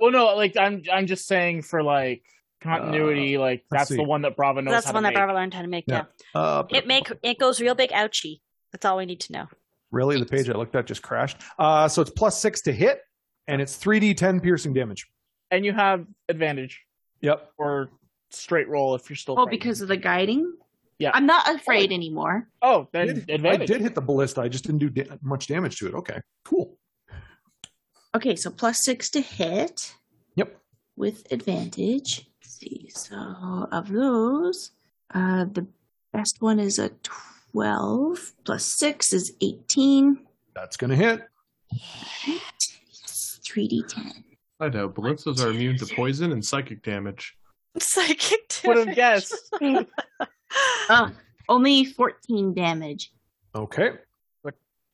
D: Well, no, like I'm I'm just saying for like continuity, like
B: let's
D: that's the
B: see.
D: one that Brava knows
F: That's
D: how
F: the one
D: to
F: that
D: make.
F: Barbara learned how to make.
B: Yeah.
F: Yeah.
B: Uh,
F: It make it goes real big ouchie. That's all we need to know.
B: really, the page I looked at just crashed. Uh, so it's plus six to hit, and it's 3d10 piercing damage.
D: and you have advantage
B: Yep.
D: or straight roll if you're still.
B: Oh,
E: Well,
D: frightened.
E: Oh, because of the guiding.
D: Yeah.
E: I'm not afraid anymore.
D: oh,
B: I
D: then
B: did- I
D: advantage.
B: did hit the ballista. I just didn't do da- much damage to it. Okay, cool.
E: Okay, so plus six to hit.
B: Yep.
E: With advantage. Let's see, so of those, uh, the best one is a 12, plus six is 18.
B: That's going to hit.
E: Yes, 3d10.
C: I know. Ballistas are immune to poison and psychic damage.
F: Psychic
D: Would
F: damage.
D: have guessed.
E: Oh, only 14 damage.
B: Okay.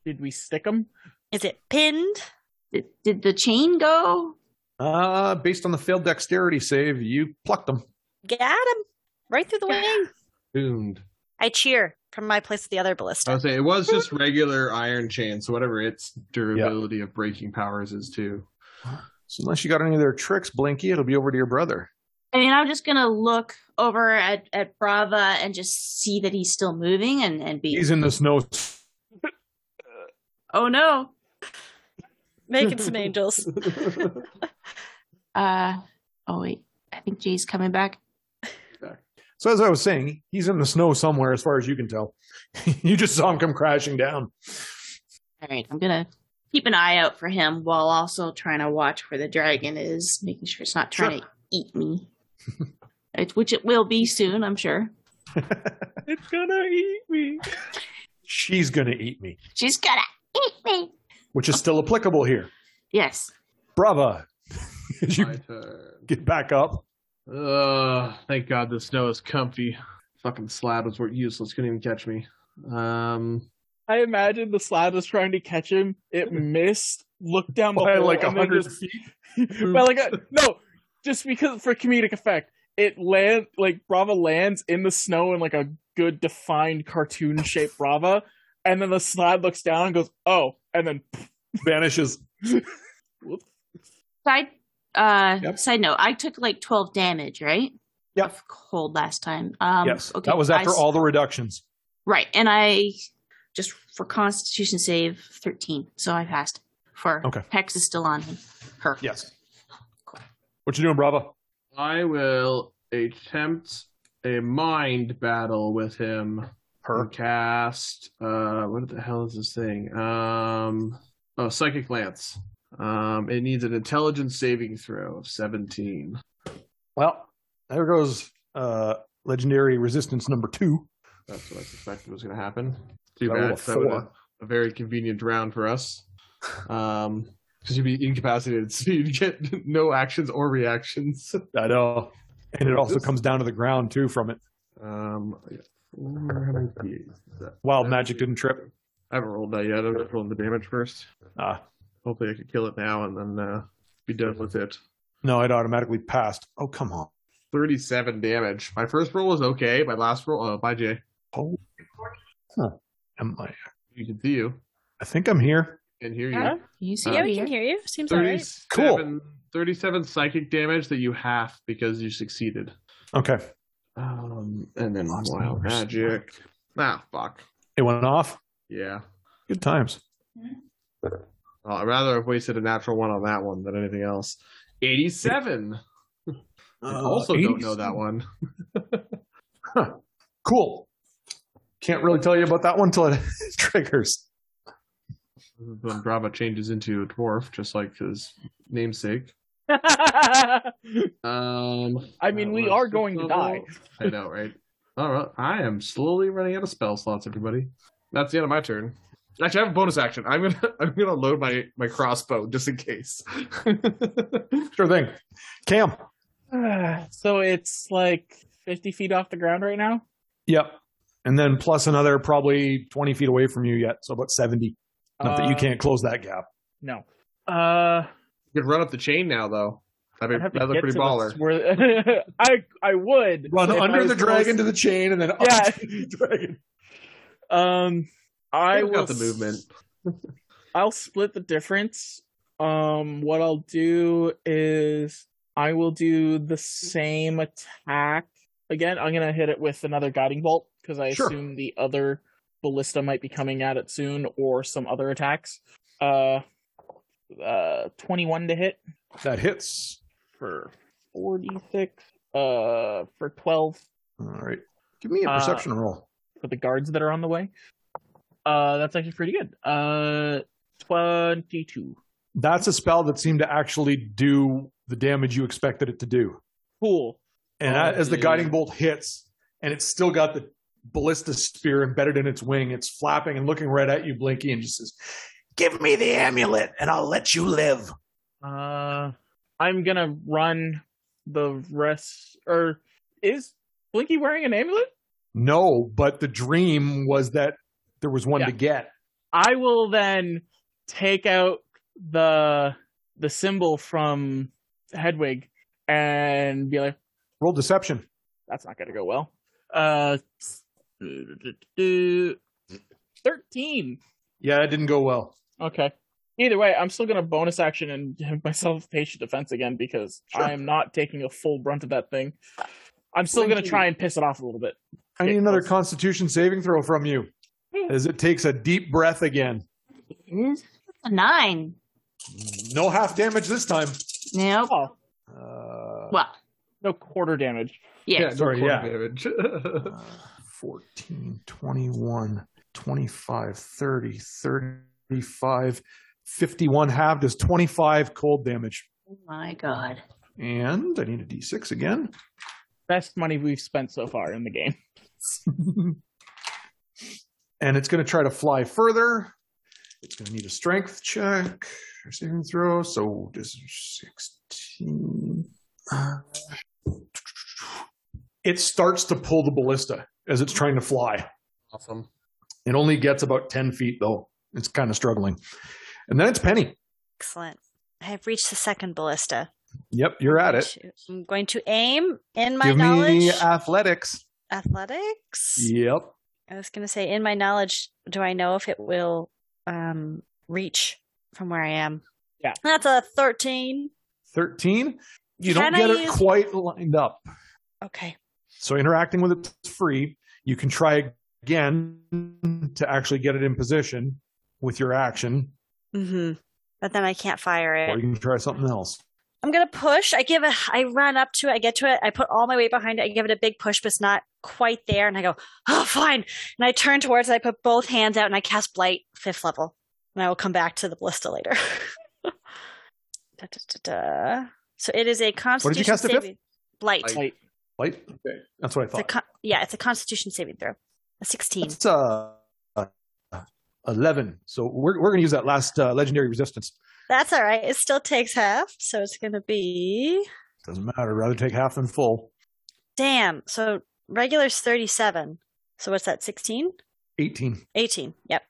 D: Did we stick them?
F: Is it pinned?
E: Did, did the chain go?
B: Uh, based on the failed dexterity save, you plucked them.
F: Get him right through the wing.
C: Doomed.
F: I cheer from my place to the other ballista.
C: I would say it was just regular iron chain, so whatever its durability of breaking powers is too.
B: So unless you got any of their tricks, Blinky, it'll be over to your brother.
E: I mean, I'm just going to look over at, at Brava and just see that he's still moving and, and be,
B: He's in the snow.
E: oh no.
F: Making some angels.
E: Uh, oh, wait. I think Jay's coming back.
B: So as I was saying, he's in the snow somewhere, as far as you can tell. you just saw him come crashing down.
E: All right, I'm gonna keep an eye out for him while also trying to watch where the dragon is, making sure it's not trying to eat me. it, which it will be soon, I'm sure.
D: It's gonna eat me.
B: She's gonna eat me,
E: She's gonna eat me.
B: which is still applicable here.
E: Yes.
B: Brava, as you
C: My turn.
B: get back up.
C: Ugh, thank God the snow is comfy. Fucking slabs were useless. Couldn't even catch me. Um,
D: I imagine the slab was trying to catch him. It missed. Looked down the
B: By
D: hole
B: like a
D: and then
B: hundred
D: just-
B: feet.
D: Well, like uh, no, just because for comedic effect, it land like Brava lands in the snow in like a good defined cartoon shaped Brava, and then the slide looks down and goes oh, and then
B: vanishes.
E: Side uh
B: Yep.
E: side note, I took like twelve damage, right?
B: Yep.
E: Of cold last time. Um
B: yes,
E: okay,
B: that was
E: I
B: after
E: s-
B: all the reductions.
E: Right, and I just for constitution save thirteen, so I passed. For
B: Okay.
E: Hex is still on him. Her.
B: Yes. What you doing, Brava?
C: I will attempt a mind battle with him.
B: Her.
C: Cast. Uh, what the hell is this thing? Um, oh, psychic lance. Um, it needs an intelligence saving throw of seventeen.
B: Well, there goes uh, legendary resistance number two.
C: That's what I suspected was going to happen. Too
B: Got a little
C: bad. That would've-
B: four.
C: a very convenient round for us. Um, because you'd be incapacitated, so you'd get no actions or reactions.
B: I know. And it also comes down to the ground too from it.
C: Um, yeah. Ooh, how many feet is that?
B: Wild magic didn't trip.
C: I haven't rolled that yet. I'm just rolling the damage first.
B: Ah.
C: Hopefully, I could kill it now and then uh, be done with it.
B: No, it automatically passed. Oh, come on.
C: 37 damage. My first roll was okay. My last roll, oh, bye, Jay.
B: Oh. Huh. Am I?
C: You can see you
B: I think I'm here.
C: and hear you.
A: Yeah.
E: You see
C: Uh,
A: yeah,
E: over
A: we
E: here?
A: can hear you. Seems all right.
C: 37,
B: Cool.
C: 37 psychic damage that you half because you succeeded.
B: Okay.
C: Um, and then
B: Lots of
C: wild
B: numbers.
C: magic. Ah, fuck.
B: It went off.
C: Yeah.
B: Good times.
C: Well, I'd rather have wasted a natural one on that one than anything else. 87.
B: Uh,
C: I also don't know that one.
B: Cool. Can't really tell you about that one until it triggers.
C: This is When Brava changes into a dwarf, just like his namesake. Um,
D: I mean, we
C: was
D: are
C: sixth
D: going to die.
C: I know, right? All right. I am slowly running out of spell slots, everybody. That's the end of my turn. Actually, I have a bonus action. I'm gonna I'm gonna load my my crossbow just in case.
B: Sure thing. Cam.
D: so it's like 50 feet off the ground right now.
B: Yep. And then plus another probably 20 feet away from you yet. So about 70. Not that you
D: Uh,
B: can't close that gap.
D: No. Uh,
C: you could run up the chain now, though. That'd
D: I'd
C: be
D: have to
C: that'd look
D: get
C: pretty
D: to the
C: baller.
D: swir- I I would
B: Run
D: if I
B: under
D: was
B: the
D: close.
B: dragon to the chain and then up
D: Yeah.
B: to the dragon.
D: Um, I
C: They've
D: will
C: got the
D: s-
C: movement.
D: I'll split the difference. Um, what I'll do is I will do the same attack again. I'm gonna hit it with another guiding bolt because I
B: Sure.
D: assume the other ballista might be coming at it soon or some other attacks. Uh, uh, 21 to hit
B: That hits.
D: for 46. Uh, for 12
B: All right. Give me a
D: Uh,
B: perception roll.
D: for the guards that are on the way. Uh, that's actually pretty good. Uh, 22.
B: That's a spell that seemed to actually do the damage you expected it to do.
D: Cool.
B: And
C: Oh,
B: a- as the
C: dude.
B: guiding bolt hits, and it's still got the ballista spear embedded in its wing, it's flapping and looking right at you, Blinky, and just says, Give me the amulet and I'll let you live.
D: Uh, I'm gonna run the rest. Or is Blinky wearing an amulet?
B: No, but the dream was that there was one
D: Yeah.
B: to get.
D: I will then take out the the symbol from Hedwig and be like,
B: Roll deception.
D: "That's not gonna go well." Uh, thirteen.
B: Yeah, that didn't go well.
D: Okay. Either way, I'm still gonna bonus action and give myself patient defense again because
B: Sure.
D: I am not taking a full brunt of that thing. I'm still gonna
B: Blinky.
D: try and piss it off a little bit.
B: I
D: Okay,
B: need another
D: close.
B: constitution saving throw from you as it takes a deep breath again.
E: It's a nine.
B: No half damage this time.
E: Nope.
D: Oh,
B: Uh,
E: Well,
D: no quarter damage.
C: no
E: yeah.
B: sorry,
C: quarter
B: yeah.
C: damage.
B: 14, 21, 25, 30, 35, 51 halved is 25 cold damage.
E: Oh my god.
B: And I need a d6 again.
D: Best money we've spent so far in the game.
B: and it's going to try to fly further. It's going to need a strength check or saving throw. So this is 16. Uh, It starts to pull the ballista as it's trying to fly.
C: awesome.
B: It only gets about 10 feet, though. It's kind of struggling. And then it's Penny.
A: Excellent. I have reached the second ballista.
B: Yep, you're at it.
A: I'm going to aim in my
B: Give
A: knowledge.
B: me athletics.
A: athletics.
B: Yep.
A: I was going to say, in my knowledge, do I know if it will um, reach from where I am?
D: Yeah.
A: That's a 13.
B: 13. You
A: Can
B: don't
A: I
B: get it
A: use-
B: quite lined up.
A: Okay.
B: So interacting with it's free. You can try again to actually get it in position with your action,
A: hmm But then I can't fire
B: or
A: it.
B: you can try something else.
A: I'm going to push. I give a, I run up to it. I get to it. I put all my weight behind it. I give it a big push, but it's not quite there. And I go, oh, fine. And I turn towards it. I put both hands out and I cast Blight, fifth level. And I will come back to the Ballista later. Da, da, da, da. So it is a Constitution
B: cast at fifth?
A: saving- Blight.
C: Blight.
D: Like,
B: Light?
C: Okay.
B: That's what I
A: It's a
B: thought.
A: con- yeah, it's a Constitution saving throw. A sixteen.
B: That's uh, uh, 11. So we're, we're going to use that last uh, legendary resistance.
A: That's all right. It still takes half, so it's gonna be
B: Doesn't matter. rather take half than full.
A: damn. So regular's thirty-seven. So what's that? Sixteen?
B: 18.
A: Eighteen. Yep.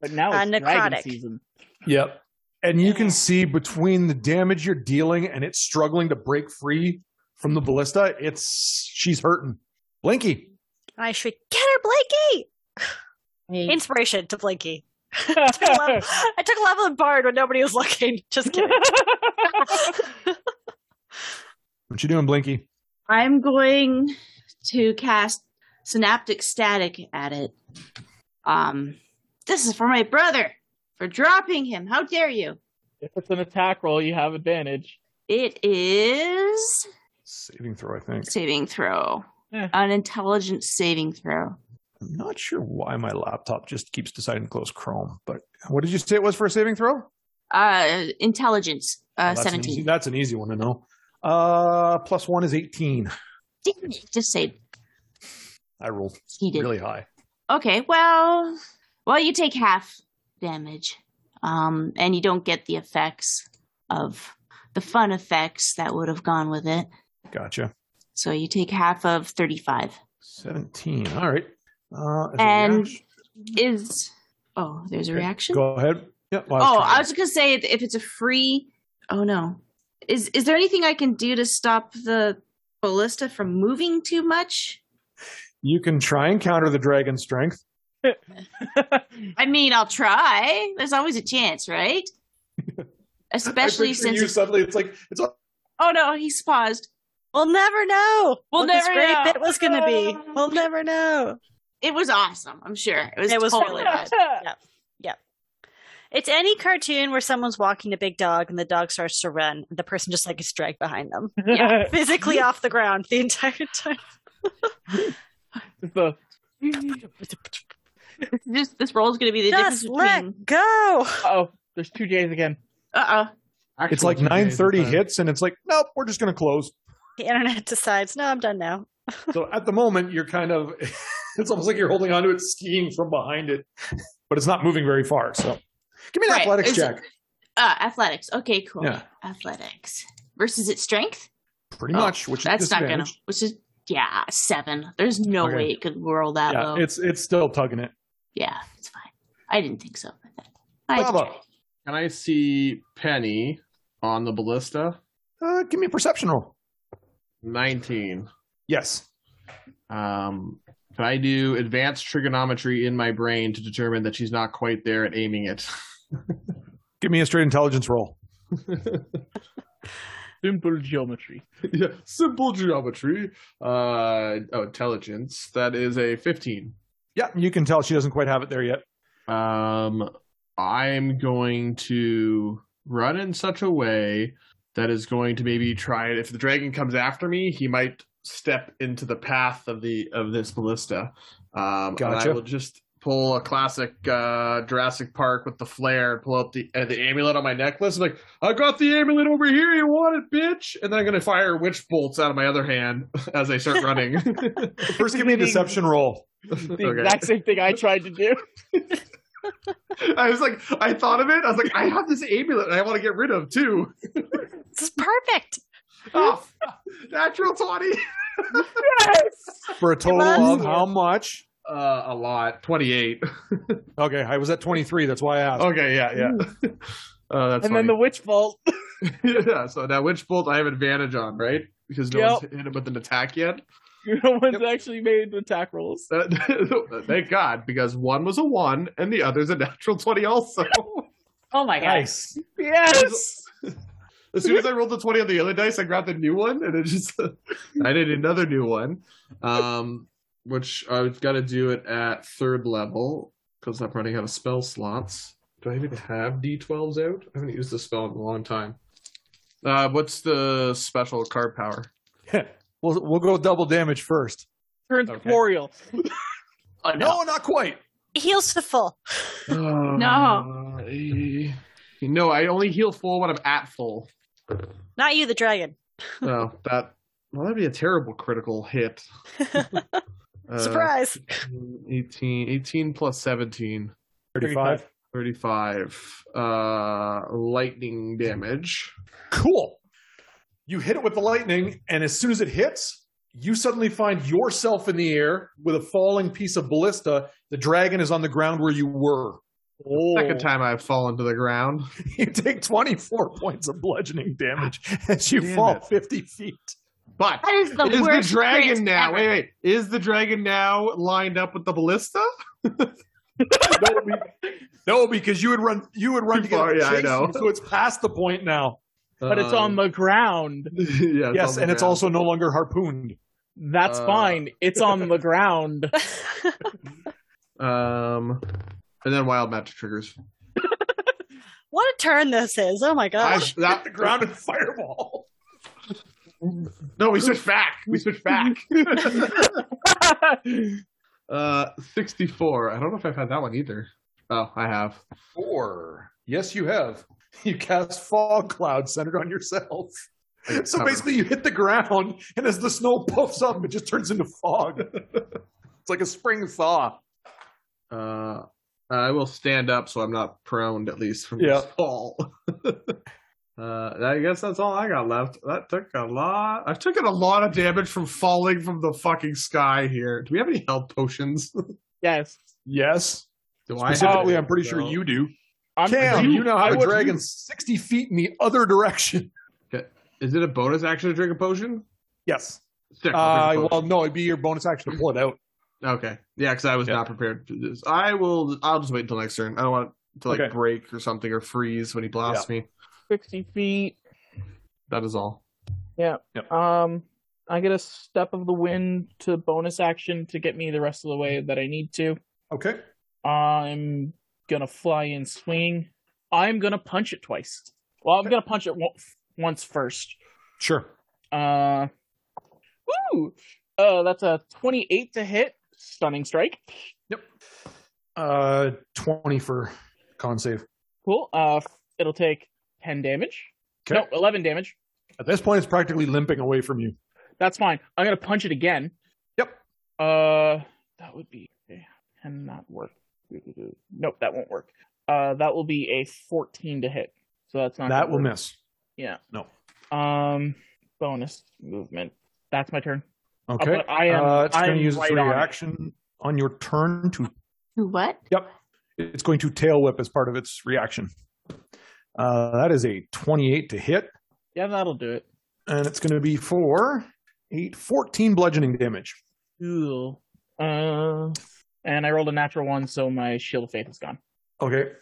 D: But now
F: Uh,
D: it's dragon
F: necrotic.
D: season.
B: Yep. And you
F: Yeah.
B: can see between the damage you're dealing and it's struggling to break free from the ballista, it's she's hurting. Blinky.
F: I shriek, get her, Blinky!
E: Mm.
F: Inspiration to Blinky. I took, a level, I took a level in Bard when nobody was looking. Just kidding.
B: What you doing, Blinky?
E: I'm going to cast synaptic static at it. Um, this is for my brother for dropping him. How dare you?
D: if it's an attack roll, you have advantage.
E: It is
B: Saving throw, I think.
E: saving throw,
D: Yeah.
E: an intelligence saving throw.
B: I'm not sure why my laptop just keeps deciding to close Chrome, but what did you say it was for a saving throw?
E: Uh, intelligence.
B: Oh,
E: Uh,
B: that's An easy,
E: seventeen.
B: that's an easy one to know. Uh, plus one is 18.
E: Dang it, Just saved.
B: I rolled
E: He did.
B: really high.
E: Okay. Well, well, you take half damage, um, and you don't get the effects of the fun effects that would have gone with it.
B: Gotcha.
E: So you take half of 35.
B: 17. All right. Uh, as a
E: And
B: reaction-
E: Is. Oh, there's a
B: Okay,
E: reaction?
B: Go ahead. Yeah, well,
E: oh,
B: trying to-
E: I was going to say if it's a free. Oh, no. Is is there anything I can do to stop the ballista from moving too much?
B: You can try and counter the dragon strength.
E: I mean, I'll try. There's always a chance, right? Especially since. it's-
B: suddenly it's like it's
E: oh, no, he's paused.
F: we'll never know.
E: We'll
F: what this
E: never
F: great
E: know.
F: bit was going to be. We'll never know.
E: It was awesome, I'm sure. It was,
F: It was
E: totally
F: really
E: awesome.
F: It's any cartoon where someone's walking a big dog and the dog starts to run. The person just like gets dragged behind them, physically off the ground the entire time.
D: The-
E: This, this roll is going to be the
F: Just
E: difference between.
F: let go.
D: oh, there's two J's again.
E: Uh oh.
B: it's like nine thirty hits, and it's like nope, we're just going to close.
F: The internet decides, no, I'm done now.
B: So at the moment, you're kind of it's almost like you're holding onto it, skiing from behind it, but it's not moving very far. So give me an
E: Right.
B: athletics
E: Is it-
B: check.
E: Uh, athletics. Okay, cool.
B: Yeah.
E: Athletics versus its strength.
B: Pretty
E: Oh,
B: much, which
E: That's
B: is
E: not gonna.
B: disadvantage.
E: Which is yeah, seven. There's no
B: Okay.
E: way it could roll that
B: Yeah,
E: low.
B: it's it's still tugging it.
E: yeah, it's fine. I didn't think so. but that- I had to
B: Bravo.
E: try.
C: Can I see Penny on the ballista?
B: Uh, give me a perception roll.
C: Nineteen.
B: Yes.
C: Um, can I do advanced trigonometry in my brain to determine that she's not quite there at aiming it?
B: Give me a straight intelligence roll.
D: Simple geometry.
C: yeah, simple geometry. Uh, oh, intelligence. That is a fifteen.
B: Yeah, you can tell she doesn't quite have it there yet.
C: Um, I'm going to run in such a way that is going to maybe try. If the dragon comes after me, he might step into the path of the of this ballista. Um, And
B: Gotcha.
C: I will just pull a classic uh, Jurassic Park with the flare, pull up the uh, the amulet on my necklace, and like I got the amulet over here. You want it, bitch? And then I'm gonna fire witch bolts out of my other hand as I start running.
B: First, give me a deception roll.
D: The
C: Okay.
D: exact same thing I tried to do.
C: I was like, I thought of it. I was like, I have this amulet and I want to get rid of too.
F: This is perfect.
C: Oh, natural 20.
B: For a total
F: loves
B: of
F: you.
B: how much?
C: Uh, a lot. 28.
B: Okay, I was at 23. That's why I asked.
C: Okay, yeah, yeah. Oh, that's
D: and then the witch bolt.
C: the yeah. So now which bolt I have advantage on, right? Because no one's hit him with an attack yet.
D: No one's actually made the attack rolls.
C: Uh, thank God, because one was a one and the other's a natural twenty. Also,
E: Oh my god.
B: Nice.
D: Yes!
C: as soon as I rolled the twenty on the other dice, I grabbed the new one and it just I did another new one, um, which I've got to do it at third level because I'm running out of spell slots. Do I even have D12s out? I haven't used this spell in a long time. Uh, what's the special card power?
B: we'll, we'll go double damage first.
D: Turns
C: Okay.
D: corporeal.
E: Oh no.
B: not quite.
F: Heals to full.
C: no. Uh, No, I only heal full when I'm at full.
F: Not you, the dragon.
C: Oh, that well, that'd be a terrible critical hit. Uh,
F: Surprise.
C: 18, 18 plus 17.
B: 35.
C: 35 uh lightning damage
B: Cool. You hit it with the lightning, and as soon as it hits, you suddenly find yourself in the air with a falling piece of ballista. The dragon is on the ground where you were.
C: Second time I've fallen to the ground.
B: You take 24 points of bludgeoning damage as you
C: Damn
B: fall
C: it.
B: 50 feet.
C: But
E: That is the
C: is the
E: worst
C: dragon
E: crit
C: now?
E: ever.
C: Wait, wait. Is the dragon now lined up with the ballista?
B: no, be- no, because you would run. You would run
C: Too
B: to get
C: far,
B: up and
C: Oh, yeah, I
B: chase
C: know.
B: him, so it's past the point now.
D: But it's on
C: Um,
D: the ground.
C: yeah, it's
B: yes,
C: on the
B: and it's
C: ground.
B: also no longer harpooned.
D: That's
C: Uh.
D: fine. It's on the ground.
C: um, and then wild magic triggers.
F: What a turn this is. Oh my
E: Uh,
C: I,
F: gosh.
C: that,
B: The ground and fireball.
C: no, we switch back. We switch back. uh, sixty-four. I don't know if I've had that one either. Oh, I have.
B: Four. Yes, you have. You cast fog cloud centered on yourself.
C: I
B: So
C: cover.
B: basically, you hit the ground, and as the snow puffs up, it just turns into fog. it's like a spring thaw.
C: uh, I will stand up so I'm not prone, at least from
B: Yeah.
C: this fall. uh, I guess that's all I got left. That took a lot. I've taken a lot of damage from falling from the fucking sky here. Do we have any health potions?
D: yes.
B: Yes.
C: Do I?
B: Specifically, I'm pretty sure you do.
D: I'm,
B: Cam, you, now
D: I
B: have a
D: would-
B: dragon 60 feet in the other direction.
C: Is it a bonus action to drink a potion?
B: Yes.
C: Sick, I'll drink
B: Uh,
C: a
B: well,
C: potion.
B: no, it'd be your bonus action to pull it out.
C: okay. Yeah, because I was
B: Yeah.
C: not prepared to do this. I will. I'll just wait until next turn. I don't want to like
B: Okay.
C: break or something or freeze when he blasts me.
D: 60 feet.
C: That is all.
D: Yeah.
B: Yep.
D: Um, I get a step of the wind to bonus action to get me the rest of the way that I need to.
B: Okay.
D: I'm gonna fly in swinging. I'm gonna punch it twice. Well, I'm gonna punch it w- once first.
B: Sure.
D: Uh, woo! Uh, that's a 28 to hit. Stunning strike.
B: Uh, 20 for con save.
D: Cool. Uh, it'll take 10 damage.
B: Okay.
D: No, 11 damage.
B: At this point, it's practically limping away from you.
D: That's fine. I'm gonna punch it again.
B: Yep.
D: Uh, that would be yeah, cannot work. Nope, that won't work. Uh, that will be a 14 to hit. So that's not
B: that
D: gonna
B: will
D: work.
B: miss.
D: Um, bonus movement. That's my turn.
B: Okay.
D: but I am-
B: uh, it's
D: I
B: going
D: am
B: to use
D: right
B: its
D: on it.
B: reaction on your turn to.
E: Do What?
B: Yep. It's going to tail whip as part of its reaction. Uh, that is a 28 to hit,
D: Yeah, that'll do it.
B: and it's going to be for 8, 14 bludgeoning damage.
D: Cool. Uh, and I rolled a natural one, so my shield of faith is gone.
B: Okay.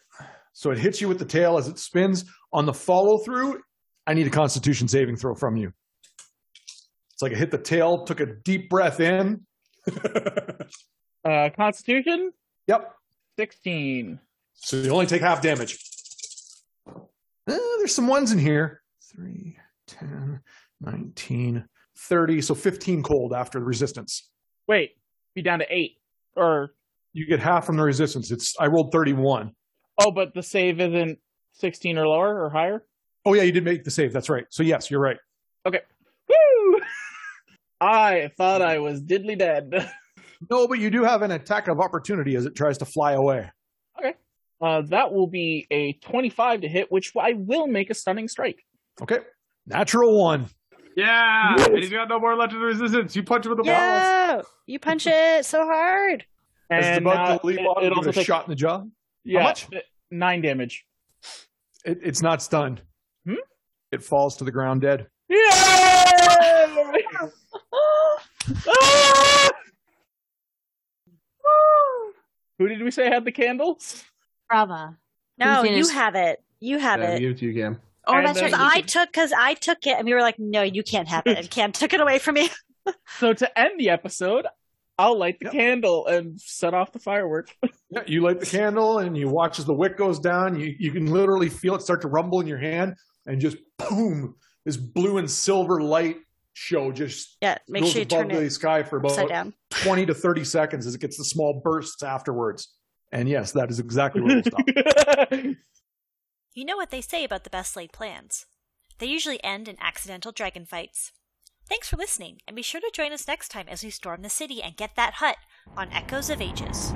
B: So it hits you with the tail as it spins. On the follow through, I need a constitution saving throw from you. It's like it hit the tail, took a deep breath in.
D: Uh, Constitution
B: Yep.
D: 16.
B: So you only take half damage. Uh, there's some ones in here 3, 10, 19, 30. So 15 cold after the resistance.
D: Wait, be down to eight. Or
B: You get half from the resistance. It's I rolled 31.
D: oh, but the save isn't 16 or lower or higher.
B: Oh yeah, you did make the save. That's right. So yes, you're right.
D: Woo! I thought I was diddly dead.
B: No, but you do have an attack of opportunity as it tries to fly away.
D: Uh, that will be a 25 to hit, which I will make a stunning strike.
B: Okay. Natural one.
C: Yeah, and he's got no more left of the resistance. You punch him with the ball.
F: Yeah. You punch it so hard.
B: As the
D: And
B: bug
D: uh,
B: will leap
D: it-
B: off
D: it
B: and give
D: also
B: it a
D: takes-
B: shot in the jaw.
D: yeah,
B: much?
D: th- Nine damage.
B: It, it's not stunned.
D: Hmm?
B: It falls to the ground dead.
D: Yeah! Who did we say had the candles?
E: Brava.
F: No,
E: Who's in
F: you
E: his-
F: have it. You have
C: Yeah,
F: it.
C: give it to you, Cam.
E: Oh,
D: And
E: that's
D: then-
F: Because
E: right.
F: I took, because I took it, and we were like, "No, you can't have it." And Cam took it away from me.
D: So to end the episode, I'll light the
B: Yep.
D: candle and set off the fireworks.
B: Yeah, you light the candle and you watch as the wick goes down. You, you can literally feel it start to rumble in your hand and just boom, this blue and silver light show just
F: Yeah, make
B: goes
F: sure you
B: above
F: turn
B: the
F: it
B: sky for
F: upside
B: about
F: down.
B: 20 to 30 seconds as it gets the small bursts afterwards. And yes, that is exactly where it will stop.
A: You know what they say about the best laid plans. They usually end in accidental dragon fights. Thanks for listening, and be sure to join us next time as we storm the city and get that hut on Echoes of Ages.